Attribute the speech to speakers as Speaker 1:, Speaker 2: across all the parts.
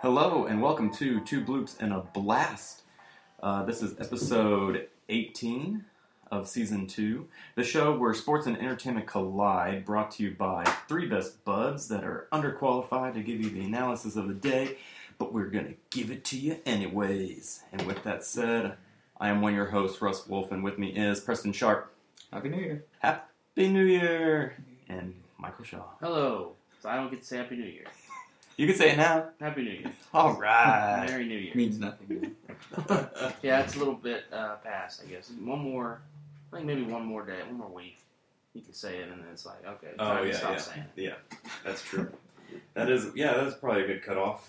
Speaker 1: Hello and welcome to Two Bloops and a Blast. Uh, this is episode 18 of season 2, the show where sports and entertainment collide, brought to you by three best buds that are underqualified to give you the analysis of the day, but we're going to give it to you anyways. And with that said, I am one of your hosts, Russ Wolf, and with me is Preston Sharp.
Speaker 2: Happy New Year.
Speaker 1: Happy New Year! And Michael Shaw.
Speaker 3: Hello. So I don't get to say Happy New Year.
Speaker 1: You can say it now.
Speaker 3: Happy New Year.
Speaker 1: All
Speaker 2: Uh,
Speaker 1: right.
Speaker 3: Merry New Year.
Speaker 2: Means nothing.
Speaker 3: Yeah, it's a little bit uh, past, I guess. One more, I think maybe one more day, one more week. You can say it, and then it's like, okay, it's
Speaker 1: Oh,
Speaker 3: time to
Speaker 1: yeah,
Speaker 3: stop
Speaker 1: yeah.
Speaker 3: saying it.
Speaker 1: Yeah, that's true. that is, yeah, that's probably a good cutoff.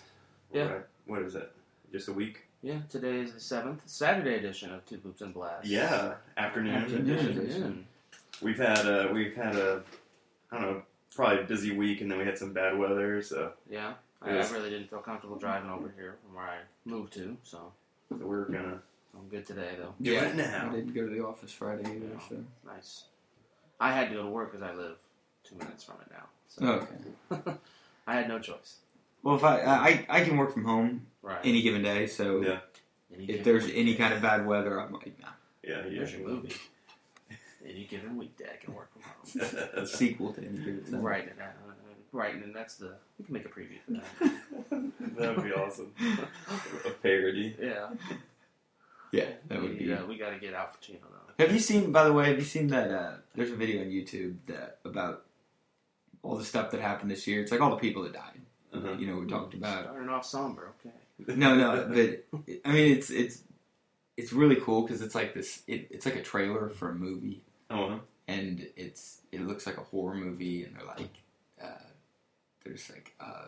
Speaker 3: Yeah.
Speaker 1: Right. What is it? Just a week?
Speaker 3: Yeah, today is the seventh Saturday edition of Two Boops and Blasts.
Speaker 1: Yeah, afternoon.
Speaker 2: Afternoon.
Speaker 3: Afternoon.
Speaker 1: We've had a, we've had a, I don't know, probably a busy week, and then we had some bad weather. So
Speaker 3: Yeah. I, I
Speaker 1: Yes.
Speaker 3: really didn't feel comfortable driving over here from where I moved to, so
Speaker 1: we're gonna
Speaker 3: I'm good today, though.
Speaker 1: do
Speaker 2: Yeah.
Speaker 1: it
Speaker 2: I
Speaker 1: now.
Speaker 2: didn't go to the office Friday either, so.
Speaker 3: Nice. I had to go to work because I live two minutes from it now. So
Speaker 2: Okay.
Speaker 3: I had no choice.
Speaker 2: Oh. Well, if I, I I can work from home
Speaker 3: Right.
Speaker 2: any given day, so
Speaker 1: Yeah.
Speaker 3: Any
Speaker 2: if
Speaker 3: given
Speaker 2: there's
Speaker 3: weekday.
Speaker 2: any kind of bad weather, I'm like, nah.
Speaker 1: Yeah,
Speaker 3: There's
Speaker 1: yeah.
Speaker 3: your movie. Any given weekday, I can work from home.
Speaker 2: A sequel to any given thing.
Speaker 3: right, and, uh, right, and that's the. We can make a preview for that.
Speaker 1: that would be awesome. a parody.
Speaker 3: Yeah,
Speaker 2: Yeah, that
Speaker 3: we,
Speaker 2: would be.
Speaker 3: uh, we got to get Al Pacino though.
Speaker 2: Have you seen, by the way, have you seen that? Uh, there's a video on YouTube that about all the stuff that happened this year. It's like all the people that died.
Speaker 1: Uh-huh.
Speaker 2: You know, we talked about
Speaker 3: Starting off somber, okay.
Speaker 2: no, no, but I mean, it's it's it's really cool because it's like this. It, it's like a trailer for a movie,
Speaker 1: Oh, huh?
Speaker 2: and it's it looks like a horror movie, and they're like, uh, they're just like, uh,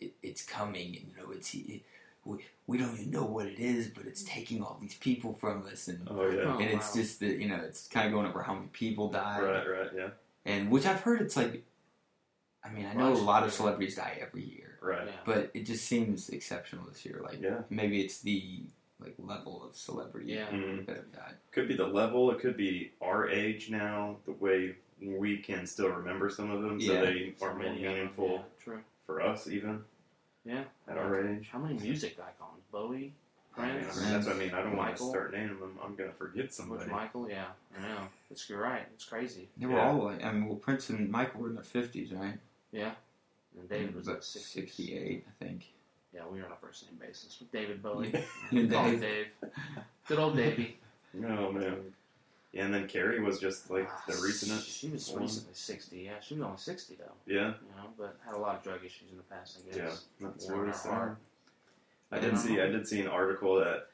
Speaker 2: it, it's coming, and you know, it's it, we we don't even know what it is, but it's taking all these people from us, and
Speaker 1: oh yeah.
Speaker 3: Oh,
Speaker 2: and it's
Speaker 3: wow.
Speaker 2: just that you know, it's kind of going over how many people died,
Speaker 1: Right, right, yeah,
Speaker 2: and which I've heard it's like, I mean, I know a lot of celebrities die every year,
Speaker 1: right.
Speaker 3: Yeah.
Speaker 2: but it just seems exceptional this year. Like
Speaker 1: Yeah.
Speaker 2: maybe it's the like level of celebrity
Speaker 3: Yeah.
Speaker 1: Mhm.
Speaker 2: that I've got.
Speaker 1: Could be the level. It could be our age now. The way we can still remember some of them,
Speaker 2: Yeah.
Speaker 1: so they are
Speaker 3: So
Speaker 1: more
Speaker 3: many of them,
Speaker 1: meaningful
Speaker 3: yeah, true.
Speaker 1: for us, even
Speaker 3: Yeah.
Speaker 1: at our age.
Speaker 3: How many music icons? Bowie,
Speaker 1: I mean,
Speaker 3: Prince,
Speaker 1: that's what I mean. I don't want to
Speaker 3: Michael.
Speaker 1: start naming them. I'm gonna forget
Speaker 3: George
Speaker 1: somebody.
Speaker 3: Michael. Yeah, I know. It's you're right. It's crazy.
Speaker 2: They were
Speaker 1: Yeah.
Speaker 2: all like, I mean, well, Prince and Michael were in their fifties, right?
Speaker 3: Yeah. And David was
Speaker 2: About
Speaker 3: like 60.
Speaker 2: sixty-eight, I think.
Speaker 3: Yeah, we were on a first name basis with David Bowie. Call him
Speaker 2: Dave.
Speaker 3: Dave. Good old Davey.
Speaker 1: No man. Yeah, and then Carrie was just like the recent.
Speaker 3: Ah, She was
Speaker 1: one.
Speaker 3: recently 60. Yeah, she was only 60 though.
Speaker 1: Yeah,
Speaker 3: you know, but had a lot of drug issues in the past, I
Speaker 1: yeah.
Speaker 3: guess.
Speaker 1: That's
Speaker 3: It's
Speaker 1: really
Speaker 3: not
Speaker 1: sad.
Speaker 3: hard.
Speaker 1: I did see. I did see an article that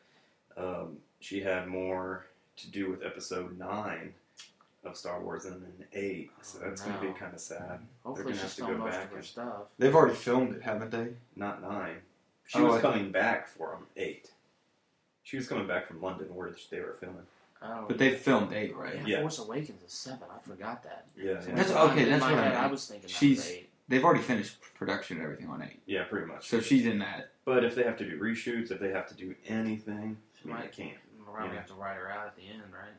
Speaker 1: um, she had more to do with Episode Nine of Star Wars than in Eight. So that's gonna
Speaker 3: No.
Speaker 1: be kind of sad.
Speaker 3: Hopefully
Speaker 1: gonna
Speaker 3: she
Speaker 1: have to
Speaker 3: stole
Speaker 1: go
Speaker 3: most
Speaker 1: back
Speaker 3: of her
Speaker 1: and-
Speaker 3: stuff.
Speaker 2: They've already filmed it, haven't they?
Speaker 1: Not nine. She
Speaker 2: Oh,
Speaker 1: was
Speaker 2: I-
Speaker 1: coming back from eight. She was coming back from London where they were filming.
Speaker 3: Oh,
Speaker 2: But they filmed eight, right?
Speaker 3: yeah,
Speaker 1: yeah.
Speaker 3: Force Awakens is seven. I forgot that.
Speaker 1: Yeah, yeah,
Speaker 2: That's-
Speaker 3: I-
Speaker 2: okay,
Speaker 3: in
Speaker 2: that's
Speaker 3: my
Speaker 2: what I
Speaker 3: head,
Speaker 2: meant.
Speaker 3: I was thinking. that
Speaker 2: She's-
Speaker 3: was eight.
Speaker 2: They've already finished production and everything on eight,
Speaker 1: yeah, pretty much.
Speaker 2: so she's in that.
Speaker 1: But if they have to do reshoots, if they have to do anything,
Speaker 3: She
Speaker 1: I mean, they
Speaker 3: might
Speaker 1: can't.
Speaker 3: Probably
Speaker 1: Yeah.
Speaker 3: have to write her out at the end, right?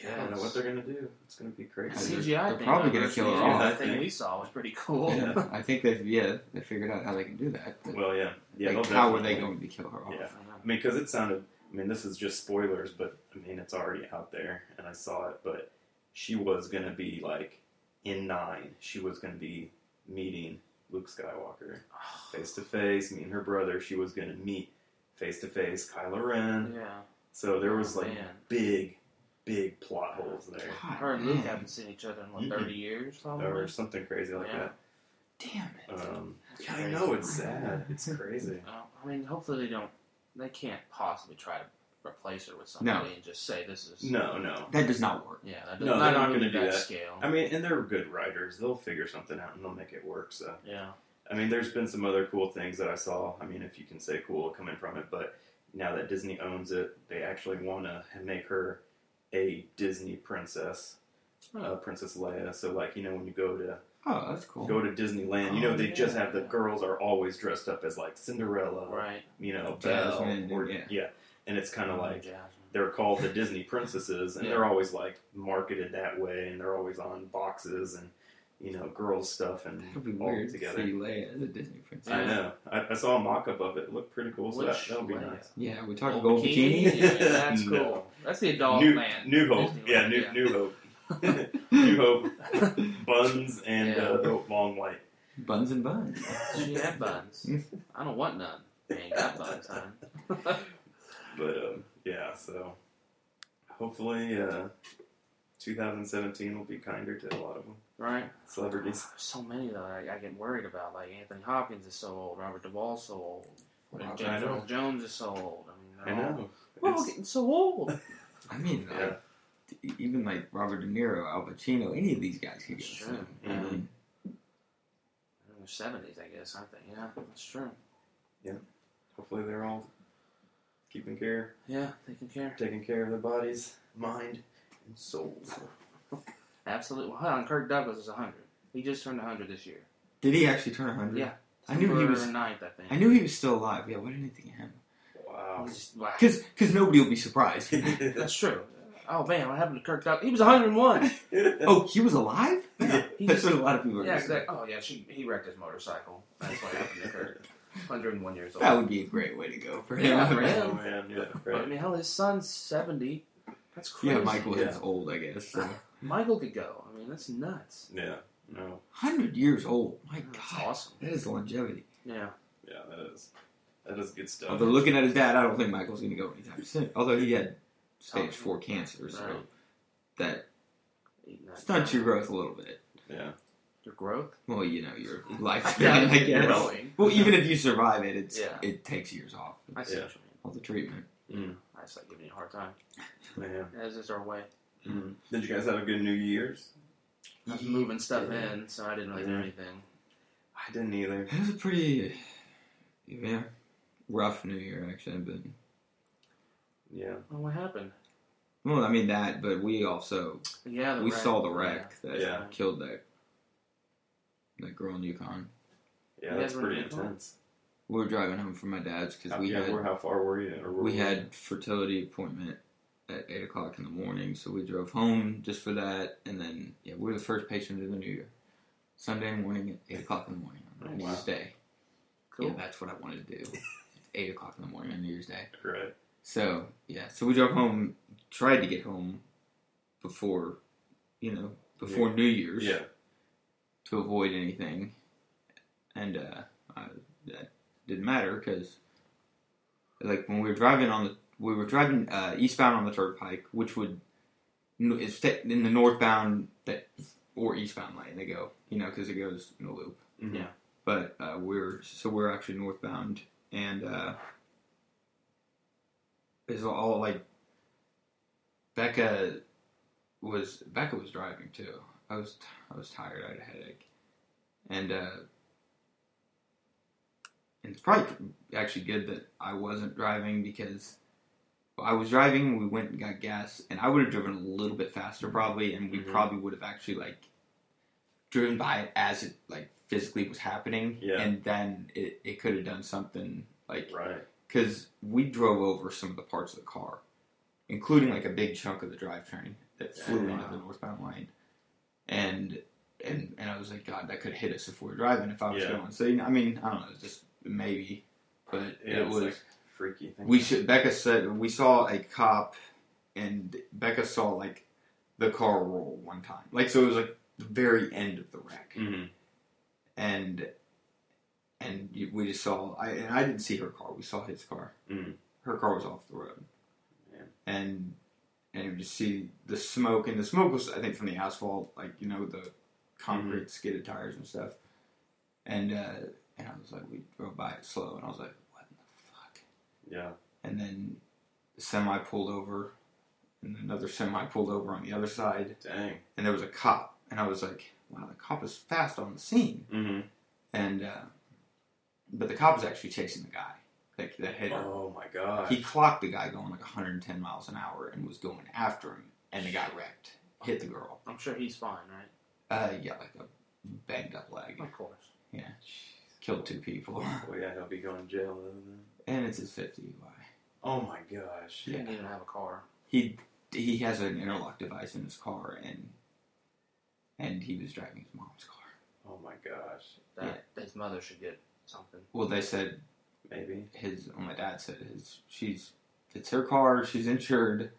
Speaker 1: Yeah, I don't know what they're gonna do. It's gonna be
Speaker 3: The
Speaker 1: crazy.
Speaker 2: they're-
Speaker 3: CGI
Speaker 2: they're
Speaker 3: thing,
Speaker 2: probably
Speaker 3: though,
Speaker 2: gonna
Speaker 3: the
Speaker 2: kill her
Speaker 3: CGI
Speaker 1: off, I
Speaker 3: thing
Speaker 1: think.
Speaker 3: we saw was pretty cool.
Speaker 2: Yeah, I think they've yeah they figured out how they can do that. but,
Speaker 1: Well, yeah, yeah.
Speaker 2: like,
Speaker 1: they'll
Speaker 2: how are they
Speaker 1: definitely-
Speaker 2: going to kill her off?
Speaker 1: Yeah.
Speaker 3: I
Speaker 1: I mean, because it sounded. I mean, this is just spoilers, but I mean, it's already out there, and I saw it. But she was gonna be like in nine. She was gonna be meeting Luke Skywalker
Speaker 3: know.
Speaker 1: face to face. Me and her brother. She was gonna meet face to face Kylo Ren.
Speaker 3: yeah,
Speaker 1: So there was like
Speaker 3: Man.
Speaker 1: big, big plot holes there,
Speaker 2: God,
Speaker 3: her and Luke
Speaker 2: man.
Speaker 3: haven't seen each other in what
Speaker 1: Mm-mm.
Speaker 3: thirty years, probably.
Speaker 1: or something crazy like
Speaker 3: Yeah.
Speaker 2: Damn it.
Speaker 1: that. Um,
Speaker 3: That's
Speaker 1: yeah, I
Speaker 3: crazy.
Speaker 1: know it's sad. It's crazy.
Speaker 3: Well, I mean, hopefully they don't. They can't possibly try to replace her with somebody and just say this is
Speaker 1: No, no.
Speaker 2: That does not work.
Speaker 3: Yeah, that
Speaker 1: No,
Speaker 3: does-
Speaker 1: they're
Speaker 3: not
Speaker 1: not
Speaker 3: going to
Speaker 1: gonna do
Speaker 3: that
Speaker 1: that.
Speaker 3: scale.
Speaker 1: I mean, and they're good writers. They'll figure something out and they'll make it work. So.
Speaker 3: yeah,
Speaker 1: I mean, there's been some other cool things that I saw. I mean, if you can say cool coming from it, but now that Disney owns it, they actually want to make her a Disney princess, uh, Princess Leia. So, like, you know, when you go to
Speaker 2: Oh, that's cool.
Speaker 1: go to Disneyland, you know,
Speaker 3: Oh,
Speaker 1: they just
Speaker 3: yeah,
Speaker 1: have the
Speaker 3: yeah.
Speaker 1: girls are always dressed up as like Cinderella,
Speaker 3: right.
Speaker 1: you know, Belle,
Speaker 2: Jasmine,
Speaker 1: or
Speaker 2: yeah. Mm-hmm.
Speaker 1: and it's kind of like
Speaker 3: Jasmine.
Speaker 1: they're called the Disney princesses, and
Speaker 3: Yeah.
Speaker 1: they're always like marketed that way, and they're always on boxes, and
Speaker 4: you know, girls stuff and
Speaker 2: That would be
Speaker 4: all
Speaker 2: weird to
Speaker 4: together.
Speaker 2: see Leia as a Disney princess.
Speaker 4: I know. I, I saw a mock up of it. It looked pretty cool, so
Speaker 3: Which
Speaker 4: that, that'll be
Speaker 3: Leia?
Speaker 4: nice.
Speaker 2: Yeah, we talked
Speaker 3: Old
Speaker 2: gold bikini.
Speaker 3: Yeah, that's
Speaker 4: No.
Speaker 3: cool. That's the adult
Speaker 4: new,
Speaker 3: man.
Speaker 4: New Hope.
Speaker 3: Disneyland,
Speaker 4: Yeah, new,
Speaker 3: yeah.
Speaker 4: new Hope. new Hope. Buns and
Speaker 3: Yeah.
Speaker 4: uh, the long white.
Speaker 2: Buns and buns.
Speaker 3: She had buns. I don't want none. I ain't got buns, huh?
Speaker 4: But um, yeah, so hopefully uh, 2017 will be kinder to a lot of them.
Speaker 3: Right?
Speaker 4: Celebrities.
Speaker 3: So many though. I, I get worried about. Like Anthony Hopkins is so old. Robert Duvall's so old.
Speaker 2: Wow.
Speaker 3: James
Speaker 4: I know.
Speaker 3: Earl Jones is so old. I mean,
Speaker 4: I
Speaker 3: they're all-
Speaker 4: know.
Speaker 3: We're all
Speaker 4: It's-
Speaker 3: getting so old.
Speaker 2: I mean, like,
Speaker 4: Yeah.
Speaker 2: e- even like Robert De Niro, Al Pacino, any of these guys could get
Speaker 3: Sure.
Speaker 2: some. I
Speaker 4: Mhm.
Speaker 2: mean,
Speaker 3: In their seventies, I guess, aren't they? Yeah, that's true.
Speaker 4: hopefully they're all keeping care,
Speaker 3: Yeah, they can care.
Speaker 4: taking care of their bodies, mind, and soul.
Speaker 3: Absolutely. Well, hold on, Kirk Douglas is hundred. He just turned hundred this year.
Speaker 2: did he actually turn 100?
Speaker 3: Yeah.
Speaker 2: I knew he
Speaker 3: September
Speaker 2: was-
Speaker 3: 9th, I think.
Speaker 2: I knew he was still alive. Yeah, why didn't I think of him?
Speaker 4: Wow.
Speaker 3: He's just like-
Speaker 2: Because nobody will be surprised.
Speaker 3: Oh. That's true. Oh man, what happened to Kirk Douglas? He was 101.
Speaker 2: oh, he was alive?
Speaker 3: Yeah, he
Speaker 2: That's
Speaker 3: just,
Speaker 2: what a lot of people are
Speaker 3: yeah,
Speaker 2: gonna say.
Speaker 3: exactly. Oh yeah, she, he wrecked his motorcycle. That's what happened to Kirk. 101 years old.
Speaker 2: That would be a great way to go for him.
Speaker 3: Yeah, right.
Speaker 4: Oh, man, yeah,
Speaker 3: I
Speaker 4: right.
Speaker 3: mean, hell, his son's 70. That's crazy.
Speaker 2: Yeah, Michael is
Speaker 4: Yeah.
Speaker 2: old, I guess. So.
Speaker 3: Michael could go. I mean, that's nuts.
Speaker 4: Yeah, no,
Speaker 2: 100 years old. My
Speaker 3: That's
Speaker 2: God.
Speaker 3: awesome.
Speaker 2: That is longevity.
Speaker 3: Yeah.
Speaker 4: yeah, that is that is good stuff.
Speaker 2: Although, looking at his dad, I don't think Michael's going to go anytime soon. Although, he had stage 4 cancer, so
Speaker 3: Oh. Right.
Speaker 2: that
Speaker 3: Eating that
Speaker 2: stunts your growth a little bit.
Speaker 4: Yeah,
Speaker 3: Your growth.
Speaker 2: Well, you know, your lifespan, I
Speaker 3: You're
Speaker 2: guess.
Speaker 3: growing.
Speaker 2: Well, even if you survive it, it's,
Speaker 3: Yeah.
Speaker 2: it takes years off.
Speaker 3: I see
Speaker 4: Yeah.
Speaker 3: what you mean.
Speaker 2: All the treatment.
Speaker 3: I just like giving you a hard time.
Speaker 4: man.
Speaker 3: That's just our way.
Speaker 2: Mm-hmm.
Speaker 4: Mm. Did you guys have a good New Year's?
Speaker 3: I was moving stuff in, so I didn't really do
Speaker 4: Yeah.
Speaker 3: anything.
Speaker 4: I didn't either.
Speaker 2: It was a pretty, yeah, rough New Year, actually. But
Speaker 4: Yeah,
Speaker 3: Well, what happened?
Speaker 2: Well, I mean that, but we also
Speaker 3: Yeah, the
Speaker 2: we
Speaker 3: wreck.
Speaker 2: saw the wreck that
Speaker 4: Yeah.
Speaker 2: killed that that girl in Yukon.
Speaker 4: yeah,
Speaker 3: You
Speaker 4: that's
Speaker 3: guys were
Speaker 4: pretty
Speaker 3: in Vietnam?
Speaker 4: intense.
Speaker 2: We were driving home from my dad's because
Speaker 4: How,
Speaker 2: we
Speaker 4: yeah,
Speaker 2: had
Speaker 4: where, how far were you? Or were
Speaker 2: we
Speaker 4: you-
Speaker 2: had fertility appointment at eight o'clock in the morning, so we drove home just for that, and then yeah, we were the first patient of the New Year. Sunday morning at eight o'clock in the morning on New
Speaker 4: Wow.
Speaker 2: Year's Day.
Speaker 3: Cool.
Speaker 2: Yeah, that's what I wanted to do. It's eight o'clock in the morning on New Year's Day.
Speaker 4: right.
Speaker 2: So yeah, so we drove home, tried to get home before, you know, before New Year's
Speaker 4: Yeah,
Speaker 2: to avoid anything, and uh, I, that didn't matter because, like, when we were driving on the we were driving uh, eastbound on the turnpike, which would n- it's sta- in the northbound that or eastbound lane they go, you know, because it goes in a loop
Speaker 4: Mhm.
Speaker 3: Yeah.
Speaker 2: but uh, we're so we're actually northbound, and uh, it's all like Becca was Becca was driving too. I was t- I was tired. I had a headache, and uh, and it's probably actually good that I wasn't driving because. I was driving. We went and got gas, and I would have driven a little bit faster probably, and we
Speaker 4: Mhm.
Speaker 2: probably would have actually like driven by it as it like physically was happening,
Speaker 4: Yeah.
Speaker 2: and then it, it could have done something like
Speaker 4: Right.
Speaker 2: because we drove over some of the parts of the car, including like a big chunk of the drivetrain that flew
Speaker 4: Yeah.
Speaker 2: into the northbound lane, and and and I was like, God, that could hit us if we were driving if I was
Speaker 4: Yeah.
Speaker 2: going. So you know, I mean, I don't know, it's just maybe, but
Speaker 4: Yeah,
Speaker 2: it
Speaker 4: it's
Speaker 2: was.
Speaker 4: like freaky thing.
Speaker 2: We should. Becca said we saw a cop, and Becca saw like the car roll one time. Like so, it was like the very end of the wreck,
Speaker 4: Mhm.
Speaker 2: and and you- we just saw. I and I didn't see her car. We saw his car.
Speaker 4: Mhm.
Speaker 2: Her car was off the road,
Speaker 4: Yeah.
Speaker 2: and and you just see the smoke. And the smoke was, I think, from the asphalt, like you know the concrete skidded tires and stuff. And uh, and I was like, we drove by it slow, and I was like, what in the fuck?
Speaker 4: Yeah.
Speaker 2: and then the semi pulled over, and another semi pulled over on the other side,
Speaker 4: Dang.
Speaker 2: and there was a cop, and I was like, "Wow, the cop is fast on the scene."
Speaker 4: hmm
Speaker 2: And uh, but the cop was actually chasing the guy, like that hit her.
Speaker 4: Oh my god.
Speaker 2: He clocked the guy going like 110 miles an hour and was going after him, and the guy wrecked, hit the girl.
Speaker 3: I'm sure he's fine, right?
Speaker 2: Uh, yeah, like a banged up leg,
Speaker 3: Of course.
Speaker 2: killed two people,
Speaker 4: well, Oh, yeah, he'll be going to jail. though, then.
Speaker 2: and it's his 50. Why?
Speaker 4: Oh my gosh.
Speaker 3: He
Speaker 2: Yeah.
Speaker 3: didn't even have a car.
Speaker 2: he he has an interlock device in his car and and he was driving his mom's car.
Speaker 3: Oh my gosh. That his mother should get something.
Speaker 2: Well, they said
Speaker 1: Maybe.
Speaker 2: his. Well, my dad said his. She's. It's her car. She's insured.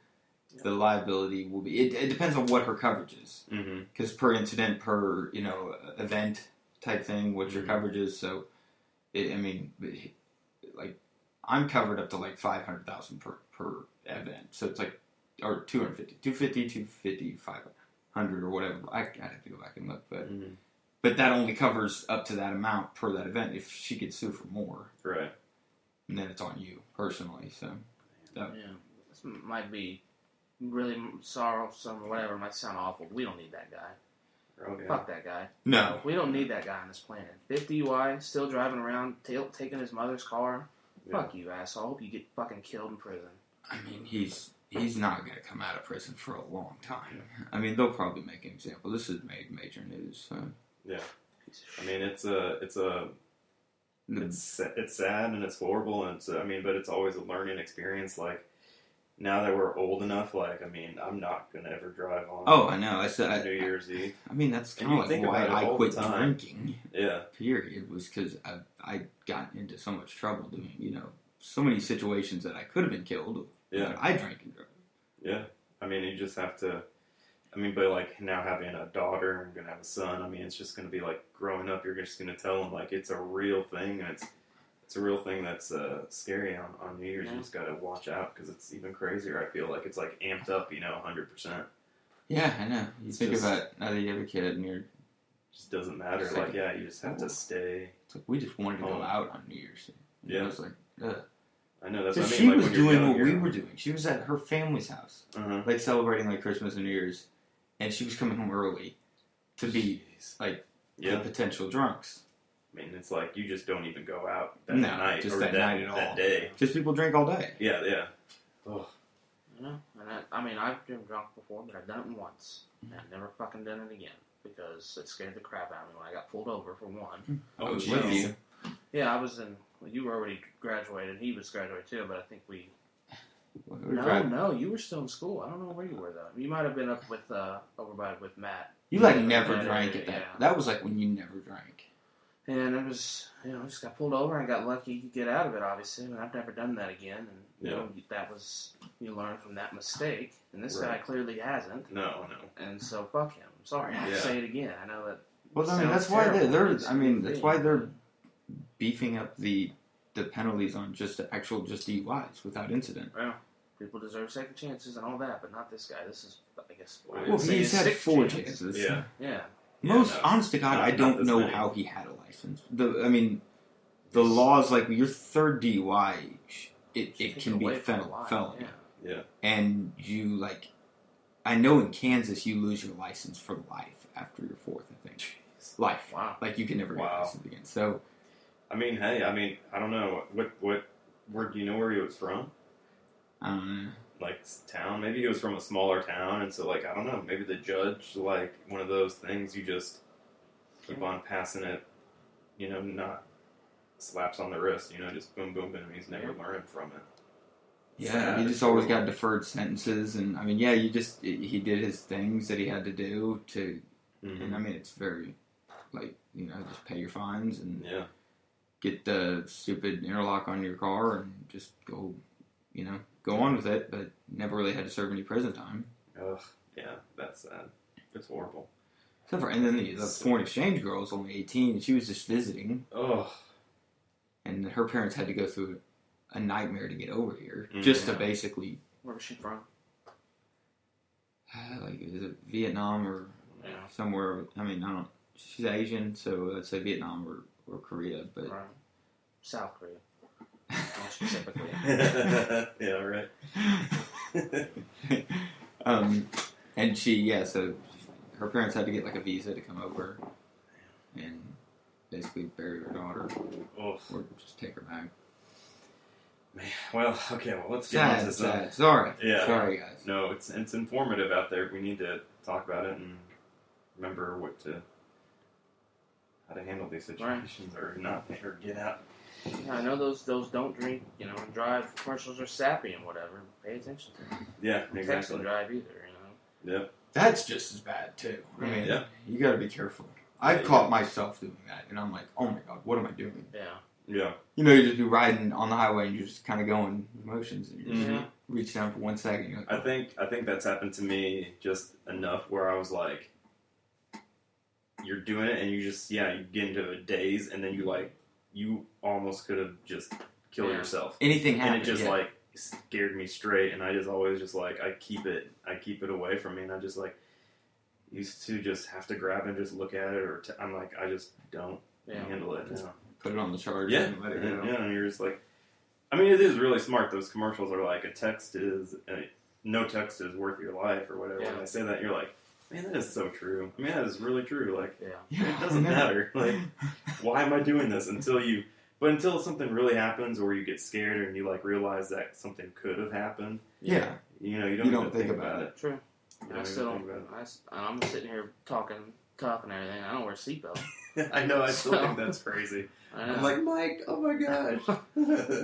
Speaker 2: The liability will be. It, it depends on what her coverage is,
Speaker 1: Mm-hmm.
Speaker 2: because per incident, per you know event type thing, what your
Speaker 1: Mhm.
Speaker 2: coverage is. So, it, I mean, it- like I'm covered up to like five hundred thousand per per event. So it's like or 250, 250, 250, 500 or whatever. I, I have to go back and look, but
Speaker 4: Mm-hmm.
Speaker 2: but that only covers up to that amount per that event. If she could sue for more,
Speaker 1: Right.
Speaker 2: and then it's on you personally. So Yeah.
Speaker 3: Yeah. This m- might be really m- sorrowsome or whatever. It might sound awful. We don't need that guy.
Speaker 4: Oh,
Speaker 1: Okay.
Speaker 3: Fuck that guy.
Speaker 2: no,
Speaker 3: We don't need that guy on this planet. Fifth DUI, still driving around, tail taking his mother's car.
Speaker 1: Yeah.
Speaker 3: Fuck you, asshole. Hope you get fucking killed in prison.
Speaker 2: I mean he's he's not going to come out of prison for a long time. I mean they'll probably make an example. This has made major news. So
Speaker 3: Piece of
Speaker 1: I
Speaker 3: shit.
Speaker 1: mean, it's a, it's a, it's sa- it's sad and it's horrible and it's I mean, but it's always a learning experience. Like now that we're old enough, like I mean, I'm not gonna ever drive on
Speaker 2: oh, I know. I said
Speaker 1: New
Speaker 2: I,
Speaker 1: Year's Eve.
Speaker 2: I mean that's
Speaker 1: And
Speaker 2: kind
Speaker 1: you
Speaker 2: of like
Speaker 1: think
Speaker 2: why
Speaker 1: about it
Speaker 2: I
Speaker 1: all the
Speaker 2: quit
Speaker 1: time.
Speaker 2: drinking.
Speaker 1: Yeah,
Speaker 2: Period was because I I got into so much trouble doing you know so many situations that I could have been killed.
Speaker 1: yeah,
Speaker 2: but I drank and drove.
Speaker 1: yeah. I mean, you just have to. I mean, but like now having a daughter and gonna have a son. I mean, it's just gonna be like growing up. You're just gonna tell them like it's a real thing and it's it's a real thing that's uh, scary on on New Year's.
Speaker 3: Yeah.
Speaker 1: You just gotta watch out because it's even crazier. I feel like it's like amped up. You know, hundred percent.
Speaker 2: Yeah, I know. You
Speaker 1: It's
Speaker 2: think
Speaker 1: just-
Speaker 2: about now that you have a kid and you're
Speaker 1: Just doesn't matter.
Speaker 2: It's
Speaker 1: Like
Speaker 2: like-
Speaker 1: yeah, you just have to stay.
Speaker 2: It's like we just wanted to
Speaker 1: Oh.
Speaker 2: go out on New Year's. And
Speaker 1: Yeah.
Speaker 2: I was like, ugh.
Speaker 1: I know that's
Speaker 2: So
Speaker 1: what I mean.
Speaker 2: she
Speaker 1: like,
Speaker 2: was
Speaker 1: when you're
Speaker 2: doing
Speaker 1: young,
Speaker 2: what we
Speaker 1: you're-
Speaker 2: were doing. She was at her family's house,
Speaker 1: Uh-huh.
Speaker 2: like celebrating like Christmas and New Year's, and she was coming home early to be
Speaker 1: Jeez.
Speaker 2: like the
Speaker 1: Yeah,
Speaker 2: potential drunks.
Speaker 1: I mean it's like you just don't even go out that
Speaker 2: No,
Speaker 1: night
Speaker 2: just
Speaker 1: or
Speaker 2: that night at
Speaker 1: that
Speaker 2: all.
Speaker 1: day.
Speaker 2: Just people drink all day.
Speaker 1: Yeah, yeah. Oh,
Speaker 3: You know, and I, I mean, I've been drunk before, but I've done it once. And I've never fucking done it again because it scared the crap out of me when I got pulled over for one.
Speaker 2: I
Speaker 1: oh,
Speaker 2: was
Speaker 1: jeez.
Speaker 2: with you.
Speaker 3: Yeah, I was in. Well, you were already graduated. He was graduated too, but I think we.
Speaker 2: We were
Speaker 3: No,
Speaker 2: driving.
Speaker 3: no, you were still in school. I don't know where you were though. You might have been up with uh, over by with Matt,
Speaker 2: You like
Speaker 3: Yeah,
Speaker 2: never
Speaker 3: yeah,
Speaker 2: drank
Speaker 3: yeah,
Speaker 2: at that.
Speaker 3: yeah.
Speaker 2: That was like when you never drank.
Speaker 3: and it was you know I just got pulled over. and got lucky to get out of it, obviously, and I've never done that again. And you
Speaker 1: Yeah.
Speaker 3: know, that was you learn from that mistake, and this guy
Speaker 1: Right.
Speaker 3: clearly hasn't.
Speaker 1: No, no.
Speaker 3: And so fuck him. I'm sorry, I have
Speaker 1: Yeah.
Speaker 3: to say it again. I know that.
Speaker 2: Well, I mean,
Speaker 3: sounds
Speaker 2: that's why they're,
Speaker 3: terrible.
Speaker 2: they're.
Speaker 3: It's
Speaker 2: I mean,
Speaker 3: a
Speaker 2: that's
Speaker 3: thing.
Speaker 2: why they're beefing up the the penalties on just actual just DUIs without incident.
Speaker 3: Well, people deserve second chances and all that, but not this guy. This is, I guess. what I
Speaker 1: Well,
Speaker 2: Well,
Speaker 3: would say
Speaker 2: he's
Speaker 3: is
Speaker 2: had
Speaker 3: sixth
Speaker 2: four
Speaker 3: chance.
Speaker 2: chances.
Speaker 1: Yeah.
Speaker 3: Yeah.
Speaker 1: Yeah,
Speaker 2: Most
Speaker 1: no.
Speaker 2: honest to God,
Speaker 1: Not-
Speaker 2: I
Speaker 1: not
Speaker 2: don't
Speaker 1: this
Speaker 2: know
Speaker 1: many.
Speaker 2: how he had a license. The I mean, the laws like your third DUI, it, it
Speaker 3: Take
Speaker 2: can be
Speaker 3: away
Speaker 2: a
Speaker 3: from
Speaker 2: fel-
Speaker 3: a lot,
Speaker 2: felony,
Speaker 3: yeah.
Speaker 2: and you like, I know in Kansas you lose your license for life after your fourth. I think life,
Speaker 3: Wow.
Speaker 2: like you can never get
Speaker 1: Wow.
Speaker 2: a license again. So
Speaker 1: I mean, hey, I mean, I don't know what what where do you know where he was from?
Speaker 2: um,
Speaker 1: Like s- town? Maybe he was from a smaller town, and so like I don't know. Maybe the judge like one of those things you just keep on passing it, you know, not slaps on the wrist, you know, just boom, boom, boom. He's never learning from it.
Speaker 2: yeah,
Speaker 1: Sad.
Speaker 2: he just always got deferred sentences, and I mean, yeah, you just he did his things that he had to do to,
Speaker 1: Mm-hmm.
Speaker 2: and I mean, it's very like you know just pay your fines and.
Speaker 1: Yeah.
Speaker 2: get the stupid interlock on your car and just go, you know, go on with it, but never really had to serve any prison time.
Speaker 1: Ugh. Yeah. That's sad. It's horrible.
Speaker 2: Except for, and then the, the foreign exchange girl was only 18 and she was just visiting,
Speaker 1: Ugh.
Speaker 2: and her parents had to go through a nightmare to get over here just to
Speaker 3: Mhm.
Speaker 2: basically,
Speaker 3: Where was she from?
Speaker 2: uh, like, is it Vietnam or
Speaker 3: Yeah.
Speaker 2: somewhere? I mean, I don't, she's Asian, so let's say Vietnam or, or Korea, but
Speaker 3: Right. South Korea. More specifically.
Speaker 1: yeah. Right.
Speaker 2: um, and she, yeah, so her parents had to get like a visa to come over and basically bury her daughter
Speaker 1: Ugh.
Speaker 2: or just take her back.
Speaker 1: Man, well, okay, well, let's get on
Speaker 2: Sad,
Speaker 1: to some.
Speaker 2: sad. Sorry.
Speaker 1: Yeah.
Speaker 2: Sorry, guys.
Speaker 1: No, it's it's informative out there. We need to talk about it and remember what to how to handle these situations or not or get out.
Speaker 3: Yeah, I know those those don't drink, you know, and drive commercials are sappy and whatever. Pay attention to them.
Speaker 1: Yeah,
Speaker 3: Text and
Speaker 1: exactly.
Speaker 3: drive either, you know.
Speaker 1: Yep.
Speaker 2: That's just as bad too. I mean,
Speaker 1: Yeah.
Speaker 2: you got to be careful. I've
Speaker 1: Yeah,
Speaker 2: caught myself doing that, and I'm like, oh my god, what am I doing?
Speaker 3: Yeah.
Speaker 1: Yeah.
Speaker 2: You know, you just be riding on the highway and you're just kind of going with emotions, and you just
Speaker 1: Mhm.
Speaker 2: reach down for one second. You're like, "Oh,
Speaker 1: I think I think that's happened to me just enough where I was like, you're doing it, and you just yeah, you get into a daze, and then you like, you almost could have just killed
Speaker 3: Yeah.
Speaker 1: yourself,
Speaker 2: anything
Speaker 1: and
Speaker 2: happens.
Speaker 1: it just
Speaker 2: yeah.
Speaker 1: like scared me straight, and I just always just like I keep it, I keep it away from me, and I just like used to just have to grab and just look at it, or t- I'm like I just don't
Speaker 3: Yeah.
Speaker 1: handle it.
Speaker 2: Just
Speaker 1: now.
Speaker 2: put it on the charger
Speaker 1: Yeah,
Speaker 2: and let it
Speaker 1: and,
Speaker 2: go.
Speaker 1: yeah, and you're just like, I mean, it is really smart. Those commercials are like, a text is a, no text is worth your life or whatever.
Speaker 3: Yeah.
Speaker 1: When they say that, you're like, man, that is so true. I mean, that is really true. Like,
Speaker 3: Yeah.
Speaker 1: it doesn't matter. Like,
Speaker 2: Like,
Speaker 1: why am I doing this until you? But until something really happens, or you get scared and you like realize that something could have happened,
Speaker 2: yeah,
Speaker 1: you know, you don't,
Speaker 2: You don't
Speaker 1: even
Speaker 2: think about it.
Speaker 3: True.
Speaker 1: You
Speaker 3: I
Speaker 1: don't
Speaker 3: still
Speaker 1: even
Speaker 3: don't.
Speaker 1: think about
Speaker 3: I, s- I'm sitting here talking tough and everything. I don't wear a seatbelt.
Speaker 1: it. I know. I still
Speaker 3: So- uh,
Speaker 1: think that's crazy.
Speaker 3: I know.
Speaker 1: I'm like, Mike, oh my gosh.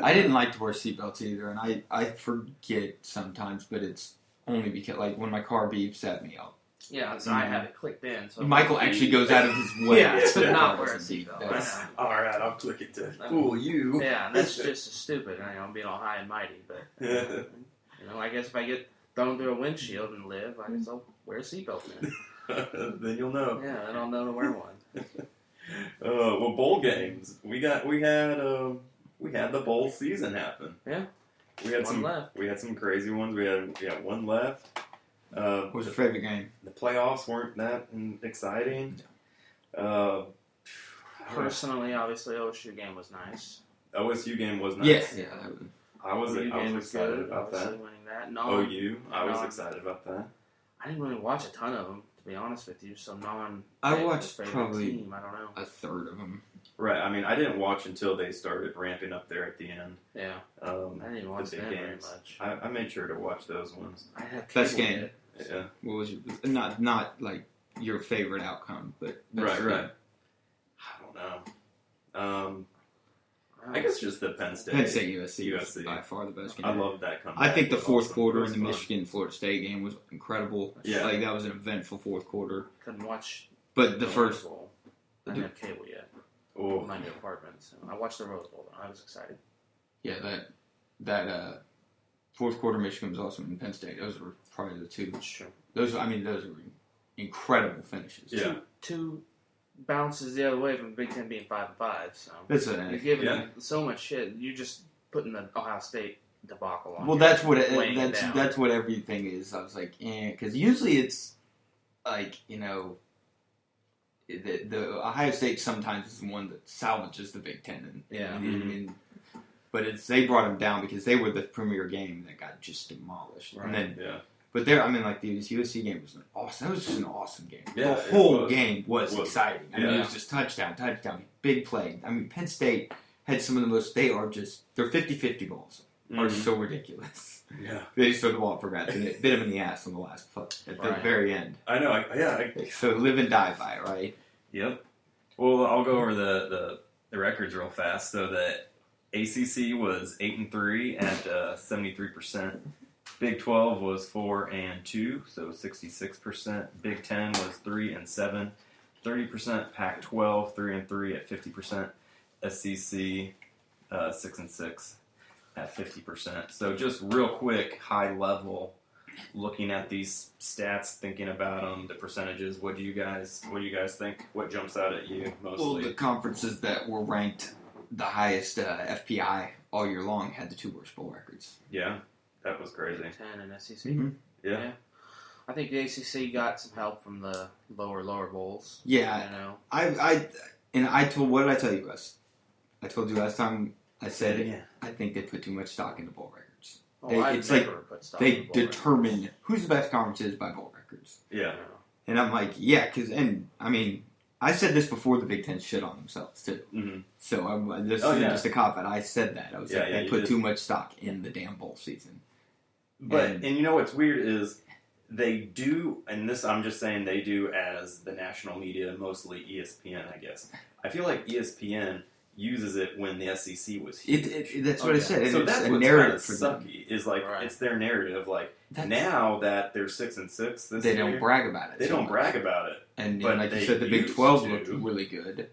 Speaker 2: I didn't like to wear seatbelts either, and I I forget sometimes, but it's only because like when my car beeps at me, I'll
Speaker 3: yeah, so I have it clicked in. So
Speaker 2: Michael actually goes out of his way
Speaker 3: Yeah,
Speaker 1: to
Speaker 3: not wear a
Speaker 2: seat
Speaker 3: seatbelt.
Speaker 2: belt.
Speaker 3: I
Speaker 1: All right, I'll click it to
Speaker 3: know.
Speaker 1: fool you.
Speaker 3: Yeah, and that's just as stupid. I know, I'm being all high and mighty, but you know, I guess if I get thrown through a windshield and live, I guess I'll wear a seatbelt then.
Speaker 1: then you'll know.
Speaker 3: Yeah, I don't know to wear one.
Speaker 1: Uh, well, bowl games. We got we had um, we had the bowl season happen.
Speaker 3: Yeah.
Speaker 1: we had
Speaker 3: One
Speaker 1: some
Speaker 3: left.
Speaker 1: we had some crazy ones. We had we had one left. Uh,
Speaker 2: What was your favorite game?
Speaker 1: the playoffs weren't that mm, exciting. Uh,
Speaker 3: Personally, obviously, OSU game was nice.
Speaker 1: OSU game was nice.
Speaker 2: Yes, yeah, that was-
Speaker 1: I was
Speaker 3: OU
Speaker 1: I
Speaker 3: game
Speaker 1: was excited
Speaker 3: good,
Speaker 1: about
Speaker 3: obviously
Speaker 1: that. Oh,
Speaker 3: Winning that. No,
Speaker 1: OU, I was
Speaker 3: Um,
Speaker 1: excited about that.
Speaker 3: I didn't really watch a ton of them, to be honest with you. So non.
Speaker 2: I watched
Speaker 3: favorite
Speaker 2: probably-
Speaker 3: Team, I don't know.
Speaker 2: a third of them.
Speaker 1: Right. I mean, I didn't watch until they started ramping up there at the end.
Speaker 3: Yeah,
Speaker 1: Um,
Speaker 3: I didn't even watch
Speaker 1: big
Speaker 3: them very
Speaker 1: games.
Speaker 3: much.
Speaker 1: I, I made sure to watch those ones.
Speaker 3: I had
Speaker 2: Best
Speaker 3: cable
Speaker 2: game.
Speaker 3: yet.
Speaker 1: Yeah.
Speaker 2: What was your not not like your favorite outcome, but
Speaker 1: Right, right. I don't know. Um, I guess just the Penn State.
Speaker 2: Penn State USC,
Speaker 1: USC.
Speaker 2: Was by far the best game.
Speaker 1: I love that comeback.
Speaker 2: I think the
Speaker 1: It was
Speaker 2: fourth
Speaker 1: awesome. It
Speaker 2: quarter in
Speaker 1: was
Speaker 2: the
Speaker 1: fun.
Speaker 2: Michigan Florida State game was incredible.
Speaker 1: Yeah.
Speaker 2: like that was an eventful fourth quarter.
Speaker 3: couldn't watch
Speaker 2: But the first,
Speaker 3: Rose Bowl. I didn't have cable yet.
Speaker 1: Oh,
Speaker 3: My new apartment. So I watched the Rose Bowl. though. I was excited.
Speaker 2: yeah, that that uh, fourth quarter Michigan was awesome, and Penn State. Those were probably the two.
Speaker 3: It's true.
Speaker 2: Those, I mean, those were incredible finishes.
Speaker 1: yeah.
Speaker 3: Two bounces the other way from Big Ten being five and five. So
Speaker 2: That's
Speaker 3: you're
Speaker 2: an
Speaker 3: giving
Speaker 1: Yeah.
Speaker 3: them so much shit. You're just putting the Ohio State debacle on.
Speaker 2: Well,
Speaker 3: you.
Speaker 2: that's what
Speaker 3: weighing it
Speaker 2: that's
Speaker 3: down.
Speaker 2: that's what everything is. I was like, because usually it's like you know, the, the Ohio State sometimes is the one that salvages the Big Ten, and,
Speaker 3: Yeah.
Speaker 2: and, and- but it's they brought them down because they were the premier game that got just demolished.
Speaker 3: Right.
Speaker 2: And then,
Speaker 1: Yeah.
Speaker 2: but there, I mean, like the USC game was an awesome. That was just an awesome game.
Speaker 1: Yeah,
Speaker 2: the
Speaker 1: it
Speaker 2: whole
Speaker 1: was.
Speaker 2: game was,
Speaker 1: It was.
Speaker 2: exciting. I mean, it
Speaker 1: Yeah.
Speaker 2: was just touchdown, touchdown, big play. I mean, Penn State had some of the most. They are just they're 50-50 balls are
Speaker 1: Mhm.
Speaker 2: so ridiculous.
Speaker 1: Yeah.
Speaker 2: They just threw the ball for granted and it bit him in the ass on the last play at the
Speaker 3: Right.
Speaker 2: very end.
Speaker 1: I know. I, yeah. I,
Speaker 2: So live and die by it, right?
Speaker 1: yep. Well, I'll go over the, the, the records real fast. So that ACC was eight and three at uh, seventy three percent. Big Twelve was four and two, so sixty six percent. Big Ten was three and seven. 30% Pac 12, 3 and 3 at 50%, SEC uh, 6 and 6 at 50%. So, just real quick, high level, looking at these stats, thinking about them, the percentages. What do you guys, what do you guys think? What jumps out at you
Speaker 2: Well, the
Speaker 1: mostly?
Speaker 2: conferences that were ranked the highest uh, FPI all year long had the two worst bowl records.
Speaker 1: Yeah, that was crazy.
Speaker 3: Big Ten and SEC.
Speaker 2: Mm-hmm.
Speaker 1: Yeah,
Speaker 3: I think the ACC got some help from the lower lower bowls.
Speaker 2: Yeah,
Speaker 3: you know.
Speaker 2: I, I, and I told what did I tell you guys? I told you last time I said it.
Speaker 1: Yeah.
Speaker 2: I think they put too much stock into bowl records.
Speaker 3: Oh,
Speaker 2: They-
Speaker 3: I've
Speaker 2: it's like
Speaker 3: never put stock in
Speaker 2: They
Speaker 3: bowl records.
Speaker 2: determine who's the best conference is by bowl records.
Speaker 1: yeah,
Speaker 3: You know.
Speaker 2: And I'm like, yeah, because and I mean, I said this before the Big Ten shit on themselves too.
Speaker 1: Mhm.
Speaker 2: So I'm uh, this
Speaker 1: Oh,
Speaker 2: isn't
Speaker 1: yeah.
Speaker 2: just a cop out. I said that. I was
Speaker 1: Yeah,
Speaker 2: like,
Speaker 1: yeah,
Speaker 2: they
Speaker 1: you
Speaker 2: put
Speaker 1: did.
Speaker 2: too much stock in the damn bowl season.
Speaker 1: But
Speaker 2: And-
Speaker 1: and, you know what's weird is they do, and this I'm just saying E they do as the national media, mostly ESPN, I guess. I feel like ESPN uses it when the SEC was
Speaker 2: It,
Speaker 1: huge.
Speaker 2: it, it- that's what I
Speaker 3: Okay.
Speaker 2: said.
Speaker 1: Oh, so
Speaker 2: it's
Speaker 1: that's
Speaker 2: a
Speaker 1: what's
Speaker 2: narrative for
Speaker 1: kind of
Speaker 2: them.
Speaker 1: sucky. Is like
Speaker 3: Right.
Speaker 1: it's their narrative. Like
Speaker 2: That's-
Speaker 1: now that they're six and six this
Speaker 2: they
Speaker 1: year,
Speaker 2: don't brag about it.
Speaker 1: they
Speaker 2: so
Speaker 1: don't
Speaker 2: much.
Speaker 1: brag about it.
Speaker 2: And you know,
Speaker 1: but
Speaker 2: like you
Speaker 1: they
Speaker 2: said, the Big
Speaker 1: used
Speaker 2: Twelve
Speaker 1: to.
Speaker 2: looked really good.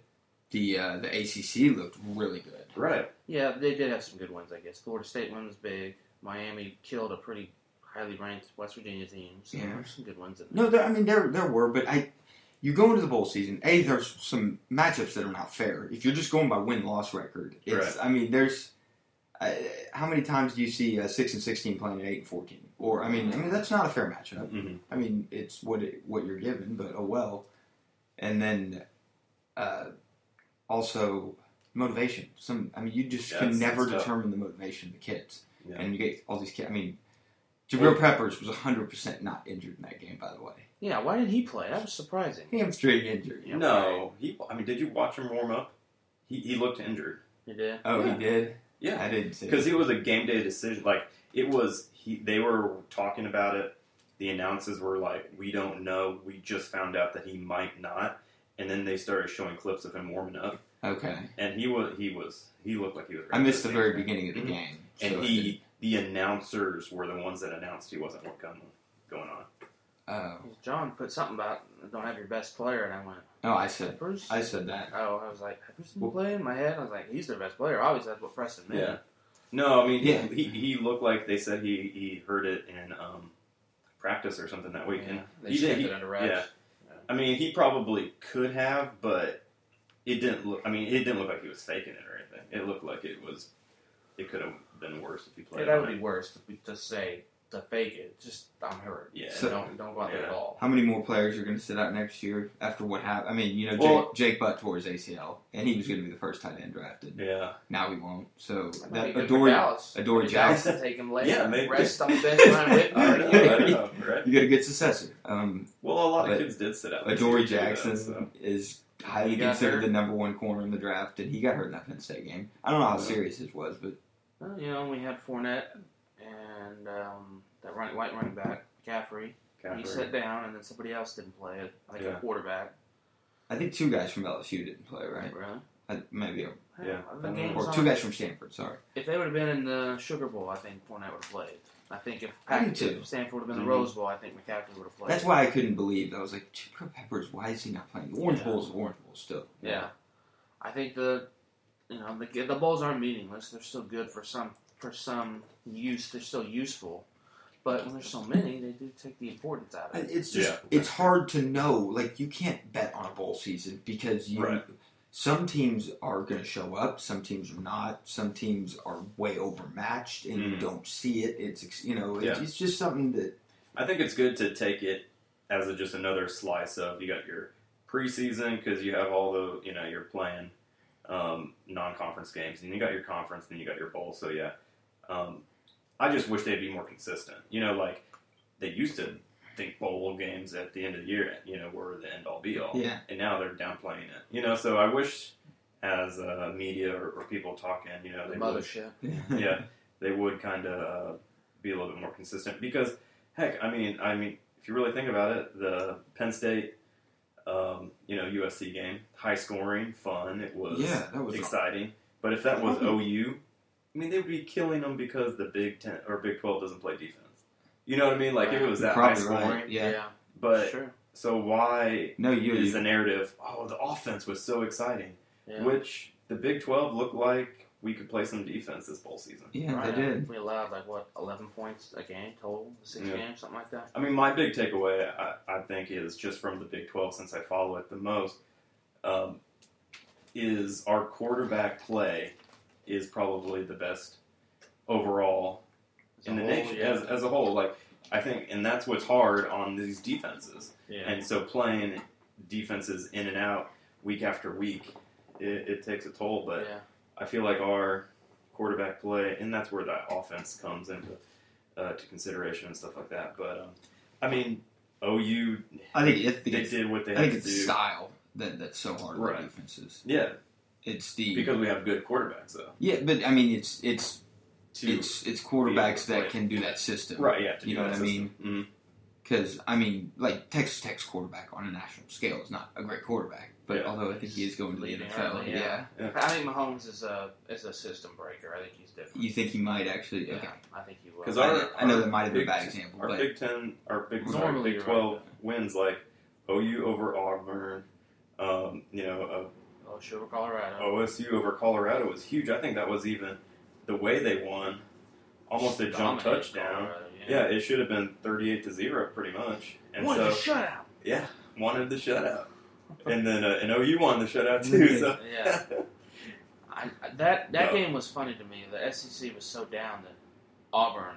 Speaker 2: The uh, the ACC looked really good.
Speaker 1: Right.
Speaker 3: Yeah, they did have some good ones, I guess. Florida State one was big. Miami killed a pretty highly ranked West Virginia team. So
Speaker 2: Yeah.
Speaker 3: there were some good ones in there.
Speaker 2: No, there, I mean there there were, but I you go into the bowl season. A there's some matchups that are not fair. If you're just going by win loss record, it's I mean there's uh, how many times do you see uh, six and sixteen playing an eight and fourteen? Or I mean I mean that's not a fair matchup.
Speaker 1: Mhm.
Speaker 2: I mean it's what it, what you're given, but oh well. And then uh, also motivation. Some I mean you just
Speaker 1: That's-
Speaker 2: can never
Speaker 1: that's tough.
Speaker 2: determine the motivation of the kids
Speaker 1: Yeah.
Speaker 2: and you get all these kids. I mean, Jabril Peppers was 100% not injured in that game, by the way.
Speaker 3: Yeah, why did he play? That was surprising.
Speaker 2: Hamstring injury.
Speaker 3: Yeah,
Speaker 1: no, he. I mean, did you watch him warm up? He he looked injured.
Speaker 3: He did.
Speaker 2: Oh,
Speaker 1: Yeah.
Speaker 2: he did?
Speaker 1: Yeah,
Speaker 2: I didn't see
Speaker 1: because he was a game day decision. Like it was. He they were talking about it. The announcers were like, "We don't know. We just found out that he might not." And then they started showing clips of him warming up,
Speaker 2: Okay.
Speaker 1: and he was he was he looked like he was.
Speaker 2: I
Speaker 1: ready
Speaker 2: missed
Speaker 1: for
Speaker 2: the very
Speaker 1: season.
Speaker 2: beginning of the
Speaker 1: Mhm.
Speaker 2: game. so
Speaker 1: And
Speaker 2: I
Speaker 1: he the announcers were the ones that announced he wasn't going going on.
Speaker 2: didn't- Oh.
Speaker 3: John put something about don't have your best player, and I went,
Speaker 2: No, Oh, I said,
Speaker 3: Peppers?
Speaker 2: I said that.
Speaker 3: oh, I was like, Peppers didn't
Speaker 2: Well-
Speaker 3: play in my head. I was like, he's their best player. Obviously, that's what Preston meant.
Speaker 1: Yeah. No, I mean,
Speaker 2: Yeah.
Speaker 1: he, he he looked like they said he he heard it in um, practice or something that weekend.
Speaker 3: Yeah, they
Speaker 1: He
Speaker 3: just
Speaker 1: did-
Speaker 3: kept
Speaker 1: he-
Speaker 3: it under wraps.
Speaker 1: yeah. I mean, he probably could have, but it didn't look. I mean, it didn't look like he was faking it or anything. It looked like it was. It could have been worse if he
Speaker 3: Yeah,
Speaker 1: played.
Speaker 3: that
Speaker 1: on
Speaker 3: would be
Speaker 1: it.
Speaker 3: worse if we just say to fake it. Just I'm hurt.
Speaker 1: Yeah.
Speaker 3: So don't don't go out there
Speaker 1: Yeah.
Speaker 3: at all.
Speaker 2: How many more players are going to sit out next year after what happened? I mean, you know,
Speaker 1: Well-
Speaker 2: Jake, Jake Butt tore his ACL, and he was going to be the first tight end drafted.
Speaker 1: Yeah.
Speaker 2: Now he won't. So
Speaker 3: That might be
Speaker 2: that
Speaker 3: good for
Speaker 2: Adore,
Speaker 3: Dallas.
Speaker 2: Adore
Speaker 3: Maybe
Speaker 2: Jackson.
Speaker 3: Take him later.
Speaker 1: Yeah, maybe.
Speaker 3: Rest on the bench behind Whitmer.
Speaker 1: I don't know, I don't know, right?
Speaker 2: you got a good successor. Um,
Speaker 1: Well, a lot of
Speaker 2: But
Speaker 1: kids did sit out. this
Speaker 2: Adoree
Speaker 1: year, too, though,
Speaker 2: Jackson
Speaker 1: so.
Speaker 2: is highly
Speaker 3: He got
Speaker 2: considered
Speaker 3: hurt.
Speaker 2: the number one corner in the draft, and he got hurt in that Penn State game. I don't know how
Speaker 1: Yeah.
Speaker 2: serious it was, but
Speaker 3: Well, you know, we had Fournette and um, that run, white running back McCaffrey. He
Speaker 1: Catherine.
Speaker 3: sat down, and then somebody else didn't play it. I think
Speaker 1: Yeah.
Speaker 3: a quarterback.
Speaker 2: I think two guys from LSU didn't play, right?
Speaker 3: Really?
Speaker 2: I, maybe, or
Speaker 1: Yeah.
Speaker 3: The
Speaker 1: Mhm.
Speaker 3: game's
Speaker 2: or
Speaker 3: on.
Speaker 2: two guys from Stanford. Sorry,
Speaker 3: If they would have been in the Sugar Bowl, I think Fournette would have played. I think if,
Speaker 2: I do
Speaker 3: Pac-
Speaker 2: too.
Speaker 3: if Stanford would have been
Speaker 1: Mhm.
Speaker 3: the Rose Bowl, I think McCaffrey would have played.
Speaker 2: that's why I couldn't believe. I was like, Jabril Peppers, why is he not playing? The Orange
Speaker 3: Yeah.
Speaker 2: Bowl is the Orange Bowl still.
Speaker 3: Yeah, I think the you know the the bowls aren't meaningless. They're still good for some for some use. They're still useful, but when there's so many, they do take the importance out
Speaker 2: I-
Speaker 3: of it.
Speaker 2: It's just
Speaker 1: Yeah.
Speaker 2: it's hard to know. Like you can't bet on a bowl season because you
Speaker 1: Right.
Speaker 2: some teams are going to show up, some teams are not, some teams are way overmatched and you
Speaker 1: Mm.
Speaker 2: don't see it. It's ex- you know it's,
Speaker 1: Yeah.
Speaker 2: it's just something that
Speaker 1: I think it's good to take it as a, just another slice of you got your preseason because you have all the you know you're playing um, non-conference games and you got your conference and you got your bowl. So yeah, um, I just wish they'd be more consistent. You know, like they used to think bowl games at the end of the year, you know, were the end all be all,
Speaker 2: Yeah.
Speaker 1: and now they're downplaying it. You know, so I wish as uh, media or, or people talking, you know,
Speaker 3: The
Speaker 1: they would
Speaker 3: mothership.
Speaker 1: yeah, they would kind of uh, be a little bit more consistent because, heck, I mean, I mean, if you really think about it, the Penn State, um, you know, USC game, high scoring, fun, it was
Speaker 2: yeah, that was
Speaker 1: exciting. But if that was OU, I mean, they would be killing them because the Big Ten or Big Twelve doesn't play defense. You know what I mean? Like if it was
Speaker 2: You're
Speaker 1: that high
Speaker 2: probably right.
Speaker 1: scoring,
Speaker 2: Yeah.
Speaker 1: but
Speaker 3: sure.
Speaker 1: so why
Speaker 2: no you.
Speaker 1: is
Speaker 2: you
Speaker 1: the narrative? Oh, the offense was so exciting,
Speaker 3: Yeah.
Speaker 1: which the Big Twelve looked like we could play some defense this bowl season.
Speaker 2: yeah,
Speaker 3: Right.
Speaker 2: they did.
Speaker 3: We allowed like what eleven points a game total, six
Speaker 1: Yeah.
Speaker 3: games, something like that.
Speaker 1: I mean, my big takeaway, I, I think, is just from the Big 12, since I follow it the most, um, is our quarterback play is probably the best overall
Speaker 3: As a
Speaker 1: in the
Speaker 3: whole,
Speaker 1: nation
Speaker 3: yeah.
Speaker 1: as, as a whole. Like, I think, and that's what's hard on these defenses.
Speaker 3: yeah.
Speaker 1: And so playing defenses in and out week after week, it, it takes a toll. But
Speaker 3: yeah.
Speaker 1: I feel like our quarterback play, and that's where that offense comes into uh, to consideration and stuff like that. But um, I mean, OU
Speaker 2: I think it, I think
Speaker 1: they
Speaker 2: it's,
Speaker 1: did what they
Speaker 2: I
Speaker 1: had
Speaker 2: think
Speaker 1: to
Speaker 2: it's
Speaker 1: do.
Speaker 2: style that that's so hard
Speaker 1: Right.
Speaker 2: on defenses.
Speaker 1: Yeah,
Speaker 2: It's the
Speaker 1: because we have good quarterbacks though.
Speaker 2: yeah, but I mean it's it's
Speaker 1: To
Speaker 2: it's it's quarterbacks
Speaker 1: play.
Speaker 2: that can do that system,
Speaker 1: right, yeah, to
Speaker 2: You
Speaker 1: do
Speaker 2: know
Speaker 1: that
Speaker 2: what I
Speaker 1: system. Mhm.
Speaker 2: Because I mean, like Texas Tech's quarterback on a national scale is not a great quarterback, but
Speaker 5: Yeah.
Speaker 2: although I think he is going to the
Speaker 3: Leading
Speaker 2: NFL,
Speaker 3: early,
Speaker 2: yeah.
Speaker 3: yeah. I think Mahomes is a is a system breaker. I think he's different.
Speaker 2: You think he might actually? Okay,
Speaker 3: Yeah, I think he will.
Speaker 1: 'Cause
Speaker 2: I,
Speaker 1: our-
Speaker 2: I know
Speaker 1: our
Speaker 2: that might have been a
Speaker 1: big-
Speaker 2: bad example,
Speaker 1: Our
Speaker 2: but
Speaker 1: Big Ten, our Big, sorry,
Speaker 3: Normally
Speaker 1: Big
Speaker 3: you're
Speaker 1: Twelve
Speaker 3: right.
Speaker 1: wins like OU over Auburn. Um, you know,
Speaker 3: oh, Sugar,
Speaker 1: uh,
Speaker 3: Colorado.
Speaker 1: OSU over Colorado was huge. I think that was even the way they won, almost a jump
Speaker 3: Dominated
Speaker 1: touchdown.
Speaker 3: Colorado,
Speaker 1: Yeah, it should have been thirty-eight to zero, pretty much. And
Speaker 3: What
Speaker 1: so,
Speaker 3: a shutout!
Speaker 1: yeah, wanted the shutout, and then uh, and OU won the shutout
Speaker 2: Mm-hmm.
Speaker 1: too. So
Speaker 3: Yeah, I, that
Speaker 1: No.
Speaker 3: that game was funny to me. The SEC was so down that Auburn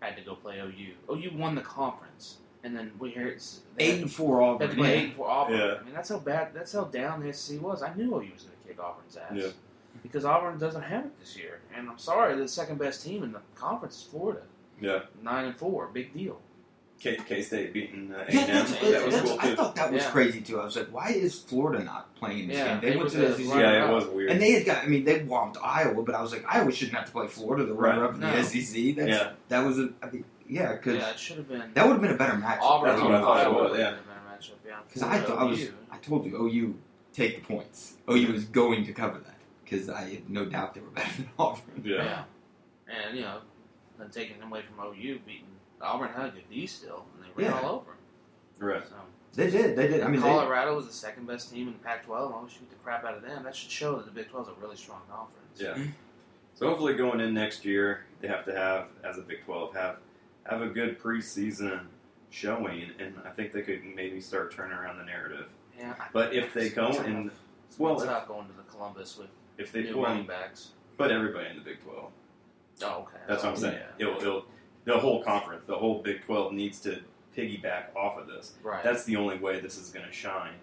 Speaker 3: had to go play OU. OU won the conference, and then we hear it's they
Speaker 2: eight
Speaker 3: had
Speaker 2: and four
Speaker 3: to- they had
Speaker 2: Auburn.
Speaker 3: to play
Speaker 2: yeah.
Speaker 3: eight for Auburn.
Speaker 1: Yeah.
Speaker 3: I mean, that's how bad, that's how down the SEC was. I knew OU was going to kick Auburn's ass
Speaker 1: Yeah.
Speaker 3: because Auburn doesn't have it this year. And I'm sorry, the second best team in the conference is Florida,
Speaker 1: yeah,
Speaker 3: nine and four, big deal.
Speaker 1: K State beating uh,
Speaker 2: Yeah,
Speaker 1: A&M.
Speaker 2: that's,
Speaker 1: that was
Speaker 2: that's-
Speaker 1: cool
Speaker 2: I
Speaker 1: too.
Speaker 2: thought that was
Speaker 3: Yeah.
Speaker 2: crazy too. I was like, why is Florida not playing in this
Speaker 3: Yeah,
Speaker 2: game? They,
Speaker 3: they
Speaker 2: went
Speaker 3: was
Speaker 2: to the
Speaker 3: a-
Speaker 2: SEC,
Speaker 1: Yeah, it was weird.
Speaker 2: and they had got. I mean, they whomped Iowa, but I was like, Iowa shouldn't have to play Florida, the
Speaker 1: Right.
Speaker 2: runner-up in
Speaker 3: No.
Speaker 2: the SEC. That's,
Speaker 1: yeah,
Speaker 2: that was a. I mean, yeah, because
Speaker 3: Yeah, it should have been
Speaker 2: that would have been a better match.
Speaker 3: Auburn.
Speaker 1: That's what I thought it was,
Speaker 3: would
Speaker 1: yeah.
Speaker 3: have been a better matchup, yeah.
Speaker 2: Because I thought I was,
Speaker 3: OU.
Speaker 2: I told you, OU take the points. OU is going to cover that because I had no doubt they were better than Auburn.
Speaker 1: yeah,
Speaker 3: And, you know, then taking them away from OU, beating Auburn had a good D still, and they ran
Speaker 2: Yeah.
Speaker 3: all over 'em.
Speaker 1: right.
Speaker 3: So,
Speaker 2: They did, they did. I mean, they,
Speaker 3: Colorado was the second best team in the Pac 12, and we shoot the crap out of them. That should show that the Big 12 is a really strong conference.
Speaker 1: Yeah. So hopefully, going in next year, they have to have, as a Big Twelve, have have a good preseason showing, and I think they could maybe start turning around the narrative.
Speaker 3: Yeah, I-
Speaker 1: But if they go
Speaker 3: It's
Speaker 1: and
Speaker 3: tough.
Speaker 1: well,
Speaker 3: it's
Speaker 1: if-
Speaker 3: not going to the Columbus with
Speaker 1: if they
Speaker 3: new
Speaker 1: well,
Speaker 3: running backs.
Speaker 1: but everybody in the Big Twelve,
Speaker 3: Oh, okay.
Speaker 1: that's what I'm saying.
Speaker 3: Yeah.
Speaker 1: It'll, it'll the whole conference, the whole Big Twelve needs to piggyback off of this.
Speaker 3: Right.
Speaker 1: That's the only way this is going to shine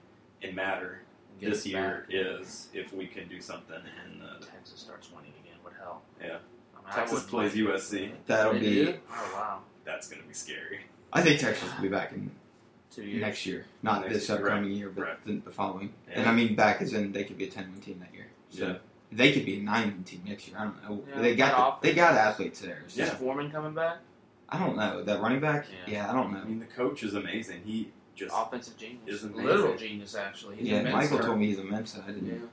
Speaker 1: and matter
Speaker 3: Get
Speaker 1: this
Speaker 3: it
Speaker 1: year
Speaker 3: back.
Speaker 1: is if we can do something in the
Speaker 3: Texas starts winning again. Would help.
Speaker 1: Yeah.
Speaker 3: I mean, I
Speaker 1: Texas
Speaker 3: wouldn't
Speaker 1: plays
Speaker 3: mind-
Speaker 1: USC.
Speaker 2: that'll
Speaker 3: They
Speaker 2: be.
Speaker 3: do? Oh, wow.
Speaker 1: That's going to be scary.
Speaker 2: I think Texas will be back in
Speaker 3: Two years.
Speaker 2: next year, not
Speaker 1: Next
Speaker 2: this
Speaker 1: year,
Speaker 2: upcoming
Speaker 1: right,
Speaker 2: year, but
Speaker 1: right.
Speaker 2: the, the following.
Speaker 1: Yeah.
Speaker 2: And I mean, back as in they could be a ten-win team that year. So
Speaker 1: Yeah.
Speaker 2: they could be a nine-win team next year. I don't know.
Speaker 3: Yeah,
Speaker 2: they got
Speaker 3: that
Speaker 2: the, they got athletes there.
Speaker 3: Is
Speaker 2: So
Speaker 1: Yeah.
Speaker 3: this Foreman coming back?
Speaker 2: I don't know that running back.
Speaker 3: Yeah.
Speaker 2: Yeah, I don't
Speaker 1: I
Speaker 2: know.
Speaker 1: mean, the coach is amazing. He just
Speaker 3: Offensive genius.
Speaker 1: is amazing.
Speaker 3: Literal genius, actually. He's
Speaker 2: Yeah,
Speaker 3: immense.
Speaker 2: Michael
Speaker 1: star.
Speaker 2: told me he's immense. I didn't.
Speaker 3: Yeah,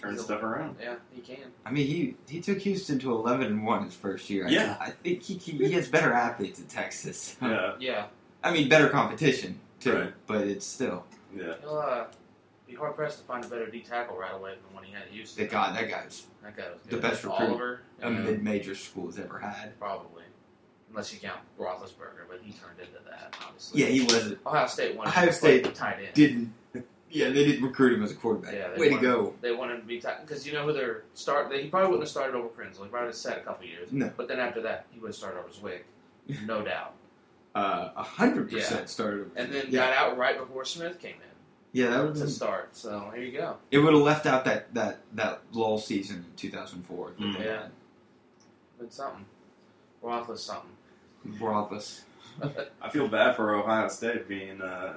Speaker 1: turns stuff around.
Speaker 3: yeah, he can.
Speaker 2: I mean, he he took Houston to eleven and one his first year. I,
Speaker 1: Yeah.
Speaker 2: I think he he he has better athletes at Texas.
Speaker 1: Yeah,
Speaker 3: Yeah,
Speaker 2: I mean, better competition too,
Speaker 1: Right.
Speaker 2: but it's still
Speaker 1: yeah.
Speaker 3: he'll uh, be hard pressed to find a better D tackle right away than when he had at Houston.
Speaker 2: the guy that guy's
Speaker 3: that guy was
Speaker 2: the
Speaker 3: good.
Speaker 2: best recruit. Um,
Speaker 3: Oliver,
Speaker 2: a
Speaker 3: yeah,
Speaker 2: mid-major school has ever had.
Speaker 3: probably, unless you count Roethlisberger, but he turned into that obviously.
Speaker 2: Yeah, he wasn't.
Speaker 3: Ohio State wanted
Speaker 2: Ohio
Speaker 3: him to play
Speaker 2: State
Speaker 3: tight end.
Speaker 2: Didn't. Yeah, they didn't recruit him as a quarterback.
Speaker 3: Yeah, they
Speaker 2: Way to
Speaker 3: weren't.
Speaker 2: go.
Speaker 3: They wanted him to be tight because you know who their start. They, he probably wouldn't have started over Prinsley. He probably would have sat a couple years.
Speaker 2: No.
Speaker 3: But then after that, he would have started over Zwick, no doubt.
Speaker 2: Uh, A hundred
Speaker 3: Yeah.
Speaker 2: percent started.
Speaker 3: And then
Speaker 2: yeah,
Speaker 3: got out right before Smith came in
Speaker 2: yeah, that
Speaker 3: to
Speaker 2: was.
Speaker 3: start. So there you go.
Speaker 2: It would have left out that that that lull season in two thousand four.
Speaker 1: Mm.
Speaker 3: Yeah. But something. Roethlis something.
Speaker 2: Roethlis.
Speaker 1: I feel bad for Ohio State being. Uh,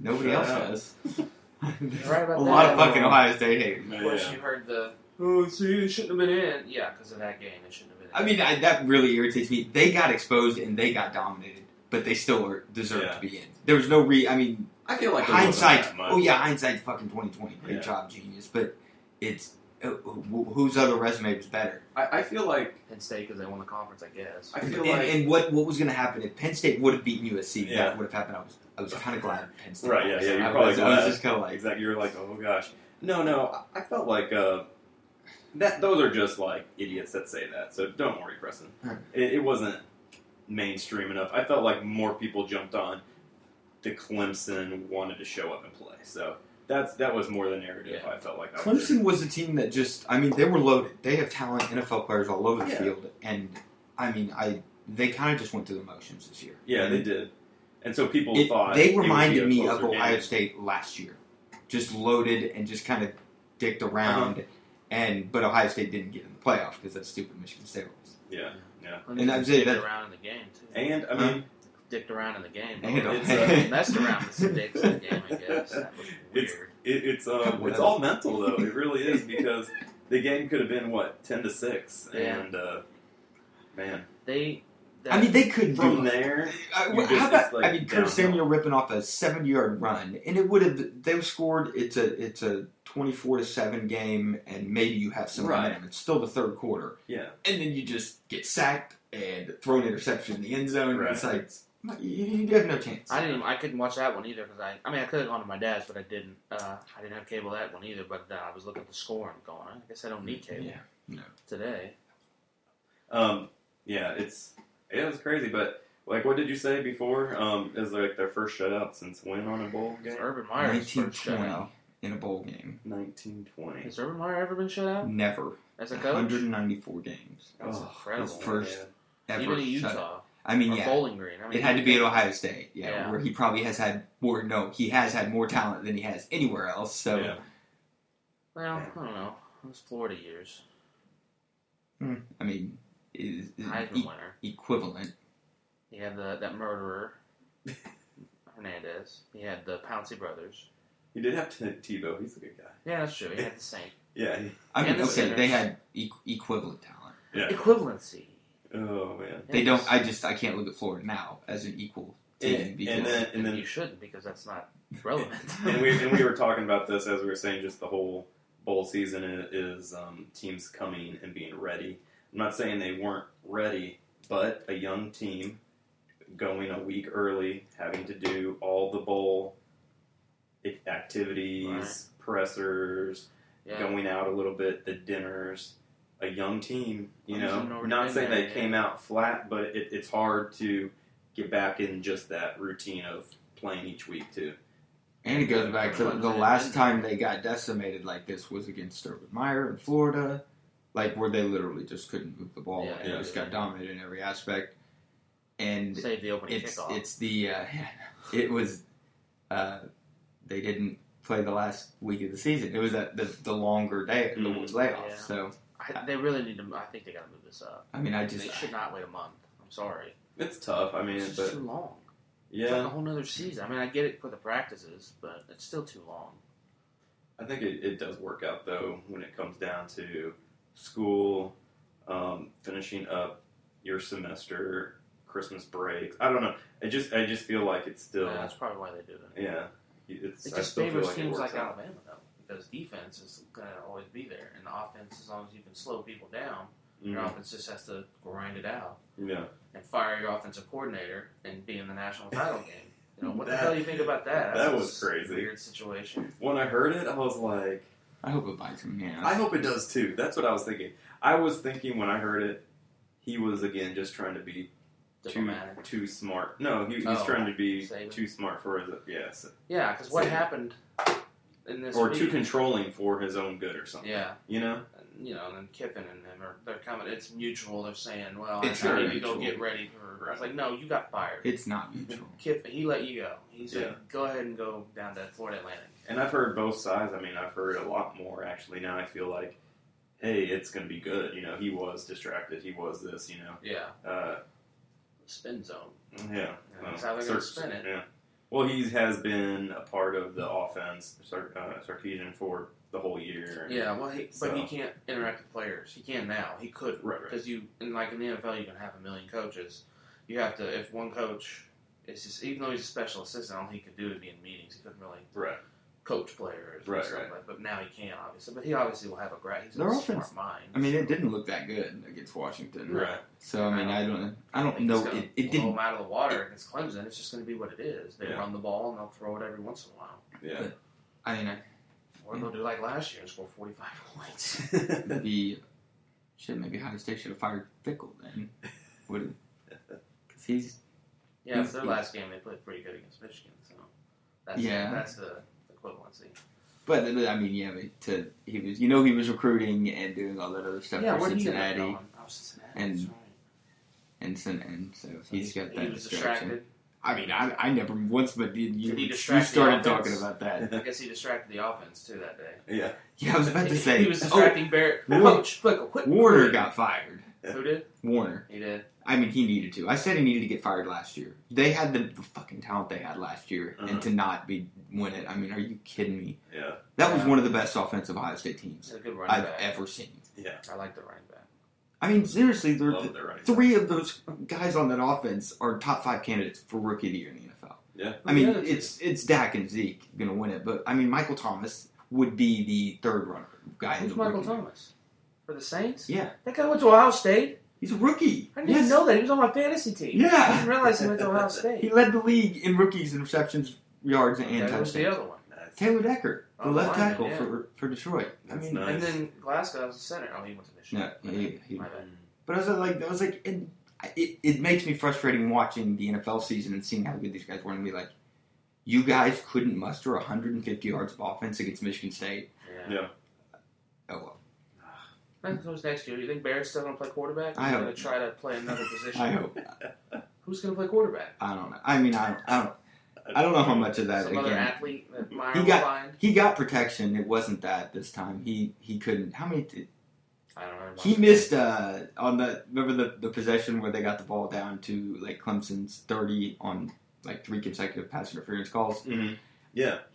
Speaker 2: Nobody
Speaker 1: Shut
Speaker 2: else
Speaker 1: up.
Speaker 2: has.
Speaker 3: right about
Speaker 2: a lot
Speaker 3: that.
Speaker 2: of fucking Ohio State haters.
Speaker 3: Of course,
Speaker 1: yeah.
Speaker 3: you heard the oh, see, it shouldn't have been in. Yeah, because of that game, it shouldn't have been. In.
Speaker 2: I mean, I, that really irritates me. They got exposed and they got dominated, but they still are, deserve
Speaker 1: Yeah.
Speaker 2: to be in. There was no re. I mean,
Speaker 1: I feel like it wasn't
Speaker 2: hindsight.
Speaker 1: that much.
Speaker 2: Oh yeah, hindsight's fucking twenty twenty. Great
Speaker 1: Yeah.
Speaker 2: job, genius. But it's uh, wh- whose other resume was better?
Speaker 1: I, I feel like
Speaker 3: Penn State because they won the conference, I guess.
Speaker 1: I
Speaker 2: And,
Speaker 1: feel like
Speaker 2: and what what was going to happen if Penn State would have beaten USC?
Speaker 1: Yeah.
Speaker 2: That would have happened. I was I was kind of glad Penn State.
Speaker 1: Right, yeah, yeah, you're
Speaker 2: I
Speaker 1: probably
Speaker 2: was, I
Speaker 1: glad.
Speaker 2: was just kind of like,
Speaker 1: exactly. You're like, oh gosh, no, no. I, I felt like uh, that. Those are just like idiots that say that. So don't worry, Preston.
Speaker 2: Huh.
Speaker 1: It, it wasn't mainstream enough. I felt like more people jumped on. The Clemson wanted to show up and play. So that's that was more the narrative.
Speaker 3: Yeah.
Speaker 1: I felt like I was-
Speaker 2: Clemson was a team that just, I mean, they were loaded. They have talent, NFL players all over the
Speaker 1: Yeah.
Speaker 2: field, and I mean, I they kind of just went through the motions this year.
Speaker 1: Yeah,
Speaker 2: And
Speaker 1: they did. And so people
Speaker 2: it-
Speaker 1: thought it
Speaker 2: they
Speaker 1: would be
Speaker 2: reminded
Speaker 1: a
Speaker 2: me of
Speaker 1: closer
Speaker 2: Ohio
Speaker 1: game.
Speaker 2: State last year, just loaded and just kind of dicked
Speaker 3: Uh-huh.
Speaker 2: around, and but Ohio State didn't get in the playoff because that stupid Michigan State was.
Speaker 1: Yeah,
Speaker 2: and I'd say
Speaker 3: dicked
Speaker 2: that- uh,
Speaker 3: around in the game too.
Speaker 1: and I mean,
Speaker 3: dicked around in the game.
Speaker 2: And-
Speaker 3: It's, uh, messed around with some dicks in the game. I guess that was
Speaker 1: It's-
Speaker 3: weird.
Speaker 1: it, it's um, it's all mental though. It really is because the game could have been what ten to six,
Speaker 3: Yeah.
Speaker 1: and uh, man,
Speaker 3: They that,
Speaker 2: I mean, they could
Speaker 1: From
Speaker 2: do it.
Speaker 1: there,
Speaker 2: I,
Speaker 1: You
Speaker 2: how
Speaker 1: just-
Speaker 2: about,
Speaker 1: it's like
Speaker 2: I mean, Curtis
Speaker 1: downhill.
Speaker 2: Samuel ripping off a seven-yard run, and it would have they scored. It's a it's a twenty-four to seven game, and maybe you have some
Speaker 1: Right.
Speaker 2: momentum. It's still the third quarter,
Speaker 1: yeah,
Speaker 2: and then you just get sacked and throw an interception in the end zone. and It's
Speaker 1: Right.
Speaker 2: like you, you have no chance.
Speaker 3: I didn't. I couldn't watch that one either because I. I mean, I could have gone to my dad's, but I didn't. Uh, I didn't have cable that one either. But uh, I was looking at the score and going, I guess I don't need cable
Speaker 2: Yeah, no.
Speaker 3: today.
Speaker 1: um, yeah, it's yeah, it's crazy. But like, what did you say before? Um, is like their first shutout since when on a bowl
Speaker 3: Is
Speaker 1: game?
Speaker 3: Urban Meyer's
Speaker 2: Nineteen
Speaker 3: first
Speaker 2: twenty
Speaker 3: shutout.
Speaker 2: in a bowl game,
Speaker 1: Nineteen twenty.
Speaker 3: Has Urban Meyer ever been shut out
Speaker 2: never
Speaker 3: as a
Speaker 2: one
Speaker 3: coach?
Speaker 2: hundred ninety-four games
Speaker 3: That's
Speaker 1: Oh,
Speaker 3: incredible.
Speaker 2: his first ever.
Speaker 3: Even in
Speaker 2: shut-
Speaker 3: Utah
Speaker 2: I mean,
Speaker 3: or
Speaker 2: yeah,
Speaker 3: Bowling Green. I mean,
Speaker 2: It had to be at Ohio State, yeah,
Speaker 3: Yeah.
Speaker 2: where he probably has had more. No, he has had more talent than he has anywhere else. So
Speaker 1: Yeah.
Speaker 3: Well, I don't know. It was Florida years.
Speaker 2: I mean, is, is
Speaker 3: Heisman
Speaker 2: e-
Speaker 3: winner.
Speaker 2: equivalent.
Speaker 3: He had the that murderer Hernandez. He had the Pouncey brothers.
Speaker 1: He did have T- Tebow. He's a good guy.
Speaker 3: Yeah, that's true. He had the same
Speaker 1: Yeah. He,
Speaker 2: I mean,
Speaker 3: And the
Speaker 2: okay,
Speaker 3: sinners.
Speaker 2: they had e- equivalent talent.
Speaker 1: yeah.
Speaker 3: equivalency.
Speaker 1: Oh man.
Speaker 2: They
Speaker 3: Yes.
Speaker 2: don't. I just I can't look at Florida now as an equal team
Speaker 1: And,
Speaker 2: because
Speaker 1: and then and then
Speaker 3: you shouldn't because that's not relevant.
Speaker 1: and we and we were talking about this as we were saying just the whole bowl season i- is um, teams coming and being ready. I'm not saying they weren't ready, but a young team going a week early, having to do all the bowl i- activities,
Speaker 3: Right.
Speaker 1: pressers,
Speaker 3: yeah.
Speaker 1: going out a little bit, the dinners. A young team, you
Speaker 3: I'm just
Speaker 1: know,
Speaker 3: gonna
Speaker 1: not
Speaker 3: overdo
Speaker 1: saying they
Speaker 3: that,
Speaker 1: came out flat, but it, it's hard to get back in just that routine of playing each week too.
Speaker 2: and it goes back to the
Speaker 3: Equivalent.
Speaker 2: last time they got decimated like this was against Urban Meyer in Florida, like where they literally just couldn't move the ball
Speaker 3: Yeah,
Speaker 2: and
Speaker 1: yeah.
Speaker 2: just got dominated in every aspect. And
Speaker 3: Save the opening
Speaker 2: it's
Speaker 3: kickoff.
Speaker 2: it's the uh, it was uh, they didn't play the last week of the season. It was that the, the longer day, the
Speaker 1: Mhm.
Speaker 2: layoff.
Speaker 3: Mm, Yeah.
Speaker 2: So
Speaker 3: I, they really need to. I think they got to move this up.
Speaker 2: I mean, I
Speaker 3: they
Speaker 2: just
Speaker 3: should not wait a month. I'm sorry.
Speaker 1: It's tough. I mean,
Speaker 3: it's
Speaker 1: but
Speaker 3: just too long. It's like a
Speaker 1: yeah,
Speaker 3: whole nother season. I mean, I get it for the practices, but it's still too long.
Speaker 1: I think it, it does work out though when it comes down to school, um, finishing up your semester, Christmas breaks. I don't know. I just I just feel like it's still
Speaker 3: Yeah, that's probably why they do it.
Speaker 1: yeah. It's,
Speaker 3: It
Speaker 1: I
Speaker 3: just
Speaker 1: still feel
Speaker 3: favors
Speaker 1: like it
Speaker 3: teams
Speaker 1: works
Speaker 3: like
Speaker 1: out.
Speaker 3: Alabama though, because defense is gonna always be there, and the offense, as long as you can slow people down, your
Speaker 1: Mhm.
Speaker 3: offense just has to grind it out
Speaker 1: Mm-hmm. Yeah.
Speaker 3: and fire your offensive coordinator and be in the national title game. You know what
Speaker 1: That-
Speaker 3: the hell do you think about that?
Speaker 1: that
Speaker 3: That's
Speaker 1: was
Speaker 3: just
Speaker 1: crazy.
Speaker 3: a Weird situation.
Speaker 1: When I heard it, I was like,
Speaker 2: I hope it bites him. Yeah,
Speaker 1: I hope it does too. That's what I was thinking. I was thinking when I heard it, he was again just trying to be too
Speaker 3: Diplomatic.
Speaker 1: too smart. No, he, he's
Speaker 3: Oh,
Speaker 1: trying to be
Speaker 3: saving.
Speaker 1: too smart for his yes.
Speaker 3: Yeah, because what
Speaker 1: Same.
Speaker 3: happened in this
Speaker 1: or too
Speaker 3: week-
Speaker 1: controlling for his own good or something.
Speaker 3: Yeah,
Speaker 1: You know?
Speaker 3: and, you know, and then Kiffin and them are they're coming. It's mutual. They're saying, "Well,
Speaker 2: It's
Speaker 3: I
Speaker 2: very
Speaker 3: need to go
Speaker 2: mutual.
Speaker 3: get ready for." I was like, "No, you got fired."
Speaker 2: it's not mutual.
Speaker 3: Kiffin, he let you go. He said,
Speaker 1: Yeah.
Speaker 3: "Go ahead and go down to Florida Atlantic."
Speaker 1: And I've heard both sides. I mean, I've heard a lot more actually. Now I feel like, hey, it's going to be good. You know, he was distracted. He was this, you know.
Speaker 3: Yeah,
Speaker 1: Uh,
Speaker 3: spin zone.
Speaker 1: yeah.
Speaker 3: Yeah, that's how they're gonna spin it.
Speaker 1: Yeah. Well, he has been a part of the offense, Sar- uh, Sarkeesian, for the whole year.
Speaker 3: Yeah, well, he,
Speaker 1: So-
Speaker 3: but he can't interact with players. He can now. He could
Speaker 1: Right, right.
Speaker 3: because you and like in the NFL, you can have a million coaches. You have to if one coach is just even though he's a special assistant, all he could do is be in meetings. He couldn't really
Speaker 1: Right.
Speaker 3: coach players, and
Speaker 1: Right,
Speaker 3: stuff
Speaker 1: right.
Speaker 3: Like, but now he can obviously. But he obviously will have a great. He's
Speaker 2: Their
Speaker 3: a smart
Speaker 2: offense-
Speaker 3: mind.
Speaker 2: I mean, it didn't look that good against Washington.
Speaker 1: Right.
Speaker 2: So I mean, I don't, I don't
Speaker 3: think it's
Speaker 2: know.
Speaker 3: gonna
Speaker 2: It, it
Speaker 3: blow
Speaker 2: didn't.
Speaker 3: them out of the water against Clemson. It's just going to be what it is. They
Speaker 1: Yeah.
Speaker 3: run the ball and they'll throw it every once in a while,
Speaker 1: Yeah.
Speaker 2: I mean, I
Speaker 3: or
Speaker 2: Mm.
Speaker 3: they'll do like last year and score forty-five points.
Speaker 2: could be shit. Maybe Ohio State should have fired Fickle then, would because he's Mm,
Speaker 3: Yeah, it's their last game. They played pretty good against Michigan, so that's
Speaker 2: Yeah.
Speaker 3: that's the equivalency.
Speaker 2: But uh, I mean, yeah, but to he was, you know, he was recruiting and doing all that other stuff
Speaker 3: yeah,
Speaker 2: for
Speaker 3: where
Speaker 2: Cincinnati,
Speaker 3: Did he end up going? oh, Cincinnati.
Speaker 2: and
Speaker 3: that's right.
Speaker 2: and so, and so
Speaker 3: So
Speaker 2: he's got
Speaker 3: he
Speaker 2: that
Speaker 3: was
Speaker 2: distraction.
Speaker 3: distracted.
Speaker 2: I mean, I, I never once, but did you
Speaker 3: Did he
Speaker 2: you
Speaker 3: distract the
Speaker 2: started
Speaker 3: offense?
Speaker 2: talking about that.
Speaker 3: I guess he distracted the offense too that day.
Speaker 1: yeah.
Speaker 2: Yeah, I was about to say.
Speaker 3: he was
Speaker 2: oh,
Speaker 3: distracting Barrett.
Speaker 2: Warner-
Speaker 3: Coach, Fickle, quit.
Speaker 2: Warner got fired.
Speaker 3: Who did?
Speaker 2: Warner.
Speaker 3: He did.
Speaker 2: I mean, he needed to. I said he needed to get fired last year. They had the, the fucking talent they had last year,
Speaker 1: Uh-huh.
Speaker 2: and to not be win it. I mean, are you kidding me?
Speaker 1: Yeah.
Speaker 2: That was
Speaker 3: Yeah.
Speaker 2: one of the best offensive Ohio State
Speaker 3: He's
Speaker 2: teams
Speaker 3: a good running
Speaker 2: I've
Speaker 3: back.
Speaker 2: ever seen.
Speaker 3: I like the running back.
Speaker 2: I mean, seriously, they're,
Speaker 1: Love their running
Speaker 2: three of those guys on that offense are top five candidates for rookie of the year in the NFL.
Speaker 1: Yeah.
Speaker 2: I mean,
Speaker 3: Yeah, that's
Speaker 2: it's it's Dak and Zeke gonna win it, but I mean, Michael Thomas would be the third runner guy. in
Speaker 3: Who's
Speaker 2: the
Speaker 3: Michael
Speaker 2: rookie.
Speaker 3: Thomas? For the Saints?
Speaker 2: Yeah,
Speaker 3: That guy went to Ohio State.
Speaker 2: he's a rookie.
Speaker 3: I didn't
Speaker 2: yes.
Speaker 3: even know that. He was on my fantasy team. I
Speaker 2: Yeah,
Speaker 3: didn't realize he went to Ohio
Speaker 2: he
Speaker 3: State.
Speaker 2: led the league in rookies and receptions, yards, and
Speaker 3: That was the
Speaker 2: touchdowns.
Speaker 3: other one.
Speaker 2: Taylor Decker, the
Speaker 3: Oh,
Speaker 2: left
Speaker 3: lineman,
Speaker 2: tackle
Speaker 3: yeah.
Speaker 2: for for Detroit. I
Speaker 1: That's
Speaker 2: mean,
Speaker 1: nice.
Speaker 3: And then Glasgow was the center. Oh, he went to Michigan.
Speaker 2: Yeah, he- he-
Speaker 3: My bad.
Speaker 2: But I was like, I was like, and I- it, it makes me frustrating watching the NFL season and seeing how good these guys were, and be like, you guys couldn't muster 150 yards of offense against Michigan State.
Speaker 3: Yeah.
Speaker 1: Yeah.
Speaker 2: Oh well,
Speaker 3: And who's next year? Do you think Barrett's still going to play quarterback?
Speaker 2: I
Speaker 3: He's
Speaker 2: hope-
Speaker 3: going to try to play another position.
Speaker 2: I hope.
Speaker 3: Who's going to play quarterback?
Speaker 2: I don't know. I mean, I don't. I don't, I don't know how much of that.
Speaker 3: Some other
Speaker 2: Again,
Speaker 3: athlete that Meyer
Speaker 2: He
Speaker 3: will
Speaker 2: got-
Speaker 3: find?
Speaker 2: he got protection. It wasn't that this time. He he couldn't. How many? Did,
Speaker 3: I don't know.
Speaker 2: he missed uh, on the remember the the possession where they got the ball down to like Clemson's 30 on like three consecutive pass interference calls.
Speaker 1: Mhm.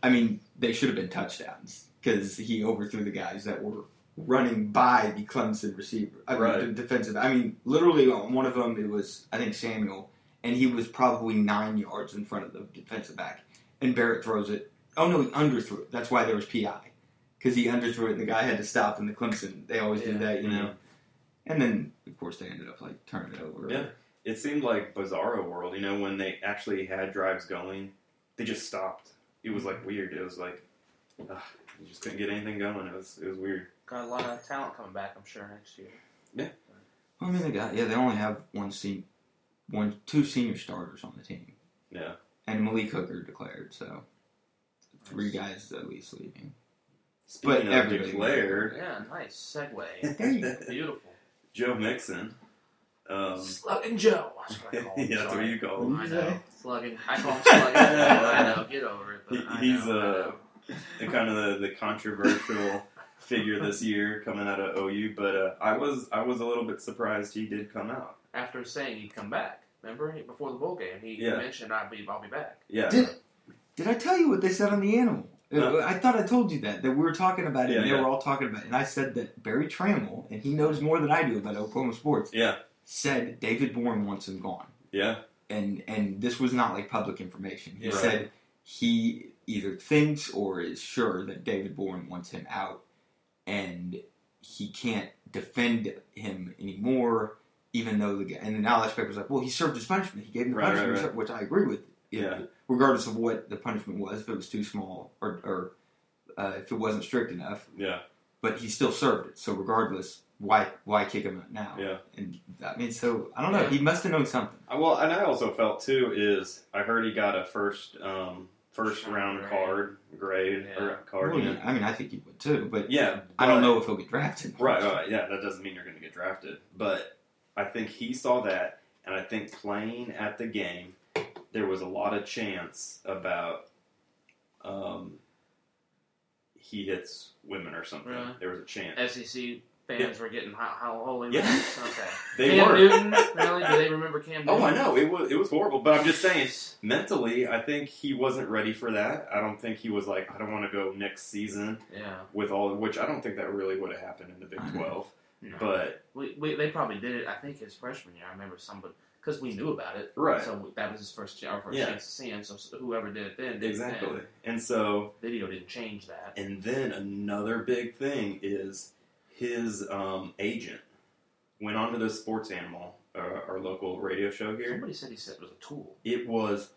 Speaker 2: I mean, they should have been touchdowns because he overthrew the guys that were running by the Clemson receiver. I mean,
Speaker 1: Right.
Speaker 2: the defensive. I mean, literally on one of them, it was I think Samuel, and he was probably nine yards in front of the defensive back, and Barrett throws it. Oh no, he underthrew it. That's why there was PI because he underthrew it, and the guy had to stop. And the Clemson, they always do
Speaker 3: Yeah.
Speaker 2: that, you know. And then of course they ended up like turning it over.
Speaker 1: Yeah. It seemed like Bizarro World, you know, when they actually had drives going, they just stopped. It was like weird. It was like, ugh, you just couldn't get anything going. It was it was weird.
Speaker 3: Got a lot of talent coming back, I'm sure, next year.
Speaker 2: Well, I mean, they got yeah. They only have one se- one two senior starters on the team.
Speaker 1: Yeah.
Speaker 2: and Malik Hooker declared. So three guys at least leaving.
Speaker 1: Speaking of
Speaker 2: everybody-
Speaker 1: declared,
Speaker 3: Yeah, nice segue.
Speaker 2: There you go.
Speaker 3: Beautiful.
Speaker 1: Joe Mixon. Um,
Speaker 3: Slug and Joe. That's what I call him.
Speaker 1: yeah, that's what
Speaker 3: sorry.
Speaker 1: you call him.
Speaker 3: I know. Slugging. I call him Slugging. I know. Get over it. But
Speaker 1: He-
Speaker 3: I
Speaker 1: he's,
Speaker 3: know, I
Speaker 1: uh,
Speaker 3: know.
Speaker 1: the kind of the, the controversial figure this year coming out of OU. But uh, I was I was a little bit surprised he did come out.
Speaker 3: after saying he'd come back. Remember He- before the bowl game, he
Speaker 1: Yeah.
Speaker 3: mentioned I'll be I'll be back.
Speaker 1: Yeah,
Speaker 2: Did, did I tell you what they said on the animal? Uh,
Speaker 1: Huh?
Speaker 2: I thought I told you that that we were talking about it.
Speaker 1: Yeah,
Speaker 2: and They
Speaker 1: yeah.
Speaker 2: were all talking about it, and I said that Barry Trammell, and he knows more than I do about Oklahoma sports.
Speaker 1: Yeah.
Speaker 2: said David Bourne wants him gone,
Speaker 1: yeah,
Speaker 2: and and this was not like public information. He
Speaker 1: Right.
Speaker 2: said he either thinks or is sure that David Bourne wants him out, and he can't defend him anymore, even though the guy, and then Alex Paper's like, well, he served his punishment. He gave him the
Speaker 1: Right, right,
Speaker 2: punishment, he
Speaker 1: right.
Speaker 2: served- which I agree with. if-
Speaker 1: Yeah.
Speaker 2: Regardless of what the punishment was, if it was too small or, or uh, if it wasn't strict enough,
Speaker 1: yeah,
Speaker 2: but he still served it. So regardless, why why kick him out now?
Speaker 1: yeah.
Speaker 2: And I mean, so I don't know.
Speaker 3: Yeah.
Speaker 2: He must have known something.
Speaker 1: Uh, Well, and I also felt too is I heard he got a first um, first
Speaker 3: Round
Speaker 1: round
Speaker 3: grade.
Speaker 1: card grade
Speaker 3: Yeah.
Speaker 1: or card.
Speaker 2: Well,
Speaker 1: yeah.
Speaker 2: yeah, I mean, I think he would too, but
Speaker 1: Yeah,
Speaker 2: I don't
Speaker 1: but-
Speaker 2: know if he'll get drafted.
Speaker 1: Right, right, yeah. That doesn't mean you're going to get drafted, but I think he saw that, and I think playing at the game, there was a lot of chance about um, he hits women or something.
Speaker 3: Really?
Speaker 1: There was a chance.
Speaker 3: SEC E fans were getting how, how holy.
Speaker 1: Yeah.
Speaker 3: Okay.
Speaker 1: They
Speaker 3: Cam
Speaker 1: were.
Speaker 3: Newton, really? Do they remember Cam? Newton?
Speaker 1: Oh, I know it was it was horrible, but I'm just saying. Mentally, I think he wasn't ready for that. I don't think he was like, I don't want to go next season
Speaker 3: Yeah.
Speaker 1: with all, which I don't think that really would have happened in the Big
Speaker 2: I know.
Speaker 1: Twelve.
Speaker 3: No.
Speaker 1: But
Speaker 3: we, we, they probably did it. I think his freshman year. I remember somebody because we knew about it.
Speaker 1: right,
Speaker 3: So we, that was his first ch- our first
Speaker 1: Yeah.
Speaker 3: chance to see him. So whoever did it then did it
Speaker 1: e, exactly.
Speaker 3: then.
Speaker 1: And so
Speaker 3: Video didn't change that.
Speaker 1: And then another big thing is his um, agent went onto the sports animal, uh, our local radio show here.
Speaker 3: Somebody said he said it was a tool.
Speaker 1: It was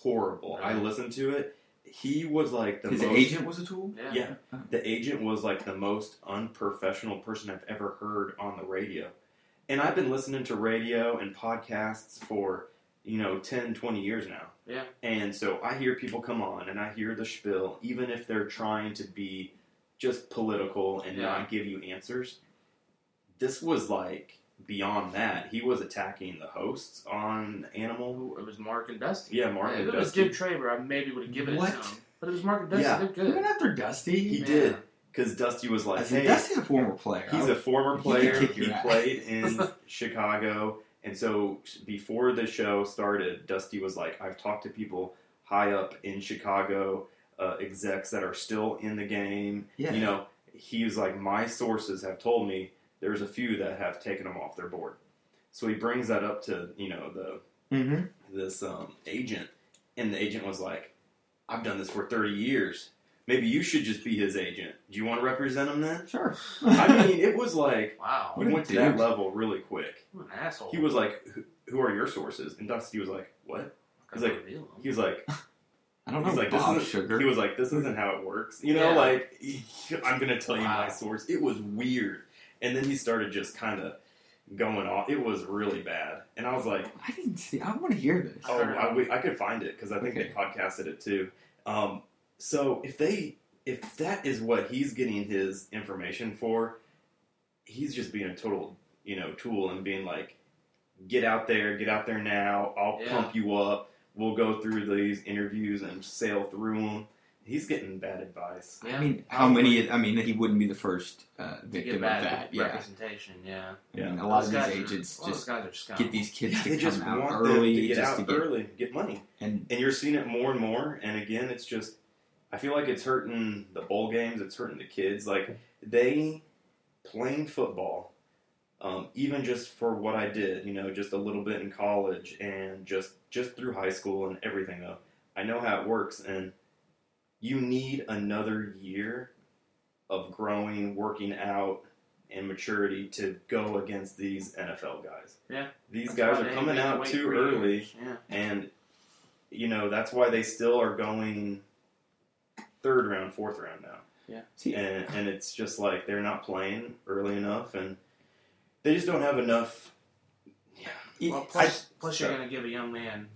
Speaker 1: horrible. I listened to it. He was like the
Speaker 2: His
Speaker 1: most.
Speaker 2: agent was a tool.
Speaker 3: Yeah.
Speaker 1: Yeah, the agent was like the most unprofessional person I've ever heard on the radio. And I've been listening to radio and podcasts for, you know, 10, 20 years now.
Speaker 3: Yeah.
Speaker 1: And so I hear people come on and I hear the spiel, even if they're trying to be just political and
Speaker 3: Yeah.
Speaker 1: not give you answers. This was like beyond that. He was attacking the hosts on Animal.
Speaker 3: Who- It was Mark and Dusty.
Speaker 1: Yeah, Martin
Speaker 3: If it was
Speaker 1: Dusty.
Speaker 3: Jim Traber, I maybe would have given
Speaker 2: What?
Speaker 3: it to him. But it was Mark and Dusty.
Speaker 1: Yeah.
Speaker 3: They're
Speaker 2: He
Speaker 3: good.
Speaker 2: went after Dusty.
Speaker 1: He
Speaker 3: Yeah.
Speaker 1: did. Because Dusty was
Speaker 2: I
Speaker 1: like,
Speaker 2: said,
Speaker 1: hey,
Speaker 2: Dusty's a former player.
Speaker 1: He's
Speaker 2: I-
Speaker 1: a former
Speaker 2: he could
Speaker 1: player.
Speaker 2: kick
Speaker 1: He
Speaker 2: your ass.
Speaker 1: played in Chicago. And so before the show started, Dusty was like, I've talked to people high up in Chicago, uh, execs that are still in the game.
Speaker 2: yeah.
Speaker 1: You know, he was like, my sources have told me There's a few that have taken them off their board. So he brings that up to you know the
Speaker 2: Mm-hmm.
Speaker 1: this um, agent, and the agent was like, "I've done this for 30 years. Maybe you should just be his agent. Do you want to represent him then?"
Speaker 2: Sure.
Speaker 1: I mean, it was like
Speaker 3: Wow.
Speaker 1: we
Speaker 2: What a
Speaker 1: went to that
Speaker 2: dude.
Speaker 1: level really quick.
Speaker 3: What an asshole.
Speaker 1: He was like, "Who- "Who are your sources?" And Dusty was like, "What?"
Speaker 3: Gotta
Speaker 1: he's like-
Speaker 3: reveal him.
Speaker 1: He was like,
Speaker 2: I don't know.
Speaker 1: "He's like this
Speaker 2: Bob
Speaker 1: isn't,
Speaker 2: Sugar.
Speaker 1: He was like, "This isn't how it works." You know,
Speaker 3: Yeah.
Speaker 1: like I'm gonna tell you
Speaker 3: Wow.
Speaker 1: my source. It was weird, and then he started just kind of going off. It was really bad, and I was like.
Speaker 2: I didn't see. I want to hear this.
Speaker 1: Oh, I, we, I could find it because I think
Speaker 2: Okay.
Speaker 1: they podcasted it too. Um, so if they, if that is what he's getting his information for, he's just being a total, you know, tool and being like, get out there, get out there now. I'll
Speaker 3: Yeah.
Speaker 1: pump you up. We'll go through these interviews and sail through them. He's getting bad advice.
Speaker 3: yeah.
Speaker 2: I mean, how many? I mean, he wouldn't be the first uh,
Speaker 3: To
Speaker 2: victim
Speaker 3: get
Speaker 2: of
Speaker 3: bad
Speaker 2: that. Yeah.
Speaker 3: representation, yeah.
Speaker 2: I mean,
Speaker 1: Yeah.
Speaker 2: a lot of
Speaker 3: Those
Speaker 2: these
Speaker 3: guys are-
Speaker 2: agents
Speaker 3: a lot of
Speaker 2: just
Speaker 3: those guys are scum.
Speaker 2: get these kids
Speaker 1: Yeah,
Speaker 2: to
Speaker 1: they
Speaker 2: come
Speaker 1: just
Speaker 2: out
Speaker 1: want them
Speaker 2: early
Speaker 1: to get
Speaker 2: just
Speaker 1: out
Speaker 2: to get
Speaker 1: early, get money.
Speaker 2: and
Speaker 1: and you're seeing it more and more. And again, it's just I feel like it's hurting the bowl games. It's hurting the kids. Like they playing football, um, even just for what I did, you know, just a little bit in college and just just through high school and everything. Though I know how it works, and you need another year of growing, working out, and maturity to go against these NFL guys.
Speaker 3: Yeah.
Speaker 1: these
Speaker 3: That's
Speaker 1: guys
Speaker 3: why
Speaker 1: are
Speaker 3: they-
Speaker 1: coming
Speaker 3: they
Speaker 1: out
Speaker 3: wait
Speaker 1: too
Speaker 3: three
Speaker 1: early
Speaker 3: years, Yeah.
Speaker 1: and you know that's why they still are going third round, fourth round now,
Speaker 2: see,
Speaker 1: and and it's just like they're not playing early enough, and they just don't have enough. Yeah,
Speaker 3: Well, plus, plus you're going to give a young man,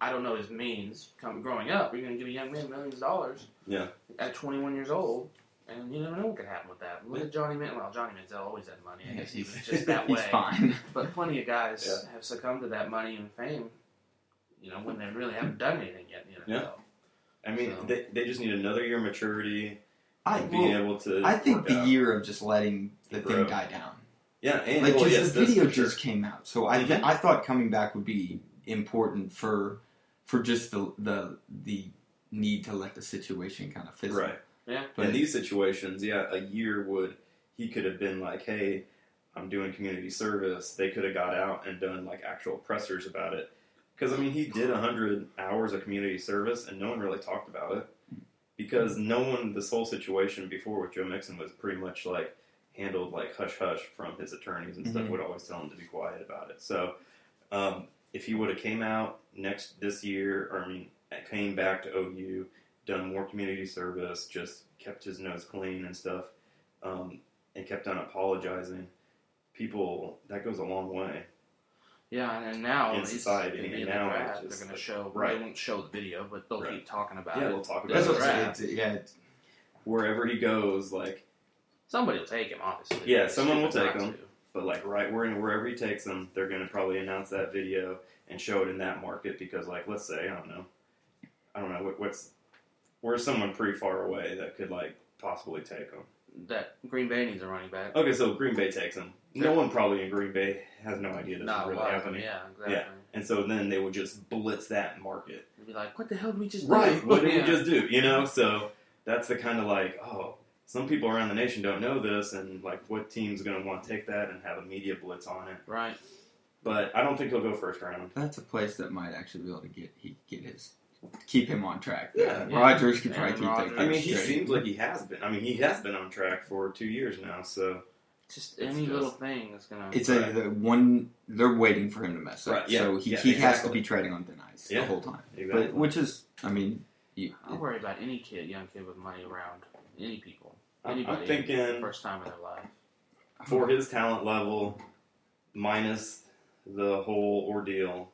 Speaker 3: I don't know his means, come growing up, you're going to give a young man millions of dollars.
Speaker 1: Yeah.
Speaker 3: At 21 years old, and you never know what could happen with that. Look at Johnny Manziel. Well, Johnny Manziel always had money. I guess he was just that
Speaker 2: he's
Speaker 3: way.
Speaker 2: fine.
Speaker 3: But plenty of guys have succumbed to that money and fame, you know, when they really haven't done anything yet. You know,
Speaker 1: I mean
Speaker 3: So-
Speaker 1: they, they just need another year of maturity
Speaker 2: I
Speaker 1: and
Speaker 2: well,
Speaker 1: being able to.
Speaker 2: I think
Speaker 1: work
Speaker 2: the
Speaker 1: out.
Speaker 2: year of just letting the thing
Speaker 1: Bro.
Speaker 2: die down.
Speaker 1: yeah, and
Speaker 2: Like,
Speaker 1: well,
Speaker 2: just
Speaker 1: yes,
Speaker 2: the
Speaker 1: that's
Speaker 2: video
Speaker 1: for sure.
Speaker 2: just came out, so I th-
Speaker 1: Mhm.
Speaker 2: I thought coming back would be important for for just the the the need to let the situation kind of fizzle.
Speaker 1: right.
Speaker 3: Yeah.
Speaker 2: But
Speaker 1: in these situations, yeah, a year would he could have been like, hey. I'm doing community service. They could have got out and done like actual pressers about it. Because I mean, he did 100 hours of community service, and no one really talked about it. Because no one, this whole situation before with Joe Mixon was pretty much like handled like hush hush from his attorneys and stuff.
Speaker 2: Mhm.
Speaker 1: Would always tell him to be quiet about it. So um, if he would have came out next this year, or I mean, came back to OU, done more community service, just kept his nose clean and stuff, um, and kept on apologizing. People that goes a long way.
Speaker 3: yeah, and, and now
Speaker 1: In
Speaker 3: it's-
Speaker 1: society,
Speaker 3: it'd be
Speaker 1: and
Speaker 3: like
Speaker 1: now
Speaker 3: that.
Speaker 1: it's just
Speaker 3: they're going
Speaker 1: like-
Speaker 3: to show.
Speaker 1: right.
Speaker 3: They won't show the video, but they'll
Speaker 1: Right.
Speaker 3: keep talking about
Speaker 1: Yeah,
Speaker 3: it.
Speaker 1: we'll talk about
Speaker 2: That's
Speaker 1: it.
Speaker 2: what I'm saying. It's- Yeah, it's-
Speaker 1: wherever he goes, like,
Speaker 3: Somebody will take him, obviously.
Speaker 1: Yeah, someone will
Speaker 3: Stupid
Speaker 1: take
Speaker 3: not
Speaker 1: him. but like right where wherever he takes them, they're gonna probably announce that video and show it in that market because, like, let's say I don't know, I don't know what, what's where's someone pretty far away that could like possibly take him.
Speaker 3: to. That Green Bay needs a running back.
Speaker 1: Okay, so Green Bay takes him. No one probably in Green Bay has no idea this
Speaker 3: Not
Speaker 1: is
Speaker 3: a
Speaker 1: really
Speaker 3: lot of them,
Speaker 1: happening.
Speaker 3: Yeah, exactly.
Speaker 1: Yeah. And so then they would just blitz that market.
Speaker 3: You'd be like, what the hell did we just
Speaker 1: Right.
Speaker 3: do?
Speaker 1: What did
Speaker 3: yeah.
Speaker 1: we just do? You know, so that's the kind of like, oh, some people around the nation don't know this, and like, what team's going to want to take that and have a media blitz on it?
Speaker 3: Right.
Speaker 1: But I don't think he'll go first round.
Speaker 2: That's a place that might actually be able to get he get his keep him on track.
Speaker 1: Yeah.
Speaker 3: Yeah.
Speaker 2: Rogers could probably
Speaker 3: Aaron
Speaker 2: keep
Speaker 3: Rodgers.
Speaker 2: that.
Speaker 1: I
Speaker 2: game
Speaker 1: mean, he
Speaker 2: straight.
Speaker 1: seems like he has been. I mean, he has been on track for two years now. So
Speaker 3: Just
Speaker 1: It's
Speaker 3: any
Speaker 1: just-
Speaker 3: little thing is gonna.
Speaker 2: it's a the one they're waiting for him to mess up,
Speaker 1: Right, yeah,
Speaker 2: so he,
Speaker 1: yeah,
Speaker 2: he has to
Speaker 1: exactly.
Speaker 2: be treading on thin ice the
Speaker 1: Yeah.
Speaker 2: whole time.
Speaker 1: exactly.
Speaker 2: But which is, I mean, you,
Speaker 3: I worry about any kid, young kid with money around any people,
Speaker 1: I'm,
Speaker 3: anybody.
Speaker 1: I'm thinking
Speaker 3: first time in their life.
Speaker 1: for his talent level, minus the whole ordeal,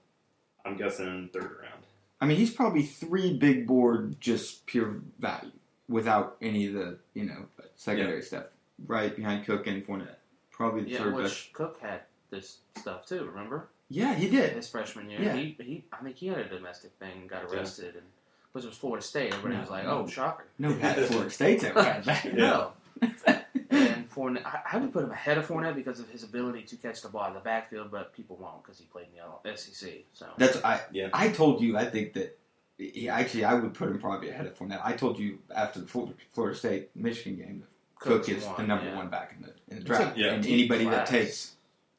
Speaker 1: I'm guessing third round.
Speaker 2: I mean, he's probably three big board just pure value without any of the you know secondary stuff. Right behind Cook and Fournette, probably the
Speaker 3: Yeah,
Speaker 2: third
Speaker 3: which
Speaker 2: best.
Speaker 3: Cook had this stuff too. Remember
Speaker 2: Yeah, he did.
Speaker 3: his freshman year?
Speaker 2: Yeah.
Speaker 3: He, he, I think he had a domestic thing, and got
Speaker 1: Yeah.
Speaker 3: arrested, and because it was Florida State, everybody
Speaker 2: No,
Speaker 3: was like,
Speaker 2: no.
Speaker 3: "Oh, shocker."
Speaker 2: No, Pat Florida State's ever had that.
Speaker 3: No. and Fournette, I, I would put him ahead of Fournette because of his ability to catch the ball in the backfield, but people won't because he played in the SEC. So
Speaker 2: That's I.
Speaker 1: Yeah.
Speaker 2: I told you. I think that. He, actually, I would put him probably ahead of Fournette. I told you after the Florida, Florida State Michigan game that Cook
Speaker 3: Cook's
Speaker 2: is the
Speaker 3: one,
Speaker 2: number
Speaker 3: yeah.
Speaker 2: one back in the in the
Speaker 3: It's
Speaker 2: draft,
Speaker 1: a Yeah.
Speaker 2: and
Speaker 3: deep
Speaker 2: anybody that
Speaker 3: class.
Speaker 2: takes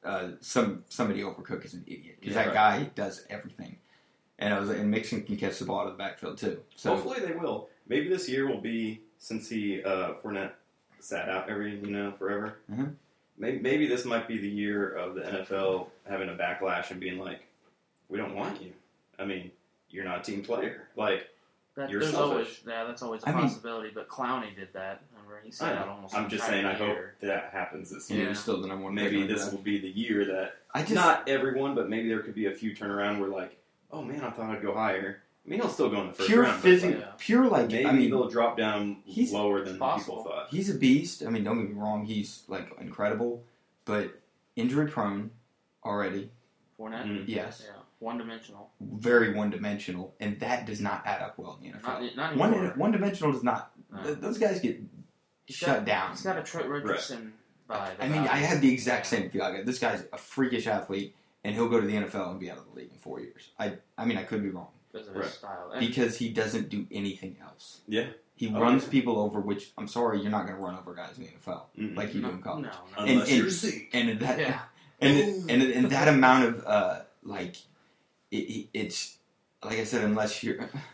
Speaker 2: uh, some somebody over Cook is an idiot because
Speaker 1: Yeah,
Speaker 2: that
Speaker 1: right.
Speaker 2: guy does everything. And I was like, and Mixon can catch the ball out of the backfield too. So
Speaker 1: Hopefully they will. Maybe this year will be since he uh, Fournette sat out every you know forever.
Speaker 3: Mm-hmm.
Speaker 2: Mhm.
Speaker 1: Maybe, maybe this might be the year of the NFL having a backlash and being like, "We don't want you." I mean, you're not a team player. Like
Speaker 3: That,
Speaker 1: You're
Speaker 3: there's
Speaker 1: selfish.
Speaker 3: always yeah, that's always a
Speaker 2: I mean-
Speaker 3: possibility. but Clowney did that. Remember, he
Speaker 1: I
Speaker 3: said
Speaker 1: know.
Speaker 3: that almost.
Speaker 1: I'm
Speaker 3: the
Speaker 1: just saying,
Speaker 3: entire
Speaker 1: I hope
Speaker 3: year.
Speaker 1: that happens this
Speaker 2: you know,
Speaker 1: year.
Speaker 2: you're still the number one. pick
Speaker 1: Maybe
Speaker 2: in the
Speaker 1: this
Speaker 2: draft.
Speaker 1: will be the year that
Speaker 2: I just
Speaker 1: not everyone, but maybe there could be a few turnaround where like, "Oh man, I thought I'd go higher." I mean, he'll still go in the first
Speaker 2: pure
Speaker 1: round. but,
Speaker 2: physical,
Speaker 3: yeah.
Speaker 2: pure
Speaker 1: like,
Speaker 2: like
Speaker 1: maybe
Speaker 2: I mean,
Speaker 1: they'll drop down
Speaker 2: he's-
Speaker 1: lower than
Speaker 3: it's possible.
Speaker 1: people thought.
Speaker 2: He's a beast. I mean, don't get me wrong, he's like incredible, but injury prone already.
Speaker 3: Fournette,
Speaker 1: Mm.
Speaker 2: Yes,
Speaker 3: yeah, one dimensional.
Speaker 2: very one dimensional, and that does not add up well in the NFL.
Speaker 3: Not, not
Speaker 2: One
Speaker 3: anymore.
Speaker 2: one dimensional does not.
Speaker 3: No.
Speaker 2: th- those guys get
Speaker 3: Uh-huh. He's
Speaker 2: shut
Speaker 3: got-
Speaker 2: down.
Speaker 3: He's got a Trent Richardson vibe.
Speaker 2: I mean,
Speaker 3: about
Speaker 2: I
Speaker 3: him.
Speaker 2: had the exact
Speaker 3: Yeah.
Speaker 2: same feel. I got this guy's a freakish athlete, and he'll go to the NFL and be out of the league in four years. I I mean, I could be wrong
Speaker 3: because of his
Speaker 1: Right.
Speaker 3: style. And
Speaker 2: because he doesn't do anything else.
Speaker 1: Yeah.
Speaker 2: He
Speaker 1: Oh,
Speaker 2: runs
Speaker 1: yeah.
Speaker 2: people over, which I'm sorry, you're not going to run over guys in the NFL
Speaker 1: Mm-mm.
Speaker 2: like you do in
Speaker 3: no,
Speaker 2: college.
Speaker 3: no, no.
Speaker 1: Unless
Speaker 2: and-
Speaker 1: you're Zeke.
Speaker 2: and that
Speaker 3: Yeah.
Speaker 2: and, and and that amount of uh, like it, it- it's like I said, unless you're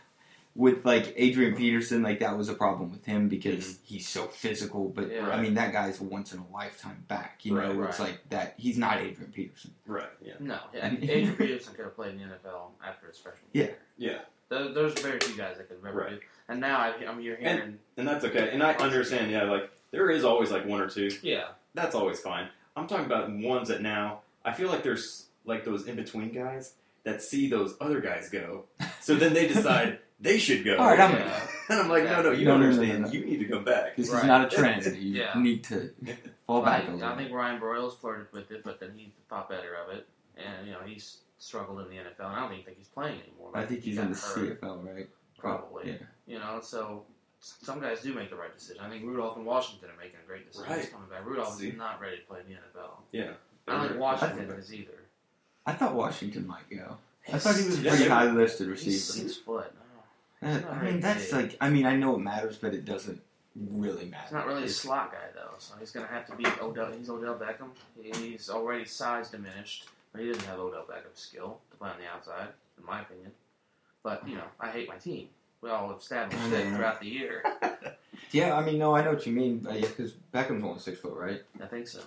Speaker 2: with like Adrian Peterson, like that was a problem with him because he's so physical. But
Speaker 3: Mm-hmm. Yeah.
Speaker 2: I mean, that guy's a once in a lifetime back. You know,
Speaker 3: Right,
Speaker 2: it's
Speaker 3: right.
Speaker 2: like that. He's not Adrian Peterson.
Speaker 1: Right. Yeah.
Speaker 3: no.
Speaker 2: I
Speaker 3: Yeah,
Speaker 2: mean-
Speaker 3: Adrian Peterson could have played in the NFL after his freshman
Speaker 2: Yeah.
Speaker 3: year.
Speaker 1: Yeah.
Speaker 3: There, there's very few guys that could ever
Speaker 1: Right.
Speaker 3: do. And now I, I'm you're hearing,
Speaker 1: And that's okay. And I understand, yeah, like there is always like one or two.
Speaker 3: yeah,
Speaker 1: That's always fine. I'm talking about ones that now I feel like there's like those in between guys that see those other guys go. So then they decide they should go.
Speaker 2: All right, I'm
Speaker 3: Yeah.
Speaker 1: and I'm like, no, no, you
Speaker 2: No,
Speaker 1: don't
Speaker 2: no, no,
Speaker 1: understand.
Speaker 2: no, no.
Speaker 1: You need to go back.
Speaker 2: This
Speaker 3: Right.
Speaker 2: is not a trend. You
Speaker 3: Yeah.
Speaker 2: need to fall
Speaker 3: Well, I,
Speaker 2: back a little.
Speaker 3: I think Ryan Broyles flirted with it, but then he thought better of it, and you know he's struggled in the NFL, and I don't even think he's playing anymore.
Speaker 2: I think
Speaker 3: He
Speaker 2: he's
Speaker 3: got
Speaker 2: in the
Speaker 3: hurt,
Speaker 2: CFL, right?
Speaker 3: probably.
Speaker 2: Yeah.
Speaker 3: You know, so s- some guys do make the right decision. I think Rudolph and Washington are making a great decision
Speaker 1: Right.
Speaker 3: coming back. Rudolph
Speaker 1: See?
Speaker 3: is not ready to play in the NFL.
Speaker 1: Yeah.
Speaker 3: I don't think Washington
Speaker 2: That's-
Speaker 3: is either.
Speaker 2: I thought Washington might go. I thought he was a
Speaker 1: Yeah,
Speaker 2: pretty
Speaker 1: they-
Speaker 2: high listed
Speaker 3: He's
Speaker 2: receiver.
Speaker 3: six foot. No.
Speaker 2: Uh, I mean, that's like, I mean, I know it matters, but it doesn't really matter.
Speaker 3: He's not really a slot guy though, so he's gonna have to be Odell. He's Odell Beckham. He's already size diminished, but he doesn't have Odell Beckham skill to play on the outside, in my opinion. But you know, I hate my team. We all established that throughout the year.
Speaker 2: Yeah, I mean, no, I know what you mean, but yeah, because Beckham's only six foot, right?
Speaker 3: I think so.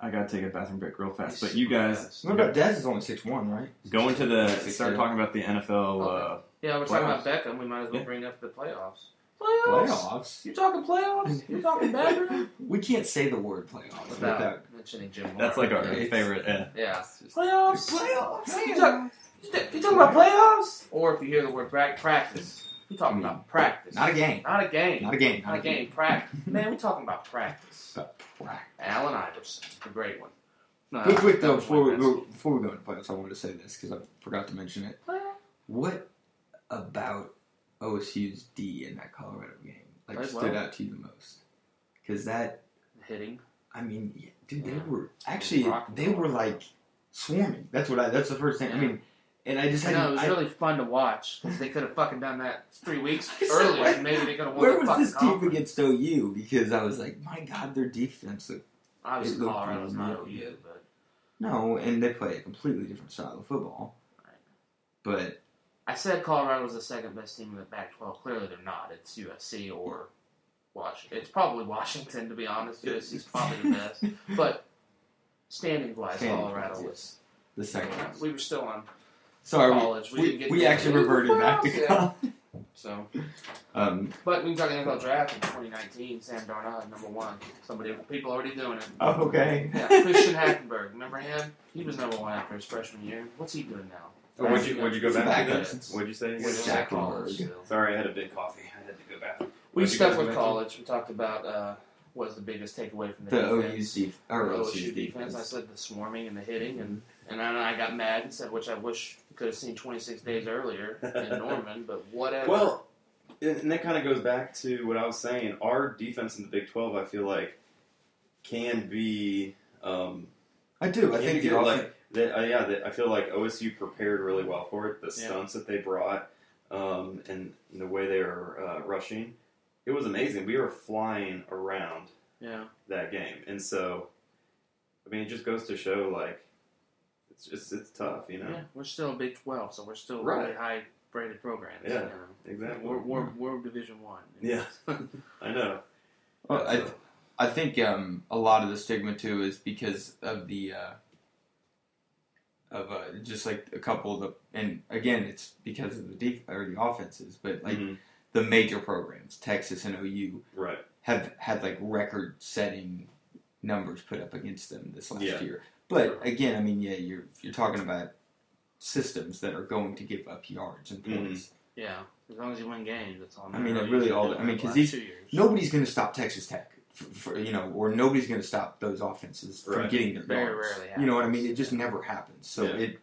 Speaker 4: I gotta take a bathroom break real fast,
Speaker 3: He's
Speaker 4: but you
Speaker 3: super
Speaker 4: guys
Speaker 3: fast.
Speaker 2: What about Dez is only six one, right?
Speaker 4: go into the
Speaker 2: Six,
Speaker 4: start
Speaker 2: yeah.
Speaker 4: talking about the NFL. Uh,
Speaker 3: Okay. Yeah, we're talking
Speaker 4: Playoffs.
Speaker 3: about Beckham. We might as well
Speaker 4: Yeah.
Speaker 3: bring up the playoffs. Playoffs?
Speaker 2: Playoffs.
Speaker 3: You talking playoffs? You talking bathroom?
Speaker 2: We can't say the word playoffs
Speaker 3: Without
Speaker 2: without
Speaker 3: mentioning Jim.
Speaker 1: That's like
Speaker 3: Moore.
Speaker 1: our
Speaker 2: Yeah, it's-
Speaker 1: favorite. Yeah.
Speaker 3: yeah.
Speaker 2: It's just-
Speaker 3: Playoffs.
Speaker 2: playoffs.
Speaker 3: You talk- You th- you talking about playoffs? Or if you hear the word pra- practice, you talking about practice.
Speaker 2: Not a game.
Speaker 3: Not a game.
Speaker 2: Not a game.
Speaker 3: Not a game. Practice. Man, we talking about practice.
Speaker 2: But practice.
Speaker 3: Allen Iverson, the great one. No,
Speaker 2: Real quick
Speaker 3: Uh, that
Speaker 2: though,
Speaker 3: was
Speaker 2: before we
Speaker 3: my
Speaker 2: go, before we go into playoffs, I wanted to say this because I forgot to mention it.
Speaker 3: best.
Speaker 2: What about OSU's D in that Colorado game like
Speaker 3: Played
Speaker 2: stood
Speaker 3: well.
Speaker 2: out to you the most? Because that
Speaker 3: hitting.
Speaker 2: I mean, yeah, dude, they
Speaker 3: Yeah.
Speaker 2: were actually
Speaker 3: rock and
Speaker 2: they
Speaker 3: roll.
Speaker 2: were like swarming. That's what I. That's the first thing. I
Speaker 3: Yeah.
Speaker 2: mean, and I just
Speaker 3: I
Speaker 2: had.
Speaker 3: know it was
Speaker 2: I,
Speaker 3: really fun to watch because they could have fucking done that three weeks
Speaker 2: I said,
Speaker 3: earlier.
Speaker 2: where-
Speaker 3: and maybe they could have won
Speaker 2: where
Speaker 3: the
Speaker 2: was
Speaker 3: fucking
Speaker 2: this team
Speaker 3: conference.
Speaker 2: against OU? Because I was like, my God, their defense. Look, It
Speaker 3: Obviously,
Speaker 2: looked
Speaker 3: Colorado's not
Speaker 2: really
Speaker 3: OU,
Speaker 2: good.
Speaker 3: but
Speaker 2: no, and they play a completely different style of football.
Speaker 3: Right.
Speaker 2: But
Speaker 3: I said Colorado was the second best team in the Pac-12. Clearly, they're not. It's USC or Washington. It's probably Washington, to be honest. USC's probably the best. But standing-wise,
Speaker 2: Standing-wise,
Speaker 3: Colorado was.
Speaker 2: the second round.
Speaker 3: We were still on
Speaker 2: Sorry, we-
Speaker 3: college. We,
Speaker 2: we,
Speaker 3: didn't get
Speaker 2: we
Speaker 3: to-
Speaker 2: actually reverted back to
Speaker 3: Yeah.
Speaker 2: college.
Speaker 3: So,
Speaker 2: Um,
Speaker 3: but we got the NFL draft in 2019. Sam Darnold, number one. Somebody, people already doing it.
Speaker 2: oh, okay.
Speaker 3: Yeah, Christian Hackenberg. Remember him? He was number one after his freshman year. What's he doing now?
Speaker 1: Oh, would you would you go
Speaker 2: It's
Speaker 1: back to
Speaker 2: backup.
Speaker 1: this? Would you say?
Speaker 3: We're still at college
Speaker 2: Hackenberg.
Speaker 3: still.
Speaker 1: Sorry, I had a big coffee. I had to go back.
Speaker 3: We
Speaker 1: What'd you
Speaker 3: stuck
Speaker 1: guys
Speaker 3: with
Speaker 1: mention?
Speaker 3: college. We talked about uh, what was the biggest takeaway from the,
Speaker 2: The
Speaker 3: defense.
Speaker 2: OU's def-
Speaker 3: The
Speaker 2: or
Speaker 3: OSU
Speaker 2: OSU's
Speaker 3: defense. I
Speaker 2: defense.
Speaker 3: said the swarming and the hitting, and and then I got mad and said, which I wish we could have seen 26 days earlier in Norman, but whatever.
Speaker 1: Well, and and that kind of goes back to what I was saying. Our defense in the Big Twelve, I feel like, can be. Um,
Speaker 2: I do. I
Speaker 1: can
Speaker 2: think
Speaker 1: be
Speaker 2: the
Speaker 1: good.
Speaker 2: offense.
Speaker 1: like that. Uh, yeah, that I feel like OSU prepared really well for it. The
Speaker 3: Yeah.
Speaker 1: stunts that they brought um, and the way they were uh, rushing, it was amazing. We were flying around
Speaker 3: Yeah.
Speaker 1: that game. And so, I mean, it just goes to show like it's just it's tough, you know.
Speaker 3: Yeah, we're still Big 12, so we're still
Speaker 1: Right.
Speaker 3: really high rated programs.
Speaker 1: Yeah.
Speaker 3: You know?
Speaker 1: Exactly.
Speaker 3: We're, we're,
Speaker 2: Mm-hmm.
Speaker 3: we're Division 1.
Speaker 1: Yeah. I know.
Speaker 2: Well, I,
Speaker 1: So,
Speaker 2: I think um, a lot of the stigma too is because of the uh, of uh, just like a couple of the and again it's because of the def- or the offenses, but like
Speaker 1: mhm,
Speaker 2: the major programs, Texas and OU
Speaker 1: right.
Speaker 2: have had like record setting numbers put up against them this last
Speaker 1: Yeah.
Speaker 2: year. But again, I mean, yeah, you're you're talking about systems that are going to give up yards and
Speaker 1: Mhm.
Speaker 2: points.
Speaker 3: Yeah. As long as you win games, that's all
Speaker 2: I mean,
Speaker 3: matters.
Speaker 2: it really
Speaker 3: You
Speaker 2: all-
Speaker 3: did
Speaker 2: I
Speaker 3: it
Speaker 2: mean,
Speaker 3: the
Speaker 2: 'cause
Speaker 3: last
Speaker 2: these-
Speaker 3: two years.
Speaker 2: Nobody's going to stop Texas Tech, for, for, you know, or nobody's going to stop those offenses from
Speaker 1: Right.
Speaker 2: getting their
Speaker 3: Very
Speaker 2: yards.
Speaker 3: rarely
Speaker 2: you know what I
Speaker 3: happens.
Speaker 2: mean? It just never happens. So
Speaker 1: Yeah.
Speaker 2: it,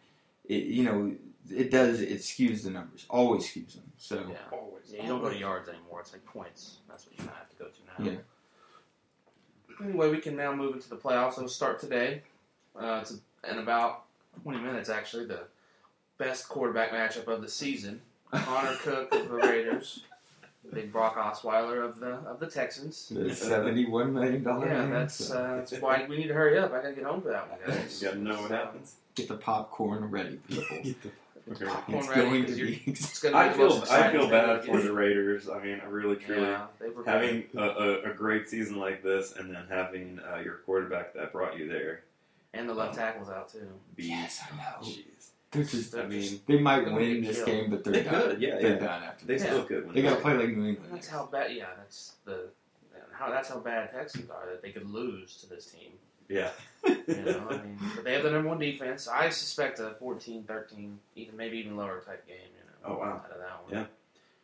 Speaker 2: it, you know, it does. It skews the numbers. Always skews them. So
Speaker 3: Yeah.
Speaker 6: Always.
Speaker 3: Yeah, you don't go to yards anymore. It's like points. That's what you have to go to now.
Speaker 2: Yeah.
Speaker 3: Anyway, we can now move into the playoffs. Those start today. Uh, it's in about 20 minutes, actually, the best quarterback matchup of the season. Connor Cook of the Raiders, big Brock Osweiler of the of the Texans.
Speaker 2: the seventy-one million dollar.
Speaker 3: Yeah, that's uh, that's why we need to hurry up. I gotta get home for that one, guys.
Speaker 1: You gotta know what happens.
Speaker 2: get the popcorn ready, people.
Speaker 1: Okay.
Speaker 3: Popcorn
Speaker 2: it's
Speaker 3: ready,
Speaker 2: going
Speaker 3: 'cause
Speaker 2: to
Speaker 3: you're-
Speaker 2: be.
Speaker 3: It's gonna be
Speaker 1: I
Speaker 3: the
Speaker 1: feel
Speaker 3: most
Speaker 1: I
Speaker 3: exciting
Speaker 1: feel
Speaker 3: thing
Speaker 1: bad for
Speaker 3: again.
Speaker 1: the Raiders. I mean, I really truly
Speaker 3: Yeah, they were
Speaker 1: having a, a, a great season like this, and then having uh, your quarterback that brought you there
Speaker 3: and the left tackle's out too.
Speaker 1: be
Speaker 2: Yes, I
Speaker 3: Oh,
Speaker 2: know.
Speaker 1: Jeez.
Speaker 2: Oh, They're just.
Speaker 1: I mean,
Speaker 2: They might
Speaker 3: They're gonna
Speaker 2: win
Speaker 3: get
Speaker 2: this
Speaker 3: killed.
Speaker 2: game, but they're
Speaker 1: They
Speaker 2: done.
Speaker 1: could, yeah,
Speaker 2: they're
Speaker 1: yeah.
Speaker 2: done after.
Speaker 1: they
Speaker 2: this.
Speaker 1: still could. When
Speaker 2: They got to
Speaker 1: win.
Speaker 2: play like New England.
Speaker 3: That's how bad. Yeah, that's the how that's how bad Texans are that they could lose to this team.
Speaker 1: Yeah.
Speaker 3: You know, I mean, but they have the number one defense. I suspect a 14, 13, even maybe even lower type game. You know,
Speaker 1: Oh, wow.
Speaker 3: out of that one.
Speaker 1: Yeah.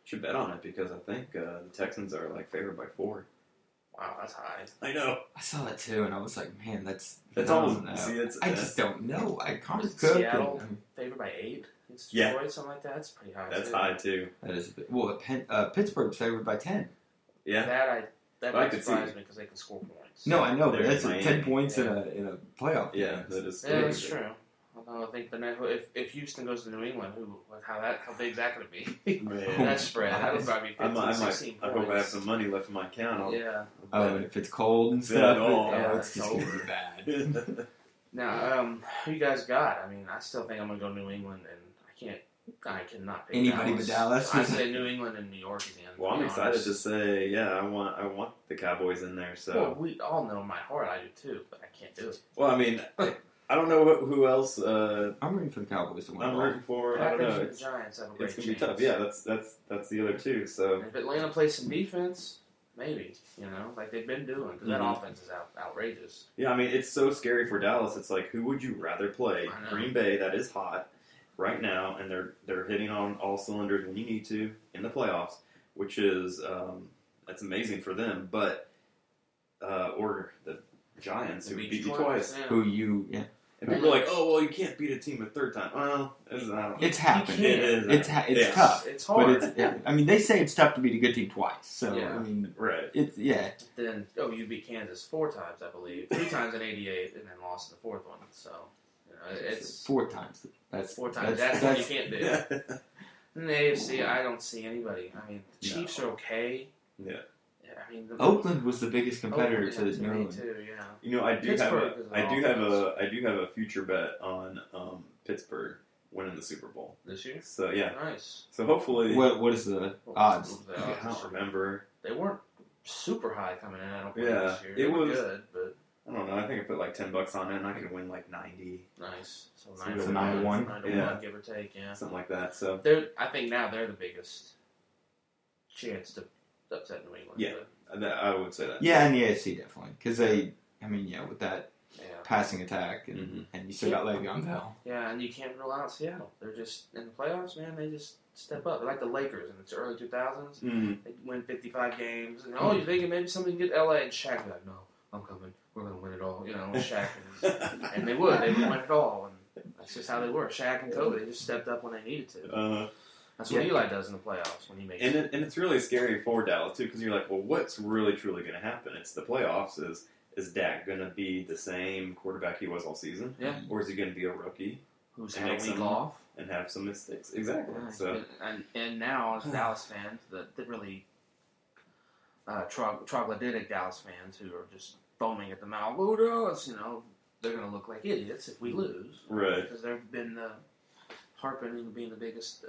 Speaker 1: Should bet on it because I think uh, the Texans are like favored by four.
Speaker 3: Wow, that's high.
Speaker 1: I know.
Speaker 2: I saw that too, and I was like, man, that's
Speaker 1: That's
Speaker 2: I don't
Speaker 1: almost
Speaker 2: know.
Speaker 1: see. It's
Speaker 2: I
Speaker 1: uh,
Speaker 2: just don't know. I can't
Speaker 3: Was it
Speaker 2: cook.
Speaker 3: Seattle?
Speaker 2: and-
Speaker 3: Favored by eight. It's
Speaker 1: Yeah.
Speaker 3: Detroit, something like that. It's pretty high.
Speaker 1: that's
Speaker 3: too.
Speaker 1: high too.
Speaker 2: that is a bit. Well, Penn, uh, Pittsburgh's favored by ten.
Speaker 1: Yeah.
Speaker 3: That I that
Speaker 1: I
Speaker 3: might
Speaker 1: could see
Speaker 3: surprise
Speaker 1: it.
Speaker 3: me because they can score points.
Speaker 2: No, I know, but
Speaker 1: They're
Speaker 2: that's
Speaker 1: in
Speaker 2: a ten
Speaker 1: Miami.
Speaker 2: points in a in a playoff.
Speaker 1: Yeah,
Speaker 2: game.
Speaker 1: that is.
Speaker 3: Yeah, that's true. Although I think the next, if if Houston goes to New England, who how that how big is that going to be?
Speaker 1: Man.
Speaker 3: that spread that would probably be
Speaker 1: I
Speaker 3: 15,
Speaker 1: might, I might.
Speaker 3: 16
Speaker 1: I
Speaker 3: points.
Speaker 1: hope I have some money left in my account. I'll
Speaker 3: Yeah.
Speaker 2: Oh, and if it's cold and
Speaker 1: Yeah,
Speaker 2: stuff,
Speaker 1: no,
Speaker 2: oh,
Speaker 3: yeah,
Speaker 2: it's
Speaker 3: it's
Speaker 2: just gonna
Speaker 3: over.
Speaker 2: be bad.
Speaker 1: bet.
Speaker 3: Now, um, who you guys got? I mean, I still think I'm gonna go New England, and I can't, I cannot pick
Speaker 2: Anybody but
Speaker 3: Dallas.
Speaker 2: Dallas.
Speaker 3: I say New England and New York again. to
Speaker 1: well, I'm
Speaker 3: be
Speaker 1: excited
Speaker 3: honest.
Speaker 1: to uh, say, yeah, I want, I want the Cowboys in there. So,
Speaker 3: Well, we all know in my heart I do too, but I can't do it.
Speaker 1: Well, I mean, I I don't know who- who else uh,
Speaker 2: I'm rooting for the Cowboys to win.
Speaker 1: I'm rooting for. I don't
Speaker 3: Packers
Speaker 1: know.
Speaker 3: and the
Speaker 1: It's,
Speaker 3: Giants have a great
Speaker 1: it's gonna be
Speaker 3: chance.
Speaker 1: tough. Yeah, that's that's that's the other two. So
Speaker 3: And if Atlanta plays some defense, maybe you know, like they've been doing, because that
Speaker 1: Mhm.
Speaker 2: Mm-hmm.
Speaker 3: offense is out, outrageous.
Speaker 1: yeah, I mean, it's so scary for Dallas. It's like, who would you rather play?
Speaker 3: I know.
Speaker 1: Green Bay, that is hot right now, and they're they're hitting on all cylinders when you need to in the playoffs, which is um, that's amazing for them. But uh, or the Giants who
Speaker 3: They
Speaker 1: beat you
Speaker 3: Detroit,
Speaker 1: twice,
Speaker 3: yeah.
Speaker 2: Who you? Yeah,
Speaker 1: and people are like, oh well, you can't beat a team a third time. Well, it's, I don't,
Speaker 2: it's happened.
Speaker 3: You
Speaker 1: it
Speaker 3: can't.
Speaker 1: is
Speaker 2: It's ha- it's
Speaker 1: Yeah.
Speaker 2: tough,
Speaker 3: It's
Speaker 2: but
Speaker 3: hard.
Speaker 2: it's. Yeah, I mean, they say it's tough to beat a good team twice. So
Speaker 3: Yeah.
Speaker 2: I mean,
Speaker 1: right.
Speaker 2: it's yeah.
Speaker 3: then oh, you beat Kansas four times, I believe, three times in '88, and then lost in the fourth one. So you know, it's
Speaker 2: four times. That's
Speaker 3: four times.
Speaker 2: That's,
Speaker 3: That's, what you can't do. In the AFC, I don't see anybody. I mean, the
Speaker 1: No.
Speaker 3: Chiefs are okay.
Speaker 1: Yeah.
Speaker 3: Yeah, I mean, the
Speaker 2: Oakland was the biggest competitor
Speaker 3: Oakland,
Speaker 2: to
Speaker 3: yeah,
Speaker 2: New England.
Speaker 3: Too, yeah.
Speaker 1: You know, I do have a,
Speaker 3: Pittsburgh is an
Speaker 1: I do have a,
Speaker 3: offense.
Speaker 1: I do have a future bet on um, Pittsburgh winning the Super Bowl.
Speaker 3: This year,
Speaker 1: So yeah,
Speaker 3: nice.
Speaker 1: so hopefully
Speaker 2: What what is the odds?
Speaker 3: What was the
Speaker 1: I don't remember.
Speaker 3: They weren't super high coming in. I don't think
Speaker 1: Yeah,
Speaker 3: this year.
Speaker 1: it
Speaker 3: They were
Speaker 1: was-
Speaker 3: good, but
Speaker 1: I don't know. I think I put like ten bucks on it, and I could win like ninety,
Speaker 3: nice. So
Speaker 1: So
Speaker 3: nine
Speaker 1: it's
Speaker 3: to
Speaker 1: a
Speaker 3: one,
Speaker 2: 9-1?
Speaker 3: nine to
Speaker 1: Yeah.
Speaker 3: one, give or take. Yeah,
Speaker 1: something like that. So
Speaker 3: they're. I think now they're the biggest chance to upset New England.
Speaker 1: Yeah. that, I would say that.
Speaker 2: Yeah, in the AFC definitely, because they. I mean, yeah, with that
Speaker 3: but, yeah.
Speaker 2: passing attack, and,
Speaker 3: Mm-hmm.
Speaker 1: Mhm.
Speaker 2: and you still got Le'Veon Bell.
Speaker 3: Yeah, and you can't rule out Seattle. They're just in the playoffs, man. They just step up. They're like the Lakers in the early 2000s.
Speaker 1: Mm,
Speaker 3: They win 55 games, and oh, you're thinking maybe somebody can get LA and Shaq. Be like, no, I'm coming. We're gonna win it all, you know. and Shaq and,
Speaker 1: Uh,
Speaker 3: and they would. They would win it all, and that's just how they were. Shaq and Kobe. They just stepped up when they needed to.
Speaker 1: uh,
Speaker 3: That's what
Speaker 2: Yeah.
Speaker 3: Eli does in the playoffs when he makes.
Speaker 1: and it, and it's really scary for Dallas too, because you're like, well, what's really truly going to happen? It's the playoffs. Is is Dak going to be the same quarterback he was all season,
Speaker 3: Yeah.
Speaker 1: or is he going to be a rookie
Speaker 3: who's
Speaker 1: and
Speaker 3: had a
Speaker 1: makes
Speaker 3: week
Speaker 1: them-
Speaker 3: off.
Speaker 1: and have some mistakes? Exactly.
Speaker 3: Yeah,
Speaker 1: So
Speaker 3: and, and now as Dallas fans, the, the really uh, trog- troglodytic Dallas fans who are just foaming at the mouth. Who does? You know, they're going to look like idiots if we lose
Speaker 1: Mm-hmm. Right.
Speaker 3: because they've been uh, harping and being the biggest uh,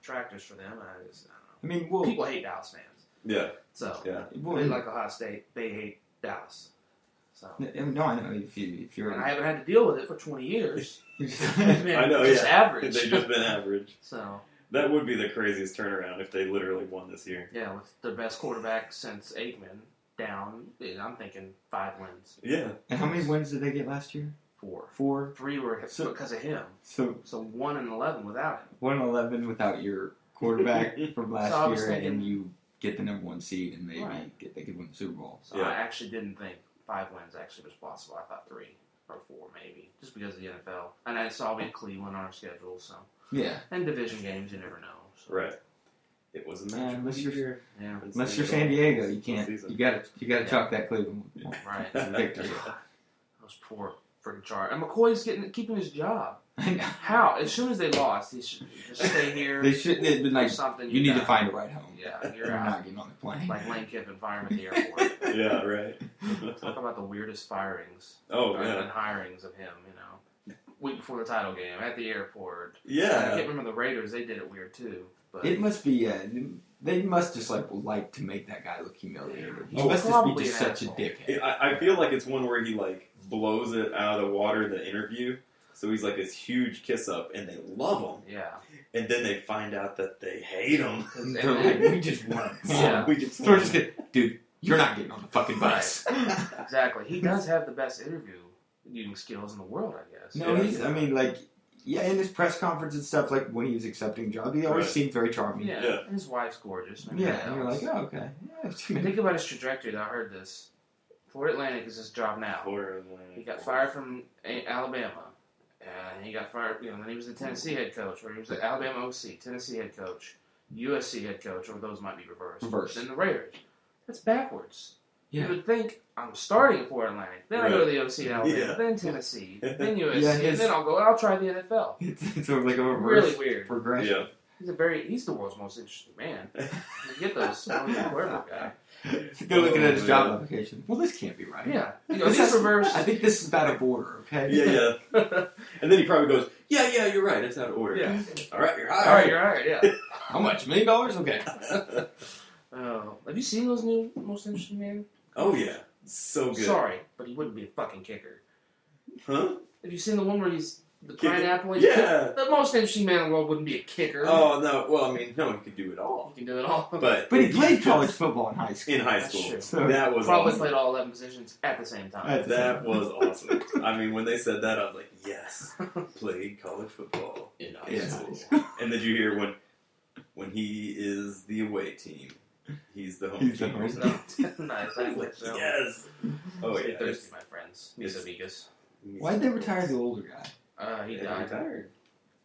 Speaker 3: detractors for them. And I just, I don't
Speaker 1: I mean,
Speaker 3: know.
Speaker 1: we'll.
Speaker 3: People hate Dallas fans,
Speaker 1: Yeah.
Speaker 3: so
Speaker 1: Yeah.
Speaker 3: they
Speaker 2: Well,
Speaker 3: like Ohio State. They hate Dallas. So
Speaker 2: no, I know if you if you're
Speaker 3: and I haven't had to deal with it for 20 years. It's been
Speaker 1: I know,
Speaker 3: just
Speaker 1: yeah. They've
Speaker 3: average.
Speaker 1: just been average.
Speaker 3: so
Speaker 1: That would be the craziest turnaround if they literally won this year.
Speaker 3: yeah, with the best quarterback since Aikman down, and I'm thinking five wins,
Speaker 1: Yeah.
Speaker 2: and how many wins did they get last year?
Speaker 3: four,
Speaker 2: Four.
Speaker 3: three were
Speaker 2: So-
Speaker 3: because of him.
Speaker 2: So
Speaker 3: So one and eleven without him.
Speaker 2: one eleven without your quarterback from last
Speaker 3: So I was
Speaker 2: year,
Speaker 3: thinking-
Speaker 2: and you get the number one seed, and maybe
Speaker 3: Right.
Speaker 2: get, they could win the Super Bowl.
Speaker 3: So
Speaker 1: Yeah.
Speaker 3: I actually didn't think five wins actually was possible. I thought three or four maybe, just because of the NFL. And I saw we had Cleveland on our schedule, so
Speaker 2: Yeah,
Speaker 3: and division games you never know. So,
Speaker 1: Right. It was a
Speaker 2: Yeah,
Speaker 1: magical
Speaker 2: unless you're-
Speaker 1: year.
Speaker 3: Yeah.
Speaker 2: unless you're San Diego, you can't.
Speaker 1: Season.
Speaker 2: You got to you got to
Speaker 3: Yeah.
Speaker 2: chalk that Cleveland one.
Speaker 3: Right.
Speaker 2: It's a victory.
Speaker 3: Those poor freaking Chargers. And McCoy's getting keeping his job.
Speaker 2: I know.
Speaker 3: How? As soon as they lost, he should just stay here.
Speaker 2: They shouldn't have been
Speaker 3: do
Speaker 2: like,
Speaker 3: something.
Speaker 2: you need to
Speaker 3: got-
Speaker 2: find a ride home.
Speaker 3: Yeah,
Speaker 2: You're
Speaker 3: you're out.
Speaker 2: not getting on the plane.
Speaker 3: Like Lane Kiffin fire him at the airport.
Speaker 1: yeah, right.
Speaker 3: Talk about the weirdest firings
Speaker 1: oh,
Speaker 3: or
Speaker 1: yeah.
Speaker 3: and hirings of him. You know, week before the title game at the airport. I
Speaker 1: Yeah.
Speaker 3: can't remember the Raiders. They did it weird too. But
Speaker 2: It must be. Uh, they must just like like to make that guy look humiliated. He
Speaker 1: Oh,
Speaker 2: must just be
Speaker 3: probably
Speaker 2: just
Speaker 3: an
Speaker 2: such a
Speaker 3: asshole.
Speaker 2: dickhead.
Speaker 1: It- I, I feel like it's one where he, like, blows it out of the water in the interview. So he's like this huge kiss up, and they love him.
Speaker 3: yeah,
Speaker 1: And then they find out that they hate him.
Speaker 3: 'Cause- and
Speaker 2: They're like,
Speaker 3: then-
Speaker 2: we just want.
Speaker 1: So
Speaker 3: Yeah.
Speaker 1: we just.
Speaker 2: They're just gonna, dude. You're not getting on the fucking bus.
Speaker 3: exactly. He does have the best interview viewing skills in the world, I guess.
Speaker 2: No,
Speaker 1: Yeah.
Speaker 2: he's. I mean, like, yeah, in his press conference and stuff, like when he was accepting jobs, he always
Speaker 1: Right.
Speaker 2: seemed very charming.
Speaker 3: yeah,
Speaker 1: Yeah.
Speaker 3: his wife's gorgeous. maybe that
Speaker 2: yeah. And you're
Speaker 3: helps.
Speaker 2: like, oh, okay. Yeah,
Speaker 3: Think about his trajectory. Though. I heard this. Florida Atlantic is his job now. He got fired from A- Alabama. And he got fired. You know, then he was the Tennessee head coach, or he was the Alabama OC, Tennessee head coach, USC head coach, or those might be reversed.
Speaker 2: Reversed.
Speaker 3: Then the Raiders. That's backwards.
Speaker 2: Yeah.
Speaker 3: You would think I'm starting at Florida Atlantic, then I go to the OC in Alabama,
Speaker 1: Yeah.
Speaker 3: then Tennessee, then USC,
Speaker 2: Yeah,
Speaker 3: and
Speaker 2: his-
Speaker 3: then I'll go and I'll try the NFL.
Speaker 2: it's, it's sort of like a reverse
Speaker 3: Really weird.
Speaker 2: progression.
Speaker 1: Yeah.
Speaker 3: He's a very he's the world's most interesting man. You get those wherever guy.
Speaker 2: Go looking at his
Speaker 1: Oh,
Speaker 2: job
Speaker 1: yeah.
Speaker 2: application. Well, this can't be right.
Speaker 3: Yeah. You know,
Speaker 2: This
Speaker 3: these
Speaker 2: has-
Speaker 3: reverse
Speaker 2: I think this is about a border. Okay.
Speaker 1: Yeah, yeah. And then he probably goes, Yeah, yeah, you're right. It's out of order.
Speaker 3: Yeah.
Speaker 1: All right, you're
Speaker 3: All right,
Speaker 1: hired.
Speaker 3: you're all right, yeah.
Speaker 2: How much? Million dollars? Okay.
Speaker 3: Oh, have you seen those new most interesting man?
Speaker 1: oh, yeah. So good.
Speaker 3: Sorry, but he wouldn't be a fucking kicker.
Speaker 1: Huh?
Speaker 3: Have you seen the one where he's the
Speaker 1: Kicker.
Speaker 3: pineapple? He's
Speaker 1: Yeah.
Speaker 3: The most interesting man in the world wouldn't be a kicker.
Speaker 1: Oh, no. Well, I mean, no one could do it all.
Speaker 3: he can do it all.
Speaker 1: But,
Speaker 2: But he played
Speaker 1: just-
Speaker 2: college football in high school.
Speaker 1: in high
Speaker 3: That's
Speaker 1: school.
Speaker 3: true.
Speaker 2: So
Speaker 1: That was
Speaker 3: Probably
Speaker 1: awesome.
Speaker 3: played all eleven positions at the same time.
Speaker 2: That's-
Speaker 1: That was awesome. I mean, when they said that, I was like, yes, played college football in high
Speaker 2: Yeah.
Speaker 1: school. And did you hear when when he is the away team, he's the home
Speaker 2: He's the
Speaker 1: team.
Speaker 2: home
Speaker 3: No. nice.
Speaker 1: I was
Speaker 3: That
Speaker 1: like,
Speaker 3: works out.
Speaker 1: yes. Oh, yeah.
Speaker 3: Stay thirsty,
Speaker 1: it's-
Speaker 3: my friends.
Speaker 1: it's-
Speaker 3: Misa Vegas.
Speaker 2: Why'd they retire the older guy?
Speaker 3: Uh, he
Speaker 1: They
Speaker 3: died.
Speaker 1: retired.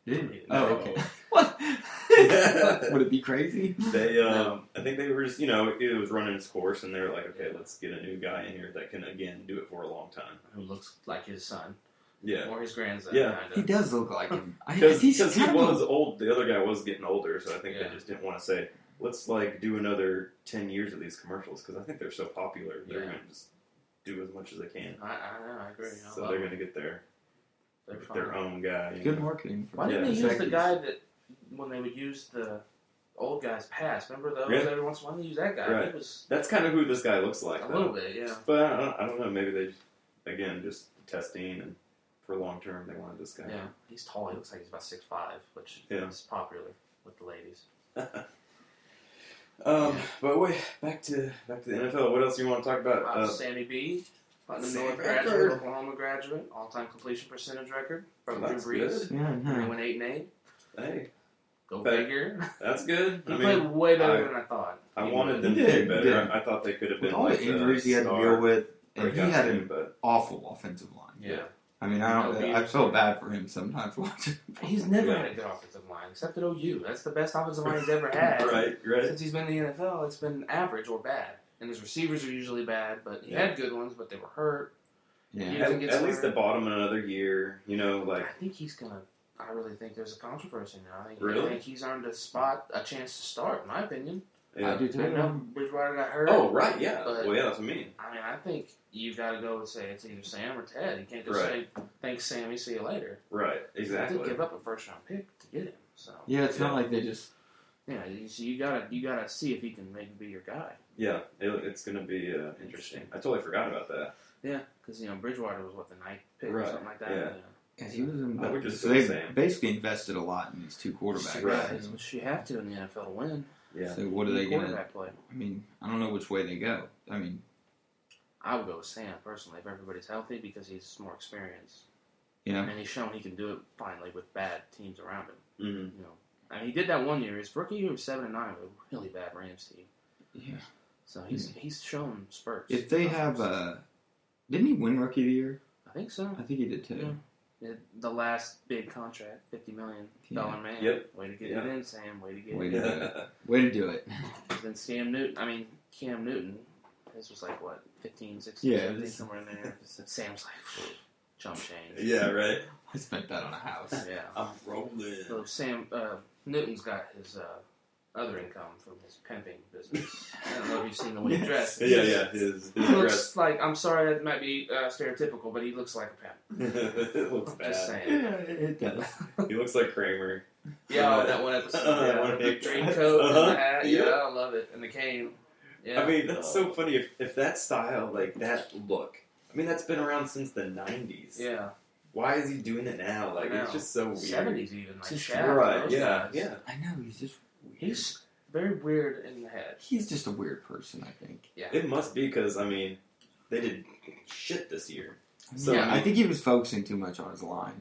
Speaker 3: Didn't
Speaker 2: Oh,
Speaker 3: he?
Speaker 2: okay. What? Would it be crazy?
Speaker 1: They, um, I think they were just, you know, it was running its course, and they were like, okay, let's get a new guy in here that can, again, do it for a long time.
Speaker 3: Who looks like his son
Speaker 1: Yeah.
Speaker 3: or his grandson?
Speaker 1: Yeah.
Speaker 2: He
Speaker 3: Kind of.
Speaker 2: does look like him. I,
Speaker 1: Because
Speaker 2: he's
Speaker 1: he
Speaker 2: kind of
Speaker 1: was old, the other guy was getting older, so I think
Speaker 3: Yeah.
Speaker 1: they just didn't want to say, let's like do another 10 years of these commercials, because I think they're so popular, they're
Speaker 3: Yeah.
Speaker 1: going to just do as much as they can.
Speaker 3: I, I know. I agree. I
Speaker 1: So
Speaker 3: love
Speaker 1: they're
Speaker 3: him.
Speaker 1: going to get their,
Speaker 3: They're fine.
Speaker 1: their own guy. you
Speaker 2: good
Speaker 1: know.
Speaker 2: marketing. For
Speaker 3: Why
Speaker 1: Yeah,
Speaker 3: didn't they use the
Speaker 2: executives.
Speaker 3: guy that when they would use the old guy's past? Remember those?
Speaker 1: Yeah.
Speaker 3: Every once in a while, they use that guy.
Speaker 1: Right.
Speaker 3: He was
Speaker 1: That's kind of who this guy looks like,
Speaker 3: a
Speaker 1: though.
Speaker 3: little bit, yeah.
Speaker 1: But I don't, I don't know, maybe they, just, again, just testing, and for long term, they wanted this guy.
Speaker 3: Yeah, he's tall. He looks like he's about six five, which
Speaker 1: Yeah.
Speaker 3: is popular with the ladies.
Speaker 1: Um, but wait, back to back to the NFL. What else you want to talk about?
Speaker 3: Uh,
Speaker 1: Uh,
Speaker 3: Sammy B, Putnam
Speaker 1: Sammy
Speaker 3: North graduate,
Speaker 1: Bird.
Speaker 3: Oklahoma graduate, all-time completion percentage record from Drew
Speaker 1: That's
Speaker 3: Brees.
Speaker 1: good.
Speaker 2: Yeah,
Speaker 3: They
Speaker 2: no.
Speaker 3: went eight and eight.
Speaker 1: hey,
Speaker 3: Go
Speaker 1: But-
Speaker 3: figure.
Speaker 1: that's good.
Speaker 3: He
Speaker 1: I
Speaker 3: played
Speaker 1: mean,
Speaker 3: way better
Speaker 1: I-
Speaker 3: than I thought.
Speaker 1: I
Speaker 3: He
Speaker 1: wanted
Speaker 3: would.
Speaker 1: them to
Speaker 2: Yeah,
Speaker 1: do better.
Speaker 2: yeah.
Speaker 1: I, I thought they could have
Speaker 2: With
Speaker 1: been
Speaker 2: all
Speaker 1: like
Speaker 2: the injuries he had to deal with, and he had an
Speaker 1: but
Speaker 2: awful offensive line.
Speaker 3: Yeah,
Speaker 2: I mean, I don't.
Speaker 3: No,
Speaker 2: I feel bad for him sometimes watching.
Speaker 3: he's never
Speaker 1: Yeah.
Speaker 3: had a good offensive line except at OU. That's the best offensive line he's ever had.
Speaker 1: right, right.
Speaker 3: Since he's been in the NFL, it's been average or bad. And his receivers are usually bad, but he
Speaker 1: Yeah.
Speaker 3: had good ones, but they were hurt.
Speaker 2: Yeah.
Speaker 3: He
Speaker 1: At,
Speaker 3: doesn't get
Speaker 1: at least
Speaker 3: smarter.
Speaker 1: they bought him another year. You know, like
Speaker 3: I think he's gonna. I really think there's a controversy now. I think,
Speaker 1: Really?
Speaker 3: I think he's earned a spot, a chance to start, in my opinion.
Speaker 1: Yeah.
Speaker 2: I do
Speaker 3: I
Speaker 2: too.
Speaker 3: know Bridgewater got hurt.
Speaker 1: Oh right, yeah.
Speaker 3: But-
Speaker 1: well, yeah, that's what I mean.
Speaker 3: I mean, I think you got to go and say it's either Sam or Ted. You can't just
Speaker 1: Right.
Speaker 3: say thanks, Sammy. See you later.
Speaker 1: Right,
Speaker 3: They
Speaker 1: exactly.
Speaker 3: give up a first round pick to get him. So
Speaker 2: Yeah, it's
Speaker 1: Yeah.
Speaker 2: not like they just
Speaker 3: you know, you, so you gotta you gotta see if he can maybe be your guy.
Speaker 1: Yeah, it, it's going to be uh, interesting. I totally forgot about that.
Speaker 3: Yeah, because you know Bridgewater was what the ninth pick
Speaker 1: Right,
Speaker 3: or something like that.
Speaker 1: yeah.
Speaker 2: And he was in.
Speaker 1: I would just
Speaker 2: so
Speaker 1: say
Speaker 2: they
Speaker 1: Sam.
Speaker 2: basically invested a lot in these two quarterbacks.
Speaker 1: Right.
Speaker 3: That's what you have to in the NFL to win.
Speaker 1: Yeah.
Speaker 2: So what are they going to?
Speaker 3: quarterback play?
Speaker 2: I mean, I don't know which way they go. I mean,
Speaker 3: I would go with Sam personally if everybody's healthy because he's more experienced
Speaker 2: you know,
Speaker 3: and he's shown he can do it finally with bad teams around him.
Speaker 1: hmm
Speaker 3: You know, I mean he did that one year. His rookie year was seven and nine with a really bad Rams team.
Speaker 2: yeah.
Speaker 3: So he's he's shown spurts.
Speaker 2: Hmm. If they have a, didn't he win Rookie of the Year?
Speaker 3: I think so.
Speaker 2: I think he did too.
Speaker 3: Yeah. It, the last big contract, fifty million dollar man.
Speaker 1: Yep.
Speaker 3: Way to get
Speaker 1: Yeah.
Speaker 3: it in, Sam. Way to get
Speaker 2: Way
Speaker 3: it
Speaker 2: to
Speaker 3: in.
Speaker 2: do it. Way to do it.
Speaker 3: Then Sam Newton. I mean Cam Newton. This was like what 15, 16,
Speaker 2: Yeah,
Speaker 3: 17,
Speaker 2: this-
Speaker 3: somewhere in there. Sam's like jump change.
Speaker 1: yeah, right.
Speaker 2: I spent that on a house.
Speaker 3: Yeah.
Speaker 1: I'm rolling.
Speaker 3: So Sam uh, Newton's got his uh, other income from his pimping business. I don't know if you've seen the way he
Speaker 2: Yes.
Speaker 3: dressed.
Speaker 1: Yeah, yeah, his,
Speaker 3: He
Speaker 1: his dress
Speaker 3: looks like I'm sorry that might be uh, stereotypical, but he looks like a pimp.
Speaker 1: it looks
Speaker 3: I'm just
Speaker 1: bad.
Speaker 3: saying.
Speaker 2: it does.
Speaker 1: He looks like Kramer.
Speaker 3: Yeah, oh, that one episode.
Speaker 1: Uh,
Speaker 3: yeah,
Speaker 1: one
Speaker 3: with
Speaker 1: episode.
Speaker 3: the green coat and
Speaker 1: Uh-huh.
Speaker 3: the hat.
Speaker 1: Yeah.
Speaker 3: Yeah. I love it. And the cane. Yeah.
Speaker 1: I mean, that's so funny. If, if that style, like that look, I mean, that's been around since the 90s.
Speaker 3: yeah,
Speaker 1: Why is he doing it now? Like,
Speaker 3: I
Speaker 1: it's
Speaker 3: know.
Speaker 1: just so weird.
Speaker 3: seventies even like
Speaker 2: Just
Speaker 3: Shaft,
Speaker 1: right,
Speaker 3: those
Speaker 1: yeah,
Speaker 3: guys.
Speaker 1: yeah.
Speaker 2: I know he's just weird.
Speaker 3: He's very weird in the head.
Speaker 2: he's just a weird person. I think.
Speaker 3: Yeah,
Speaker 1: It must be because, I mean, they did shit this year. So,
Speaker 2: yeah, I think he was focusing too much on his line,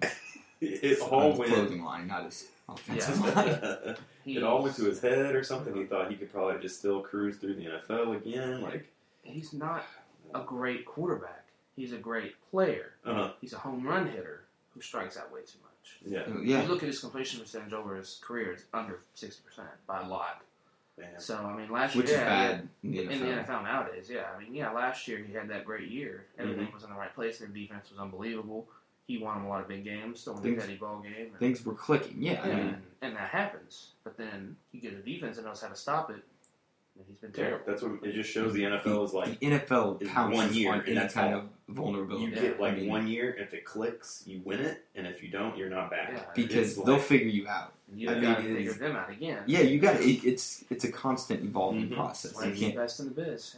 Speaker 1: It
Speaker 2: on
Speaker 1: all
Speaker 2: his
Speaker 1: went.
Speaker 2: clothing line, not his offensive line.
Speaker 1: it
Speaker 3: he,
Speaker 1: all went to his head or something. He thought he could probably just still cruise through the NFL again. Like,
Speaker 3: He's not a great quarterback. He's a great player.
Speaker 1: uh huh.
Speaker 3: He's a home run hitter who strikes out way too much.
Speaker 1: Yeah.
Speaker 2: Yeah,
Speaker 3: You look at his completion percentage over his career; it's under sixty percent by a lot.
Speaker 1: Man.
Speaker 3: So I mean, last
Speaker 2: which
Speaker 3: year
Speaker 2: is
Speaker 3: yeah, he had-
Speaker 2: bad in the NFL.
Speaker 3: in the NFL nowadays. Yeah, I mean, yeah, last year he had that great year.
Speaker 2: Mm-hmm.
Speaker 3: Everything was in the right place. Their defense was unbelievable. He won him a lot of big games. Still won the
Speaker 2: Things-
Speaker 3: Teddy Ball game. And,
Speaker 2: Things were clicking. Yeah,
Speaker 3: yeah,
Speaker 2: I mean,
Speaker 3: and, and that happens. But then you get a defense that knows how to stop it. And he's been
Speaker 1: Yeah,
Speaker 3: terrible.
Speaker 1: that's what it just shows. The NFL is like
Speaker 2: the NFL
Speaker 1: It's
Speaker 2: counts
Speaker 1: one
Speaker 2: as
Speaker 1: year,
Speaker 2: on
Speaker 1: and
Speaker 2: any
Speaker 1: that's
Speaker 2: kind
Speaker 1: all.
Speaker 2: of vulnerability.
Speaker 1: you
Speaker 3: Yeah,
Speaker 1: get
Speaker 2: I
Speaker 1: like
Speaker 2: mean,
Speaker 1: one year. If it clicks, you win it, and if you don't, you're not back.
Speaker 3: Yeah.
Speaker 2: because
Speaker 1: It's like-
Speaker 2: they'll figure you out.
Speaker 3: And you
Speaker 2: I mean,
Speaker 3: got to
Speaker 2: it
Speaker 3: figure
Speaker 2: is-
Speaker 3: them out again.
Speaker 2: Yeah, you got it, it's it's a constant evolving
Speaker 1: Mhm.
Speaker 2: process.
Speaker 3: Like,
Speaker 2: You
Speaker 3: he's the
Speaker 2: can't,
Speaker 3: best in the biz.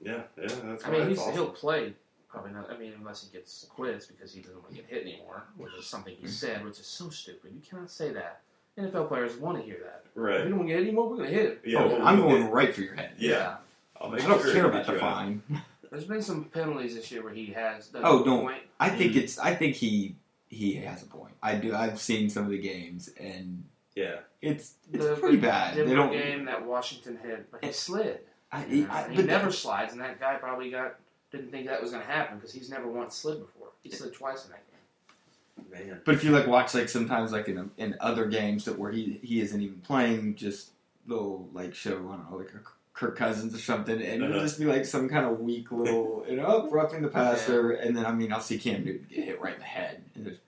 Speaker 3: yeah.
Speaker 1: Yeah, yeah. That's
Speaker 3: I
Speaker 1: why
Speaker 3: mean,
Speaker 1: it's
Speaker 3: he's,
Speaker 1: awesome.
Speaker 3: he'll play. Probably not. I mean, unless he gets quizzed because he doesn't want to get hit anymore, which is something he said, which is so stupid. You cannot say that. NFL players want to hear that. If
Speaker 1: right.
Speaker 3: you don't want to get hit anymore, we're going to hit him.
Speaker 1: Yeah,
Speaker 2: oh,
Speaker 1: well,
Speaker 2: I'm
Speaker 1: we'll
Speaker 2: going
Speaker 1: get-
Speaker 2: right for your head.
Speaker 1: Yeah, I'll
Speaker 2: I
Speaker 1: make
Speaker 2: don't
Speaker 1: sure
Speaker 2: care
Speaker 1: to
Speaker 2: about
Speaker 1: get
Speaker 2: the
Speaker 1: you out.
Speaker 2: fine.
Speaker 3: There's been some penalties this year where he has. doesn't
Speaker 2: Oh, don't.
Speaker 3: point.
Speaker 2: I think
Speaker 1: Mhm.
Speaker 2: it's. I think he he has a point. I do. I've seen some of the games, and
Speaker 1: Yeah,
Speaker 2: it's it's
Speaker 3: The-
Speaker 2: pretty
Speaker 3: the
Speaker 2: bad. They
Speaker 3: Denver
Speaker 2: don't.
Speaker 3: game that Washington hit, but he
Speaker 2: It-
Speaker 3: slid.
Speaker 2: I,
Speaker 3: You know,
Speaker 2: I,
Speaker 3: he
Speaker 2: but
Speaker 3: never slides, and that guy probably got didn't think that was going to happen because he's never once slid before. He slid twice in that game.
Speaker 1: man.
Speaker 2: But if you like watch like sometimes like in in other games that where he he isn't even playing, just little like show I don't know like a Kirk Cousins or something, and it'll
Speaker 1: Uh-huh.
Speaker 2: just be like some kind of weak little you know oh, roughing the
Speaker 3: Uh-huh.
Speaker 2: passer, and then I mean I'll see Cam Newton get hit right in the head, and there's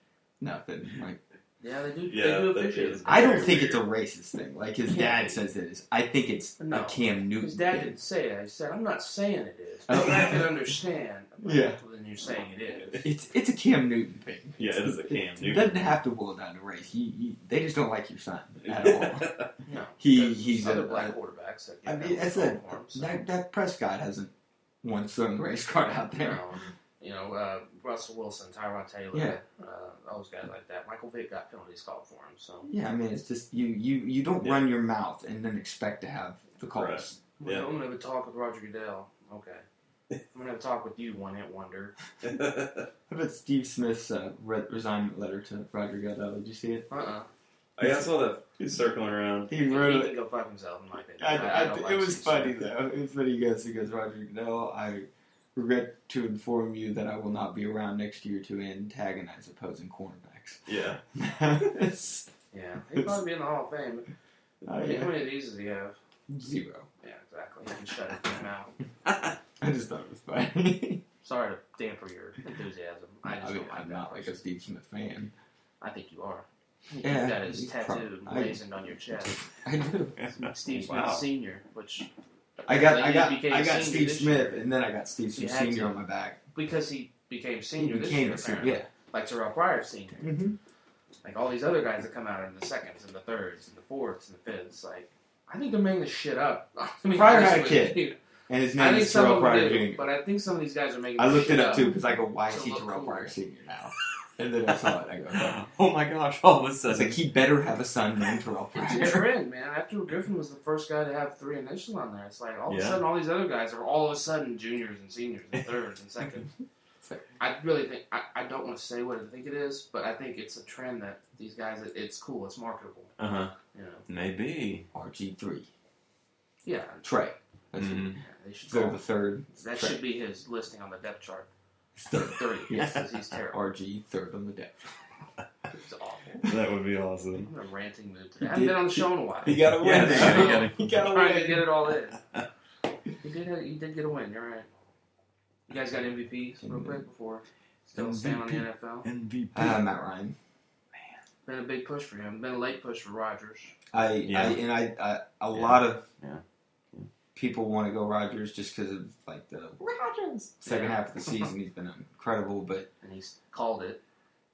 Speaker 2: nothing. Like
Speaker 3: Yeah, they do.
Speaker 1: Yeah,
Speaker 3: they do
Speaker 1: that
Speaker 3: appreciate
Speaker 1: is-
Speaker 3: it.
Speaker 2: I don't think it's a racist thing. Like his
Speaker 3: Yeah.
Speaker 2: dad says it is. I think it's
Speaker 3: No.
Speaker 2: a Cam Newton.
Speaker 3: His dad
Speaker 2: thing.
Speaker 3: didn't say that. He said, "I'm not saying it is, but I can understand." I'm like,
Speaker 2: Oh. Yeah.
Speaker 3: "Well, Then you're saying it is.
Speaker 2: It's it's a Cam Newton thing.
Speaker 1: Yeah, it is a Cam
Speaker 2: It
Speaker 1: Newton.
Speaker 2: doesn't have to boil down to race. He, he they just don't like your son at all.
Speaker 3: No,
Speaker 2: He-
Speaker 3: because
Speaker 2: he's
Speaker 3: other
Speaker 2: a-
Speaker 3: black
Speaker 2: a-
Speaker 3: quarterbacks. That
Speaker 2: I
Speaker 3: get
Speaker 2: mean,
Speaker 3: that
Speaker 2: that's
Speaker 3: wrong
Speaker 2: a-
Speaker 3: for him, so.
Speaker 2: Dak, Dak Prescott hasn't won some race car out
Speaker 3: You
Speaker 2: there.
Speaker 3: know, you know uh, Russell Wilson, Tyrod Taylor,
Speaker 2: Yeah.
Speaker 3: uh, all those guys like that. Michael Vick got penalties called for him, so
Speaker 2: Yeah, I mean, it's just you you you don't
Speaker 1: Yeah.
Speaker 2: run your mouth and then expect to have the calls.
Speaker 1: Right.
Speaker 3: Well,
Speaker 1: Yeah.
Speaker 3: I'm gonna have a talk with Roger Goodell. Okay, I'm gonna have a talk with you, one hit wonder.
Speaker 2: How about Steve Smith's uh, re- resignment letter to Roger Goodell? Did you see it?
Speaker 3: Uh uh
Speaker 1: I got saw that he's circling around.
Speaker 2: He
Speaker 3: He
Speaker 2: wrote
Speaker 3: can
Speaker 2: it.
Speaker 3: go fuck himself, in my opinion.
Speaker 2: I, I,
Speaker 3: don't like
Speaker 2: it was
Speaker 3: Steve
Speaker 2: funny
Speaker 3: Smith.
Speaker 2: though. It was funny. He goes, he goes, Roger Goodell. I regret to inform you that I will not be around next year to antagonize opposing cornerbacks.
Speaker 1: Yeah,
Speaker 2: It's-
Speaker 3: Yeah, he'd probably be in the Hall of Fame.
Speaker 2: oh,
Speaker 3: How many- How
Speaker 2: yeah.
Speaker 3: many of these does he have?
Speaker 2: Zero.
Speaker 3: Yeah, exactly. He can shut his mouth.
Speaker 2: I just thought it was funny.
Speaker 3: Sorry to damper your enthusiasm. I just
Speaker 2: I mean,
Speaker 3: don't like
Speaker 2: I'm
Speaker 3: that.
Speaker 2: not like a Steve Smith fan.
Speaker 3: I think you are.
Speaker 2: Yeah,
Speaker 3: that is
Speaker 2: he's pro-
Speaker 3: tattooed,
Speaker 2: I-
Speaker 3: blazoned on your chest.
Speaker 2: I do.
Speaker 3: Steve
Speaker 7: Wow.
Speaker 3: Smith Senior, which
Speaker 2: I got, I
Speaker 3: apparently
Speaker 2: got,
Speaker 3: he became
Speaker 2: I got
Speaker 3: senior
Speaker 2: Steve
Speaker 3: this
Speaker 2: Smith,
Speaker 3: year.
Speaker 2: and then I got Steve
Speaker 3: You
Speaker 2: Smith
Speaker 3: had
Speaker 2: Senior
Speaker 3: to.
Speaker 2: on my back.
Speaker 3: because he became
Speaker 2: He
Speaker 3: senior this
Speaker 2: became
Speaker 3: year.
Speaker 2: a senior.
Speaker 3: apparently.
Speaker 2: Yeah.
Speaker 3: like Terrell Pryor Senior.
Speaker 2: Mm-hmm.
Speaker 3: Like all these other guys that come out in the seconds and the thirds and the fourths and the fifths. Like I think they're making this shit up. I mean,
Speaker 2: Pryor had a
Speaker 3: honestly,
Speaker 2: kid.
Speaker 3: dude,
Speaker 2: And his
Speaker 3: I
Speaker 2: name
Speaker 3: think
Speaker 2: is
Speaker 3: some
Speaker 2: Terrell
Speaker 3: of
Speaker 2: Pryor
Speaker 3: them do,
Speaker 2: Jr.
Speaker 3: but I think some of these guys are making.
Speaker 2: I
Speaker 3: this
Speaker 2: looked
Speaker 3: shit
Speaker 2: it up too because I go, why
Speaker 3: To
Speaker 2: is he
Speaker 3: look
Speaker 2: Terrell
Speaker 3: cool.
Speaker 2: Pryor Senior now? And then I saw it. I go, I
Speaker 1: oh my gosh! All of a
Speaker 2: was
Speaker 1: sudden,
Speaker 3: Mm-hmm.
Speaker 2: like, he better have a son named Terrell Pryor.
Speaker 3: It's
Speaker 2: Jr.
Speaker 3: never end, man. After Griffin was the first guy to have three initials on there, it's like all of
Speaker 1: Yeah.
Speaker 3: a sudden all these other guys are all of a sudden juniors and seniors and thirds and seconds. I really think I, I don't want to say what I think it is, but I think it's a trend that these guys it, it's cool, it's marketable.
Speaker 1: uh huh,
Speaker 3: You know,
Speaker 1: maybe.
Speaker 2: RG three
Speaker 3: yeah,
Speaker 2: Trey. That's
Speaker 1: Mhm.
Speaker 3: yeah, they should
Speaker 2: They're
Speaker 3: call-
Speaker 2: the third.
Speaker 3: that should be his listing on the depth chart.
Speaker 2: Third.
Speaker 3: Thirty,
Speaker 2: Yeah.
Speaker 3: because he's terrible.
Speaker 2: RG third on the depth.
Speaker 3: It's awful.
Speaker 7: That would be
Speaker 3: I'm
Speaker 7: awesome.
Speaker 3: in a ranting mood today. I haven't been on the show in a while.
Speaker 2: He got a win.
Speaker 1: Yeah,
Speaker 3: they
Speaker 2: man.
Speaker 3: gotta
Speaker 2: he got a
Speaker 3: trying to
Speaker 2: win.
Speaker 3: get it all in. You did. You did get a win. You're right. You guys got MVPs real quick before still staying on the
Speaker 1: MVP.
Speaker 3: NFL.
Speaker 1: MVP.
Speaker 2: Uh, Matt Ryan.
Speaker 3: Been a big push for him. Been a late push for Rodgers.
Speaker 2: I,
Speaker 1: Yeah.
Speaker 2: I and I, I a
Speaker 1: Yeah.
Speaker 2: lot of
Speaker 1: Yeah.
Speaker 2: people want to go Rogers just because of like the Rogers second
Speaker 3: Yeah.
Speaker 2: half of the season. He's been incredible, but
Speaker 3: And he's called it.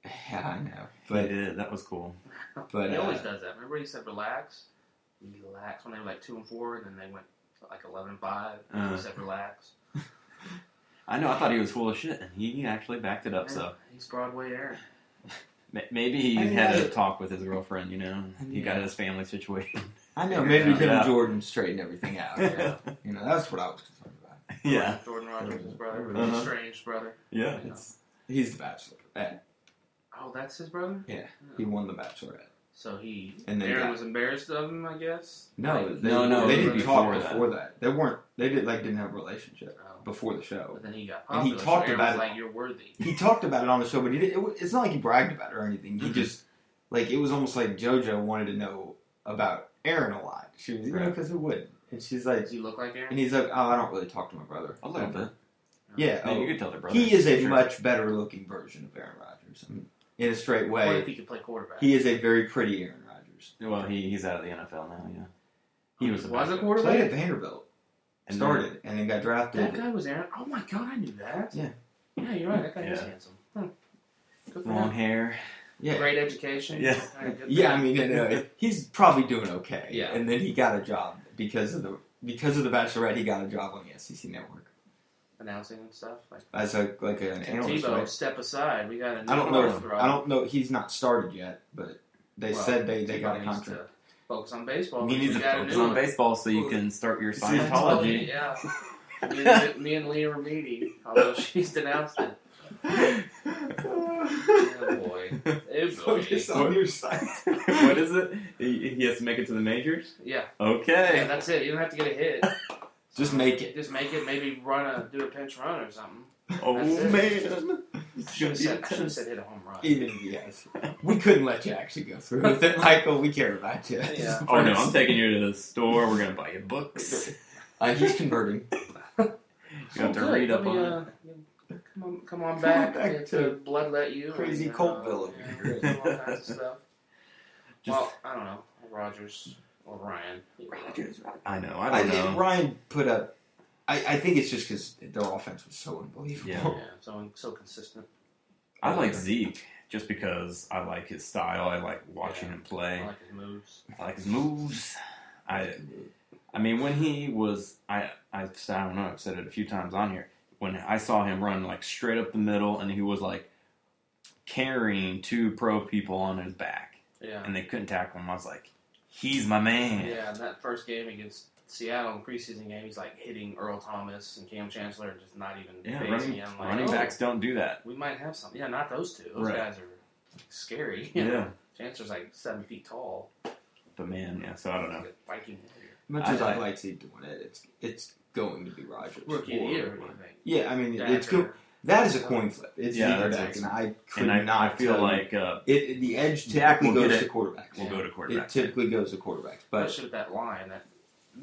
Speaker 2: yeah, I know.
Speaker 1: He
Speaker 2: But
Speaker 1: did. That was cool.
Speaker 2: But,
Speaker 3: he always
Speaker 2: uh,
Speaker 3: does that. Remember he said relax, relax when they were like two and four, and then they went like eleven and five.
Speaker 1: Uh.
Speaker 3: he said relax.
Speaker 1: I know. I thought he was full of shit, and he actually backed it up.
Speaker 3: Man,
Speaker 1: So
Speaker 3: he's Broadway Aaron.
Speaker 1: Ma- maybe he
Speaker 2: I mean,
Speaker 1: had
Speaker 2: I-
Speaker 1: a talk with his girlfriend. You know, he got
Speaker 2: Yeah.
Speaker 1: his family situation.
Speaker 2: I know maybe him
Speaker 1: Yeah.
Speaker 2: and Jordan straighten everything out.
Speaker 1: yeah,
Speaker 2: you know that's what I was concerned about.
Speaker 1: yeah,
Speaker 3: Jordan Rogers' brother, his
Speaker 1: Uh-huh.
Speaker 3: estranged brother.
Speaker 1: yeah.
Speaker 3: It's-
Speaker 2: He's the Bachelor. Eh,
Speaker 3: Oh, that's his brother.
Speaker 2: Yeah.
Speaker 3: Oh.
Speaker 2: He won the Bachelorette.
Speaker 3: So he
Speaker 2: And they
Speaker 3: Aaron
Speaker 2: got-
Speaker 3: was embarrassed of him, I guess.
Speaker 2: No,
Speaker 3: Like,
Speaker 2: they,
Speaker 1: No, no,
Speaker 2: they
Speaker 3: it was
Speaker 2: didn't talk
Speaker 1: before that.
Speaker 2: before that. They weren't. They did like didn't have a relationship
Speaker 3: oh.
Speaker 2: before the show.
Speaker 3: But then he got
Speaker 2: And
Speaker 3: popular.
Speaker 2: he talked
Speaker 3: so Aaron
Speaker 2: about
Speaker 3: was
Speaker 2: it.
Speaker 3: like, "You're worthy."
Speaker 2: he talked about it on the show, but he did, it, wa- it's not like he bragged about it or anything. He
Speaker 1: Mhm.
Speaker 2: just like it was almost like JoJo wanted to know about Aaron a lot. She was, you know,
Speaker 1: Right.
Speaker 2: because it would, and she's like,
Speaker 3: Does he look like
Speaker 2: and
Speaker 3: Aaron?
Speaker 2: he's like, oh, I don't really talk to my brother
Speaker 1: A little bit.
Speaker 2: Yeah,
Speaker 1: Man, you
Speaker 2: oh,
Speaker 1: could tell their brother.
Speaker 2: he is a
Speaker 1: Sure. Mm.
Speaker 2: much better looking version of Aaron Rodgers I mean, in a straight
Speaker 3: What if
Speaker 2: way.
Speaker 3: he could play quarterback?
Speaker 2: He is a very pretty Aaron Rodgers.
Speaker 1: Well, he, he's out of the NFL now. Yeah, he was a
Speaker 3: a
Speaker 1: backup.
Speaker 2: Played
Speaker 3: quarterback.
Speaker 2: at Vanderbilt,
Speaker 1: And
Speaker 2: started, and then got
Speaker 3: That
Speaker 2: drafted.
Speaker 3: guy was Aaron. Oh my god, I knew that.
Speaker 2: Yeah.
Speaker 3: Yeah, you're right. That guy is
Speaker 1: Yeah.
Speaker 3: handsome. Hmm. Good
Speaker 1: then
Speaker 3: for
Speaker 1: long
Speaker 3: him.
Speaker 1: hair.
Speaker 2: Yeah.
Speaker 3: Great education.
Speaker 1: Yeah.
Speaker 3: All right, good for
Speaker 2: Yeah,
Speaker 3: him.
Speaker 2: I mean, you know, he's probably doing okay.
Speaker 3: Yeah.
Speaker 2: And then he got a job because of the because of the Bachelorette. He got a job on the SEC network
Speaker 3: announcing and stuff. Like
Speaker 2: as a like an analyst.
Speaker 3: Tebow,
Speaker 2: Right?
Speaker 3: step aside. We got a new
Speaker 2: I don't know.
Speaker 3: quarterback.
Speaker 2: If, I don't know. He's not started yet, but they
Speaker 3: Well,
Speaker 2: said they, they
Speaker 3: Tebow
Speaker 2: got a
Speaker 3: needs to
Speaker 2: contract.
Speaker 3: Focus on baseball.
Speaker 1: He needs
Speaker 3: we
Speaker 1: to
Speaker 3: got
Speaker 1: focus
Speaker 3: a new
Speaker 1: on
Speaker 3: one.
Speaker 1: baseball so you can start your
Speaker 2: See, it's
Speaker 1: Scientology.
Speaker 3: Yeah. me, and, me and Leah Remedy, although she's denounced it. Oh boy. Oh boy.
Speaker 2: Focus on your side.
Speaker 1: what is it? He, he has to make it to the majors.
Speaker 3: Yeah. yeah,
Speaker 1: Okay.
Speaker 3: that's it. You don't have to get a hit.
Speaker 2: Just make it.
Speaker 3: Just make it. Maybe run a do a pinch run or something.
Speaker 1: oh
Speaker 3: that's it.
Speaker 1: man.
Speaker 3: Should have
Speaker 1: It's
Speaker 3: said,
Speaker 1: gonna
Speaker 3: should
Speaker 1: be-
Speaker 3: have said hit a home run.
Speaker 2: Even if he has, we couldn't let you actually go through with it, Michael. We care about you.
Speaker 3: Yeah.
Speaker 1: Oh no! I'm taking you to the store. We're gonna buy you books.
Speaker 2: Uh, he's converting.
Speaker 1: You have to
Speaker 3: Oh, Good.
Speaker 1: read up
Speaker 3: Let me,
Speaker 1: on it.
Speaker 3: uh, Come on, come on
Speaker 2: Come
Speaker 3: back,
Speaker 2: on back
Speaker 3: It's,
Speaker 2: to
Speaker 3: uh, bloodlet you.
Speaker 2: crazy
Speaker 3: and, uh,
Speaker 2: Coltville over
Speaker 3: yeah,
Speaker 2: here.
Speaker 3: do all kinds of stuff.
Speaker 1: Just-
Speaker 3: well, I don't know. Rogers or Ryan.
Speaker 1: I know.
Speaker 2: I,
Speaker 1: I don't know.
Speaker 2: Ryan put up. I, I think it's just because their offense was so unbelievable.
Speaker 1: Yeah.
Speaker 3: Yeah, so so consistent.
Speaker 1: I like Zeke just because I like his style. I like watching him
Speaker 3: I
Speaker 1: play.
Speaker 3: like his moves.
Speaker 1: I like his moves. I, I mean, when he was, I, I've, said- I don't know, I've said it a few times on here. When I saw him run like straight up the middle, and he was like carrying two pro people on his back,
Speaker 3: Yeah.
Speaker 1: and they couldn't tackle him. I was like, he's my man.
Speaker 3: Yeah, in that first game against Seattle in preseason game, he's like hitting Earl Thomas and Cam Chancellor and just not even
Speaker 1: Yeah,
Speaker 3: phasing
Speaker 1: running,
Speaker 3: him. Like,
Speaker 1: running
Speaker 3: oh,
Speaker 1: backs don't do that.
Speaker 3: We might have something. Yeah, not those two. Those
Speaker 1: Right.
Speaker 3: guys are scary.
Speaker 1: Yeah.
Speaker 3: Chancellor's like seven feet tall.
Speaker 1: but man, yeah. So I don't know.
Speaker 3: He's a Viking warrior.
Speaker 2: Much
Speaker 1: I-
Speaker 2: as
Speaker 1: I-
Speaker 2: I'd like to see doing it, it's it's going to be Rogers.
Speaker 3: Rookie of the
Speaker 2: Or-
Speaker 3: year, what do you think?
Speaker 2: Yeah, I mean, it's
Speaker 3: Dak
Speaker 2: go-
Speaker 3: or-
Speaker 2: that is a coin flip. It's
Speaker 1: Yeah,
Speaker 2: either
Speaker 1: that's
Speaker 2: Dak, and I could
Speaker 1: And I,
Speaker 2: not
Speaker 1: I feel
Speaker 2: tell you.
Speaker 1: like uh,
Speaker 2: it, it- the edge
Speaker 1: Dak
Speaker 2: typically
Speaker 1: will
Speaker 2: goes
Speaker 1: get
Speaker 2: to
Speaker 1: it.
Speaker 2: quarterbacks.
Speaker 1: we'll go to
Speaker 2: It
Speaker 1: quarterback.
Speaker 2: typically goes to quarterbacks, but
Speaker 3: Especially with that line that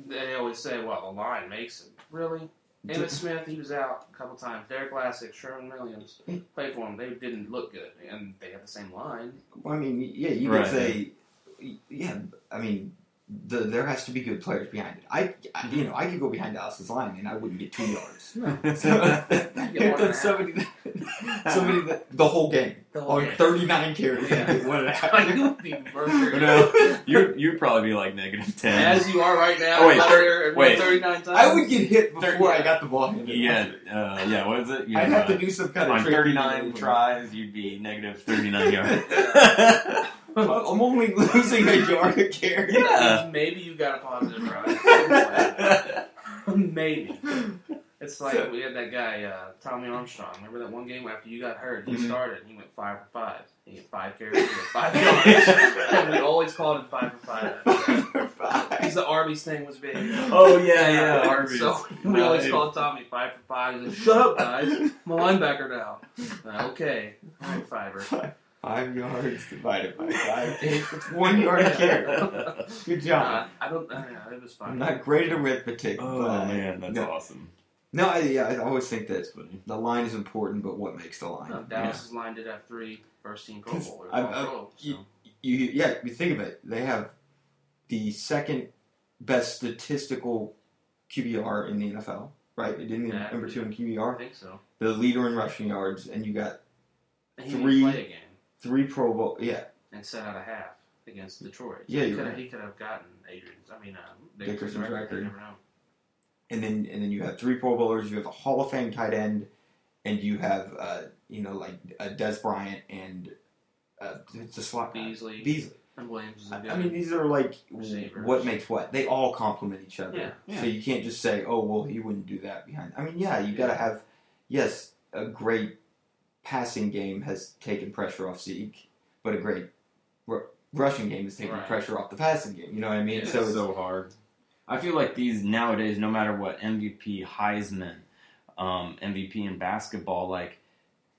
Speaker 3: they always say, well, the line makes it. Really? Emmett Smith, he was out a couple times. Derek Lassick, Sherman Williams played for him. They didn't look good, and they had the same line.
Speaker 2: Well, I mean, yeah, you
Speaker 4: Right.
Speaker 2: could say, yeah. I mean, the, there has to be good players behind it. I, I, you know, I could go behind Dallas's line and I wouldn't get two yards. So that's Oh, somebody, that, somebody that the whole game on thirty-nine carries and get one and a
Speaker 3: Like,
Speaker 2: half.
Speaker 3: you would be murdering.
Speaker 4: No. you you'd probably be like negative ten.
Speaker 3: As you are right now,
Speaker 4: Oh, wait,
Speaker 3: out
Speaker 4: thir-
Speaker 3: there and
Speaker 4: wait.
Speaker 3: 39 times.
Speaker 2: I would get hit before I
Speaker 3: Thirty-
Speaker 2: got the ball handed.
Speaker 4: Yeah, uh, yeah. What is it? You
Speaker 2: I'd
Speaker 4: know,
Speaker 2: have to
Speaker 4: uh,
Speaker 2: do some kind of
Speaker 4: on
Speaker 2: trick.
Speaker 4: 39 tries, you'd be negative 39 yards.
Speaker 2: I'm only losing a yard a carry.
Speaker 4: Yeah.
Speaker 3: Maybe you got a positive ride. Maybe. It's like
Speaker 2: So-
Speaker 3: we had that guy, uh, Tommy Armstrong. Remember that one game after you got hurt? He
Speaker 4: Mhm.
Speaker 3: started. He went five for five. He had five carries. He had five yards. and we always called him five for five.
Speaker 2: Five for five.
Speaker 3: Because the Arby's thing was big.
Speaker 4: oh yeah, yeah.
Speaker 3: And
Speaker 4: Arby's. Uh,
Speaker 3: So we always
Speaker 4: Nice.
Speaker 3: called Tommy five for five. He's like, "Shut up, guys! I'm a linebacker now." Uh, okay, all right, fiver.
Speaker 2: Five yards divided by five. It's one yard a carry. Good job.
Speaker 3: Uh, I don't. I don't know, it was fine.
Speaker 2: I'm not great at arithmetic.
Speaker 4: oh
Speaker 2: but
Speaker 4: man, that's
Speaker 2: no,
Speaker 4: awesome.
Speaker 2: no, I, yeah, I always think that
Speaker 4: That's funny.
Speaker 2: the line is important, but what makes the line?
Speaker 3: Uh, Dallas's line did have three first team Pro
Speaker 2: 'Cause
Speaker 3: Bowlers.
Speaker 2: I'm-
Speaker 3: all
Speaker 2: I'm-
Speaker 3: pro, so.
Speaker 2: you- You, yeah, you think of it. They have the second best statistical QBR in the NFL, right? They didn't even
Speaker 3: Yeah.
Speaker 2: number two in
Speaker 3: I
Speaker 2: QBR.
Speaker 3: think so.
Speaker 2: The leader in rushing yards, and you got
Speaker 3: And he three.
Speaker 2: Three.
Speaker 3: didn't play a game
Speaker 2: three Pro Bowl. Yeah,
Speaker 3: and set out a half against Detroit.
Speaker 2: Yeah,
Speaker 3: he
Speaker 2: you're
Speaker 3: could have
Speaker 2: right.
Speaker 3: he could have gotten Adrian's. I mean, uh,
Speaker 2: Dickerson's
Speaker 3: Dickerson's record.
Speaker 2: record.
Speaker 3: You never know.
Speaker 2: and then and then you have three Pro Bowlers. You have a Hall of Fame tight end, and you have uh, you know like uh, Des Bryant and uh, it's a slot guy.
Speaker 3: Beasley.
Speaker 2: Uh, Beasley.
Speaker 3: And Williams is a
Speaker 2: I
Speaker 3: good.
Speaker 2: I mean, these are like
Speaker 3: Receivers.
Speaker 2: what makes what. They all complement each other.
Speaker 3: Yeah,
Speaker 4: yeah.
Speaker 2: So you can't just say, "Oh, well, he wouldn't do that behind." I mean, yeah, you got to
Speaker 3: Yeah.
Speaker 2: have yes, a great passing game has taken pressure off Zeke, but a great r- rushing game has taken
Speaker 3: Right.
Speaker 2: pressure off the passing game. You know what I mean?
Speaker 3: Yeah.
Speaker 4: It's
Speaker 2: So
Speaker 4: so
Speaker 2: it's,
Speaker 4: so hard. I feel like these nowadays, no matter what, MVP, Heisman, um, MVP in basketball, like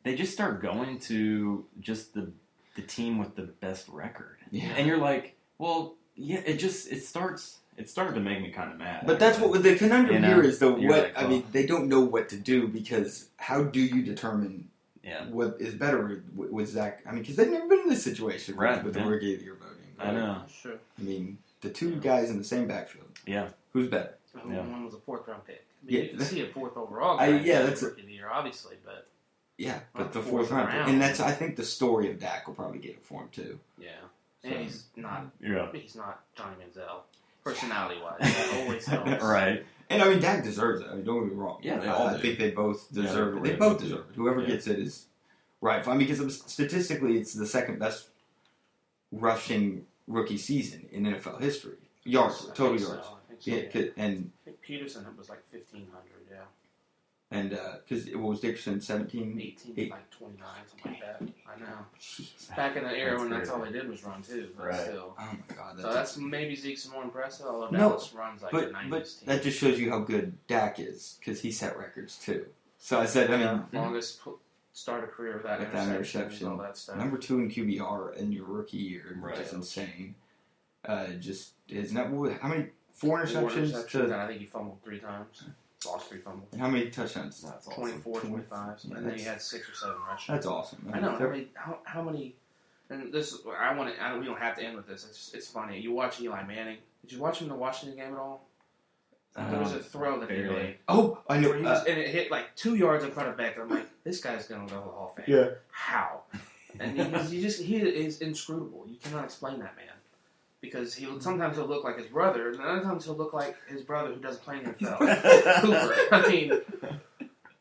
Speaker 4: they just start going to just the the team with the best record,
Speaker 2: yeah.
Speaker 4: and you're like, well, yeah, it just it starts. It started to make me kind of mad.
Speaker 2: But that's what the conundrum
Speaker 4: You know,
Speaker 2: here is though.
Speaker 4: you're
Speaker 2: What
Speaker 4: like,
Speaker 2: I mean, they don't know what to do because how do you determine
Speaker 4: Yeah.
Speaker 2: what is better with, with Zach? I mean, because they've never been in this situation with-
Speaker 4: Right,
Speaker 2: with
Speaker 4: yeah.
Speaker 2: the rookie of the year voting.
Speaker 4: I know.
Speaker 3: sure.
Speaker 2: I mean, the two guys in the same backfield.
Speaker 4: Yeah.
Speaker 2: Who's better?
Speaker 3: Who
Speaker 4: Yeah.
Speaker 3: one was a fourth round pick? I mean,
Speaker 2: Yeah.
Speaker 3: you can see a fourth overall. Guy
Speaker 2: I- yeah, that's
Speaker 3: rookie of the year, obviously, but
Speaker 2: Yeah,
Speaker 3: Well,
Speaker 2: but the
Speaker 3: fourth
Speaker 2: fourth round.
Speaker 3: round.
Speaker 2: And that's I think the story of Dak will probably get it for him too.
Speaker 3: yeah,
Speaker 2: So-
Speaker 3: and he's not.
Speaker 4: Yeah.
Speaker 3: He's not Johnny Manziel personality wise. That always helps.
Speaker 4: Right.
Speaker 2: And I mean Dak deserves it. I mean, don't get me wrong.
Speaker 4: Yeah, they
Speaker 2: I-
Speaker 4: all
Speaker 2: I,
Speaker 4: do.
Speaker 2: think they both
Speaker 4: Yeah,
Speaker 2: deserve
Speaker 4: they're
Speaker 2: it. They
Speaker 4: great.
Speaker 2: both deserve it. Whoever
Speaker 4: Yeah.
Speaker 2: gets it is right. I mean, because statistically, it's the second best rushing rookie season in NFL history. Yards,
Speaker 3: I
Speaker 2: total
Speaker 3: think so,
Speaker 2: yards.
Speaker 3: I think so,
Speaker 2: Yeah,
Speaker 3: yeah.
Speaker 2: 'cause- and
Speaker 3: I think Peterson it was like fifteen hundred, yeah.
Speaker 2: and because it was Dickerson seventeen.
Speaker 3: Eighteen
Speaker 2: Eight.
Speaker 3: like twenty nine, something like that. I know. Back in the era
Speaker 4: That's
Speaker 3: when that's all
Speaker 4: crazy.
Speaker 3: they did was run too, but
Speaker 4: Right.
Speaker 3: still.
Speaker 2: Oh my god,
Speaker 3: So that's maybe Zeke's more impressive, although
Speaker 2: No,
Speaker 3: Dallas runs like a
Speaker 2: but but
Speaker 3: nineties team.
Speaker 2: that just shows you how good Dak is because he set records too. So I said, I mean,
Speaker 3: Yeah, Mm-hmm. longest pu- start a career without
Speaker 2: Without
Speaker 3: interceptions,
Speaker 2: interception.
Speaker 3: all that stuff.
Speaker 2: Number two in QBR in your rookie year,
Speaker 4: Right.
Speaker 2: which is insane. Uh, just his net. How many four
Speaker 3: Four
Speaker 2: interceptions? to-
Speaker 3: and I think he fumbled three times. Lost three fumbles.
Speaker 2: and how many touchdowns?
Speaker 4: That's awesome.
Speaker 3: 24, 25,
Speaker 2: Yeah,
Speaker 3: and then he
Speaker 2: that's-
Speaker 3: had six or seven rushes.
Speaker 2: That's awesome.
Speaker 3: I know.
Speaker 2: mean,
Speaker 3: How many? How, how many? And this, I want to. I don't, we don't have to end with this. It's just, it's funny. You watch Eli Manning. Did you watch him in the Washington game at all? there was
Speaker 4: Uh,
Speaker 3: a throw that he
Speaker 4: barely.
Speaker 3: made,
Speaker 2: oh, I know.
Speaker 3: where he
Speaker 2: uh,
Speaker 3: was, and it hit like two yards in front of Beck. I'm like, this guy's gonna go to the Hall of Fame.
Speaker 2: Yeah.
Speaker 3: How? And he, he's- he just he is inscrutable. You cannot explain that man. Because he'll sometimes he'll look like his brother, and other times he'll look like his brother who doesn't play in the NFL. Cooper. I mean,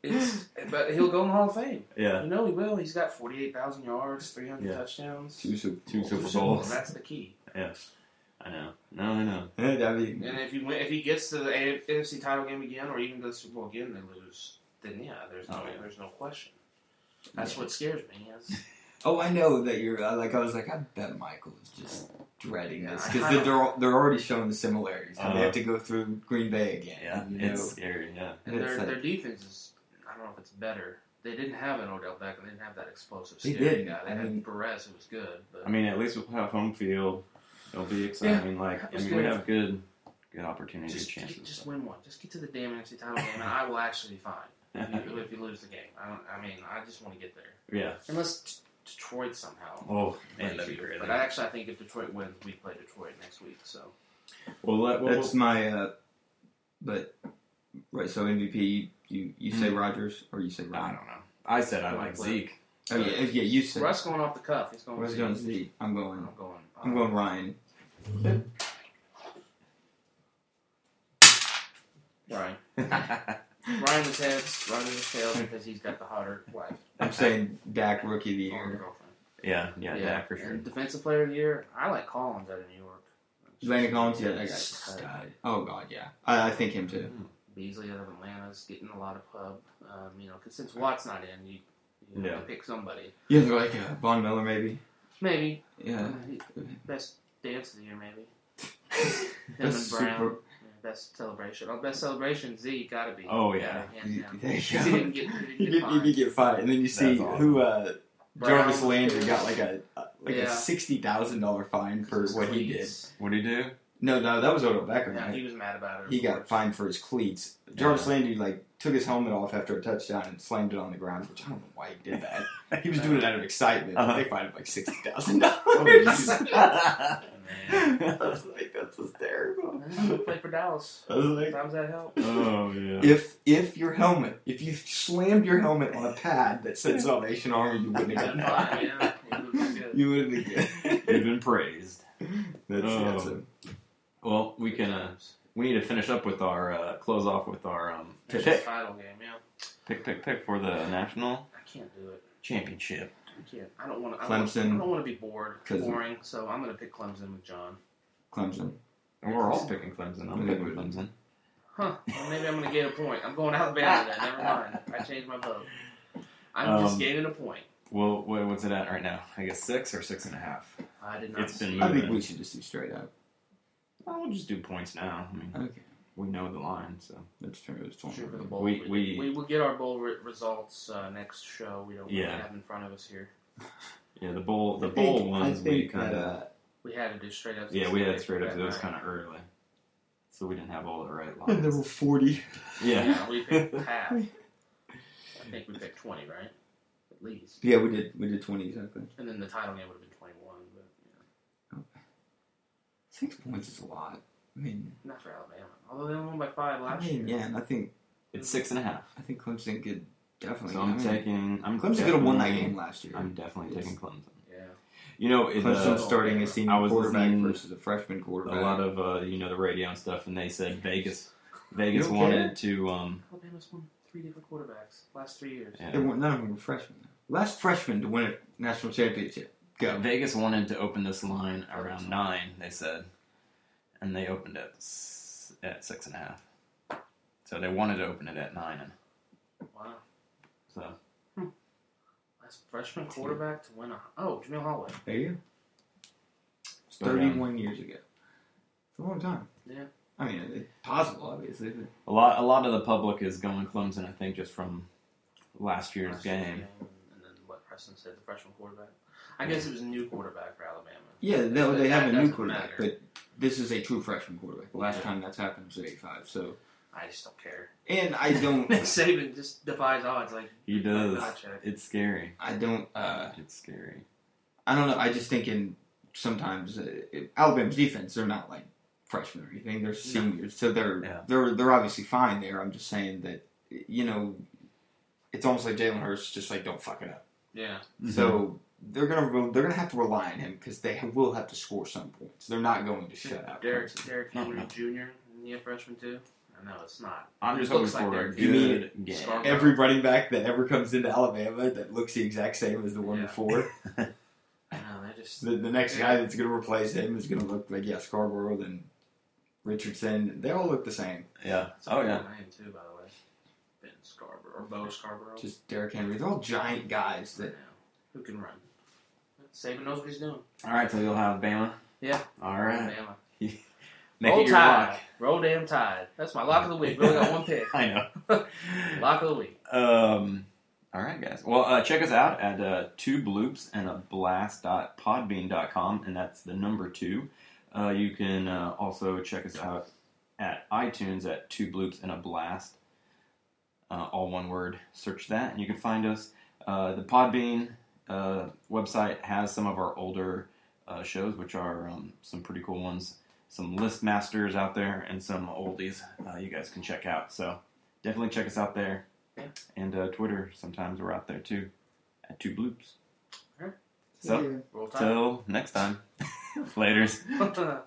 Speaker 3: it's but he'll go in the Hall of Fame.
Speaker 4: yeah.
Speaker 3: You know he will. He's got 48,000 yards, 300
Speaker 4: Yeah.
Speaker 3: touchdowns.
Speaker 2: two Super
Speaker 4: Two
Speaker 2: Bowls.
Speaker 4: Super
Speaker 3: Super
Speaker 4: Bowls.
Speaker 3: Bowl, That's the key.
Speaker 4: Yeah. I know. No, I know.
Speaker 2: I mean,
Speaker 3: And if he win, if he gets to the A- NFC title game again, or even the Super Bowl again, they lose. Then yeah, there's no
Speaker 4: Oh, yeah.
Speaker 3: there's no question. That's
Speaker 2: Yeah.
Speaker 3: what scares me. Is
Speaker 2: oh, I know that you're uh, like. I was like, I bet Michael is just dreading
Speaker 3: Yeah,
Speaker 2: this
Speaker 3: I
Speaker 2: because
Speaker 3: kinda-
Speaker 2: they're al- they're already showing the similarities. how they
Speaker 4: Uh-huh.
Speaker 2: have to go through Green Bay again.
Speaker 4: Yeah.
Speaker 2: you know?
Speaker 4: It's scary. Yeah.
Speaker 3: and
Speaker 2: It's
Speaker 3: their
Speaker 2: like-
Speaker 3: their defense is I don't know if it's better. They didn't have an Odell Beckham. They didn't have that explosive
Speaker 2: They
Speaker 3: scary
Speaker 2: didn't.
Speaker 3: guy. They
Speaker 2: I
Speaker 3: had
Speaker 2: mean-
Speaker 3: Perez, who was good. But
Speaker 4: I mean, at least we'll have home field. It'll be exciting. like, I
Speaker 3: it's
Speaker 4: mean, we
Speaker 3: good.
Speaker 4: have good
Speaker 1: good opportunity,
Speaker 3: Just,
Speaker 1: good chances.
Speaker 3: just win one. Just get to the damn NFC title game, and I will actually be fine. If you, if you lose the game, I, don't, I mean, I just want to get there.
Speaker 1: yeah.
Speaker 3: Unless t- Detroit somehow.
Speaker 1: Oh,
Speaker 8: Man,
Speaker 3: plays
Speaker 8: that'd be
Speaker 3: you.
Speaker 8: great.
Speaker 3: But I actually, I think if Detroit wins, we play Detroit next week. So
Speaker 1: well, let, well,
Speaker 2: That's my. Uh, but right, so MVP. You you, you say Rogers or you say
Speaker 1: I
Speaker 2: Ryan?
Speaker 1: don't know. I said I like
Speaker 3: Well,
Speaker 1: Zeke.
Speaker 2: Oh yeah, yeah. You said.
Speaker 3: Russ going off the cuff. He's going.
Speaker 2: Where's going to be? I'm going.
Speaker 3: I'm going. uh,
Speaker 2: I'm going Ryan.
Speaker 3: Ryan.
Speaker 1: yeah,
Speaker 3: Ryan was heads. Ryan was tails because he's got the hotter wife.
Speaker 2: I'm saying Dak Rookie of the
Speaker 3: Or
Speaker 2: Year.
Speaker 3: girlfriend.
Speaker 1: yeah, Dak for sure.
Speaker 3: And defensive player of the year. I like Collins out of New York.
Speaker 2: Landon Collins. Yeah, that guy's
Speaker 3: Stud.
Speaker 2: stud. Oh god, yeah. I, I think him too.
Speaker 3: Beasley out of Atlanta's getting a lot of pub. Um, you know, 'cause since Watt's not in, you, you
Speaker 1: Yeah.
Speaker 3: to pick somebody.
Speaker 2: You have like uh, Von Miller maybe.
Speaker 3: Maybe
Speaker 2: Yeah.
Speaker 3: Uh, best dance of the year, maybe. Him
Speaker 2: That's
Speaker 3: and Brown.
Speaker 2: super.
Speaker 3: Yeah, Best celebration. Oh, best celebration. Z got to be.
Speaker 1: Oh yeah,
Speaker 3: Hands
Speaker 2: You,
Speaker 3: down.
Speaker 2: there you
Speaker 3: 'Cause he
Speaker 2: go.
Speaker 3: didn't get, he
Speaker 2: You get,
Speaker 3: didn't
Speaker 2: you
Speaker 3: get fined.
Speaker 2: get fired, and then you see
Speaker 1: That's awesome.
Speaker 2: who uh,
Speaker 3: Brown
Speaker 2: Jarvis
Speaker 3: was
Speaker 2: Landry
Speaker 3: good.
Speaker 2: got like a uh, like a
Speaker 3: Yeah.
Speaker 2: sixty thousand dollar fine for
Speaker 3: His
Speaker 2: what he did.
Speaker 3: cleats.
Speaker 1: what do you do?
Speaker 2: No, no, that was Odell Beckham.
Speaker 3: Yeah,
Speaker 2: right?
Speaker 3: he was mad about it.
Speaker 2: He
Speaker 3: of
Speaker 2: got
Speaker 3: course.
Speaker 2: fined for his cleats. Jarvis Landry like took his helmet off after a touchdown and slammed it on the ground, which I don't know why he did that. he was doing it out of excitement. but
Speaker 1: Uh-huh.
Speaker 2: They fined him like sixty thousand dollars.
Speaker 1: Oh,
Speaker 2: I
Speaker 3: Man.
Speaker 2: was like, that's hysterical.
Speaker 3: He Played for Dallas.
Speaker 2: I was like,
Speaker 3: Sometimes that helps.
Speaker 1: oh yeah.
Speaker 2: if if your helmet, if you slammed your helmet on a pad that said Salvation Army, you wouldn't have
Speaker 3: Got
Speaker 2: gotten
Speaker 3: fined,
Speaker 2: fined.
Speaker 3: yeah. He was good.
Speaker 2: You wouldn't have
Speaker 1: You've
Speaker 2: gotten.
Speaker 1: been praised.
Speaker 2: That's, that's a,
Speaker 1: Well, we can. Uh, we need to finish up with our uh, close off with our um,
Speaker 3: That's
Speaker 1: pick,
Speaker 3: his final game, yeah.
Speaker 1: pick, pick, pick for the national
Speaker 3: I can't do it.
Speaker 1: championship.
Speaker 3: I can't. I don't want to.
Speaker 2: Clemson.
Speaker 3: I don't want to be bored,
Speaker 2: 'Cause-
Speaker 3: boring. So I'm gonna pick Clemson with John.
Speaker 2: Clemson.
Speaker 1: And we're all picking Clemson. I'm picking
Speaker 2: Mm-hmm.
Speaker 1: Clemson.
Speaker 3: Huh? Well, maybe I'm gonna gain a point. I'm going Alabama then. Never mind. I changed my vote. I'm
Speaker 1: Um,
Speaker 3: just gaining a point.
Speaker 1: Well, wha- what's it at right now? I guess six or six and a half.
Speaker 3: I did not.
Speaker 1: it's been
Speaker 3: see.
Speaker 2: I
Speaker 1: moving.
Speaker 2: think we should just do straight up.
Speaker 1: I'll just do points now. I mean,
Speaker 2: Okay,
Speaker 1: we know the line, so
Speaker 2: that's true. It was twenty.
Speaker 3: Shoot for the bowl.
Speaker 1: We- we-
Speaker 3: will get our bowl re- results uh, next show. We don't
Speaker 1: Yeah.
Speaker 3: really have in front of us here.
Speaker 1: yeah. The bowl, the
Speaker 2: I think-
Speaker 1: bowl
Speaker 2: I
Speaker 1: ones we
Speaker 2: think
Speaker 1: kind
Speaker 2: that,
Speaker 1: of
Speaker 2: uh,
Speaker 3: We had it just straight up.
Speaker 1: yeah, we had straight up.
Speaker 3: that
Speaker 1: It was
Speaker 3: night.
Speaker 1: kind of early, so we didn't have all the right
Speaker 2: and there
Speaker 1: lines.
Speaker 2: were forty.
Speaker 1: Yeah,
Speaker 3: Yeah, we picked half. I think we picked twenty, right? At least.
Speaker 2: Yeah, we did. We did twenty exactly.
Speaker 3: And then the title game would have been twenty-one, but yeah.
Speaker 2: Six points is a lot. I mean,
Speaker 3: not for Alabama. Although they only won by five
Speaker 2: I
Speaker 3: last
Speaker 2: mean,
Speaker 3: year.
Speaker 2: yeah, and I think
Speaker 1: it's six and a half.
Speaker 2: I think Clemson could definitely.
Speaker 1: So I'm
Speaker 2: I mean,
Speaker 1: taking. I'm
Speaker 2: Clemson could have won that
Speaker 1: definitely-
Speaker 2: game last year.
Speaker 1: I'm definitely
Speaker 2: Yes.
Speaker 1: taking Clemson.
Speaker 3: Yeah.
Speaker 1: You know, it,
Speaker 2: Clemson
Speaker 1: uh,
Speaker 2: starting a senior
Speaker 1: I was
Speaker 2: quarterback
Speaker 1: listening-
Speaker 2: versus a freshman quarterback.
Speaker 1: a lot of uh, you know the radio and stuff, and they said Vegas, Vegas
Speaker 2: You don't
Speaker 1: wanted to. Um,
Speaker 3: Alabama's won three different quarterbacks last three years.
Speaker 1: yeah.
Speaker 2: They weren't- none of them were freshmen. Last freshman to win a national championship. Go.
Speaker 1: Vegas wanted to open this line around nine. They said, and they opened it s- at six and a half. So they wanted to open it at nine, and
Speaker 3: Wow.
Speaker 1: so
Speaker 3: Last freshman quarterback to win a oh Jamil Holloway.
Speaker 2: There you go.
Speaker 1: But, um,
Speaker 2: Thirty-one years ago. It's a long time.
Speaker 3: Yeah.
Speaker 2: I mean, it's possible, obviously. But
Speaker 1: a lot a lot of the public is going Clemson. I think just from last year's
Speaker 3: Last year's
Speaker 1: game.
Speaker 3: And then what Preston said, the freshman quarterback. I guess it was a new quarterback for Alabama.
Speaker 2: yeah, no,
Speaker 3: That-
Speaker 2: they have
Speaker 3: that
Speaker 2: a new
Speaker 3: doesn't
Speaker 2: quarterback,
Speaker 3: matter.
Speaker 2: but this is a true freshman quarterback. The last
Speaker 3: Yeah.
Speaker 2: time that's happened was '85. So,
Speaker 3: I just don't care.
Speaker 2: and I don't,
Speaker 3: Nick Saban just defies odds. Like
Speaker 1: He does.
Speaker 3: Belichick.
Speaker 1: It's scary.
Speaker 2: I don't. Uh,
Speaker 1: it's scary.
Speaker 2: I don't know. I just think in sometimes uh, it- Alabama's defense, they're not like freshmen or anything. They're
Speaker 3: Mm-hmm.
Speaker 2: seniors, so they're
Speaker 1: Yeah.
Speaker 2: they're they're obviously fine there. I'm just saying that you know, it's almost like Jalen Hurts just like don't fuck it up.
Speaker 3: yeah,
Speaker 2: So they're gonna re- they're gonna have to rely on him because they will have to score some points. They're not going to shut out.
Speaker 3: Derek
Speaker 2: Clemson.
Speaker 3: Derek
Speaker 1: No,
Speaker 3: Henry
Speaker 1: no.
Speaker 3: Jr. in the freshman too. I know it's not.
Speaker 1: I'm just hoping
Speaker 3: Looks like
Speaker 1: for a
Speaker 3: they're-
Speaker 2: You mean-
Speaker 1: good game.
Speaker 3: Scar-
Speaker 2: Every running back that ever comes into Alabama that looks the exact same as the one
Speaker 3: Yeah.
Speaker 2: before,
Speaker 3: I know they just
Speaker 2: the, the next guy that's going to replace him is going to look like yeah Scarborough and Richardson. They all look the same.
Speaker 1: Yeah.
Speaker 3: It's a
Speaker 1: Oh
Speaker 3: cool
Speaker 1: yeah.
Speaker 3: name too, by the way. Ben Scarborough or Bo Scarborough.
Speaker 2: Just Derrick Henry. They're all giant guys
Speaker 3: I know.
Speaker 2: that
Speaker 3: Who can run? Saban knows what he's doing.
Speaker 1: All right. So you'll have Bama.
Speaker 3: Yeah.
Speaker 1: All right.
Speaker 3: Alabama.
Speaker 1: Make
Speaker 3: Roll
Speaker 1: it your
Speaker 3: Tide.
Speaker 1: lock.
Speaker 3: Roll damn Tide. That's my lock of the week. We only got one pick.
Speaker 1: I know.
Speaker 3: Lock of the week.
Speaker 1: um, all right, guys. Well, uh, check us out at uh, two bloops and a blast.podbean.com, and that's the number two. Uh, you can uh, also check us out at iTunes at Two Bloops and a Blast. Uh, all one word. Search that, and you can find us. Uh, the Podbean uh, website has some of our older uh, shows, which are um, some pretty cool ones. Some list masters out there, and some oldies uh, you guys can check out. So definitely check us out there.
Speaker 3: Yeah.
Speaker 1: And uh, Twitter, sometimes we're out there too, at Two Bloops.
Speaker 3: Alright.
Speaker 1: So
Speaker 3: Roll time.
Speaker 1: till next time, later's.
Speaker 3: So,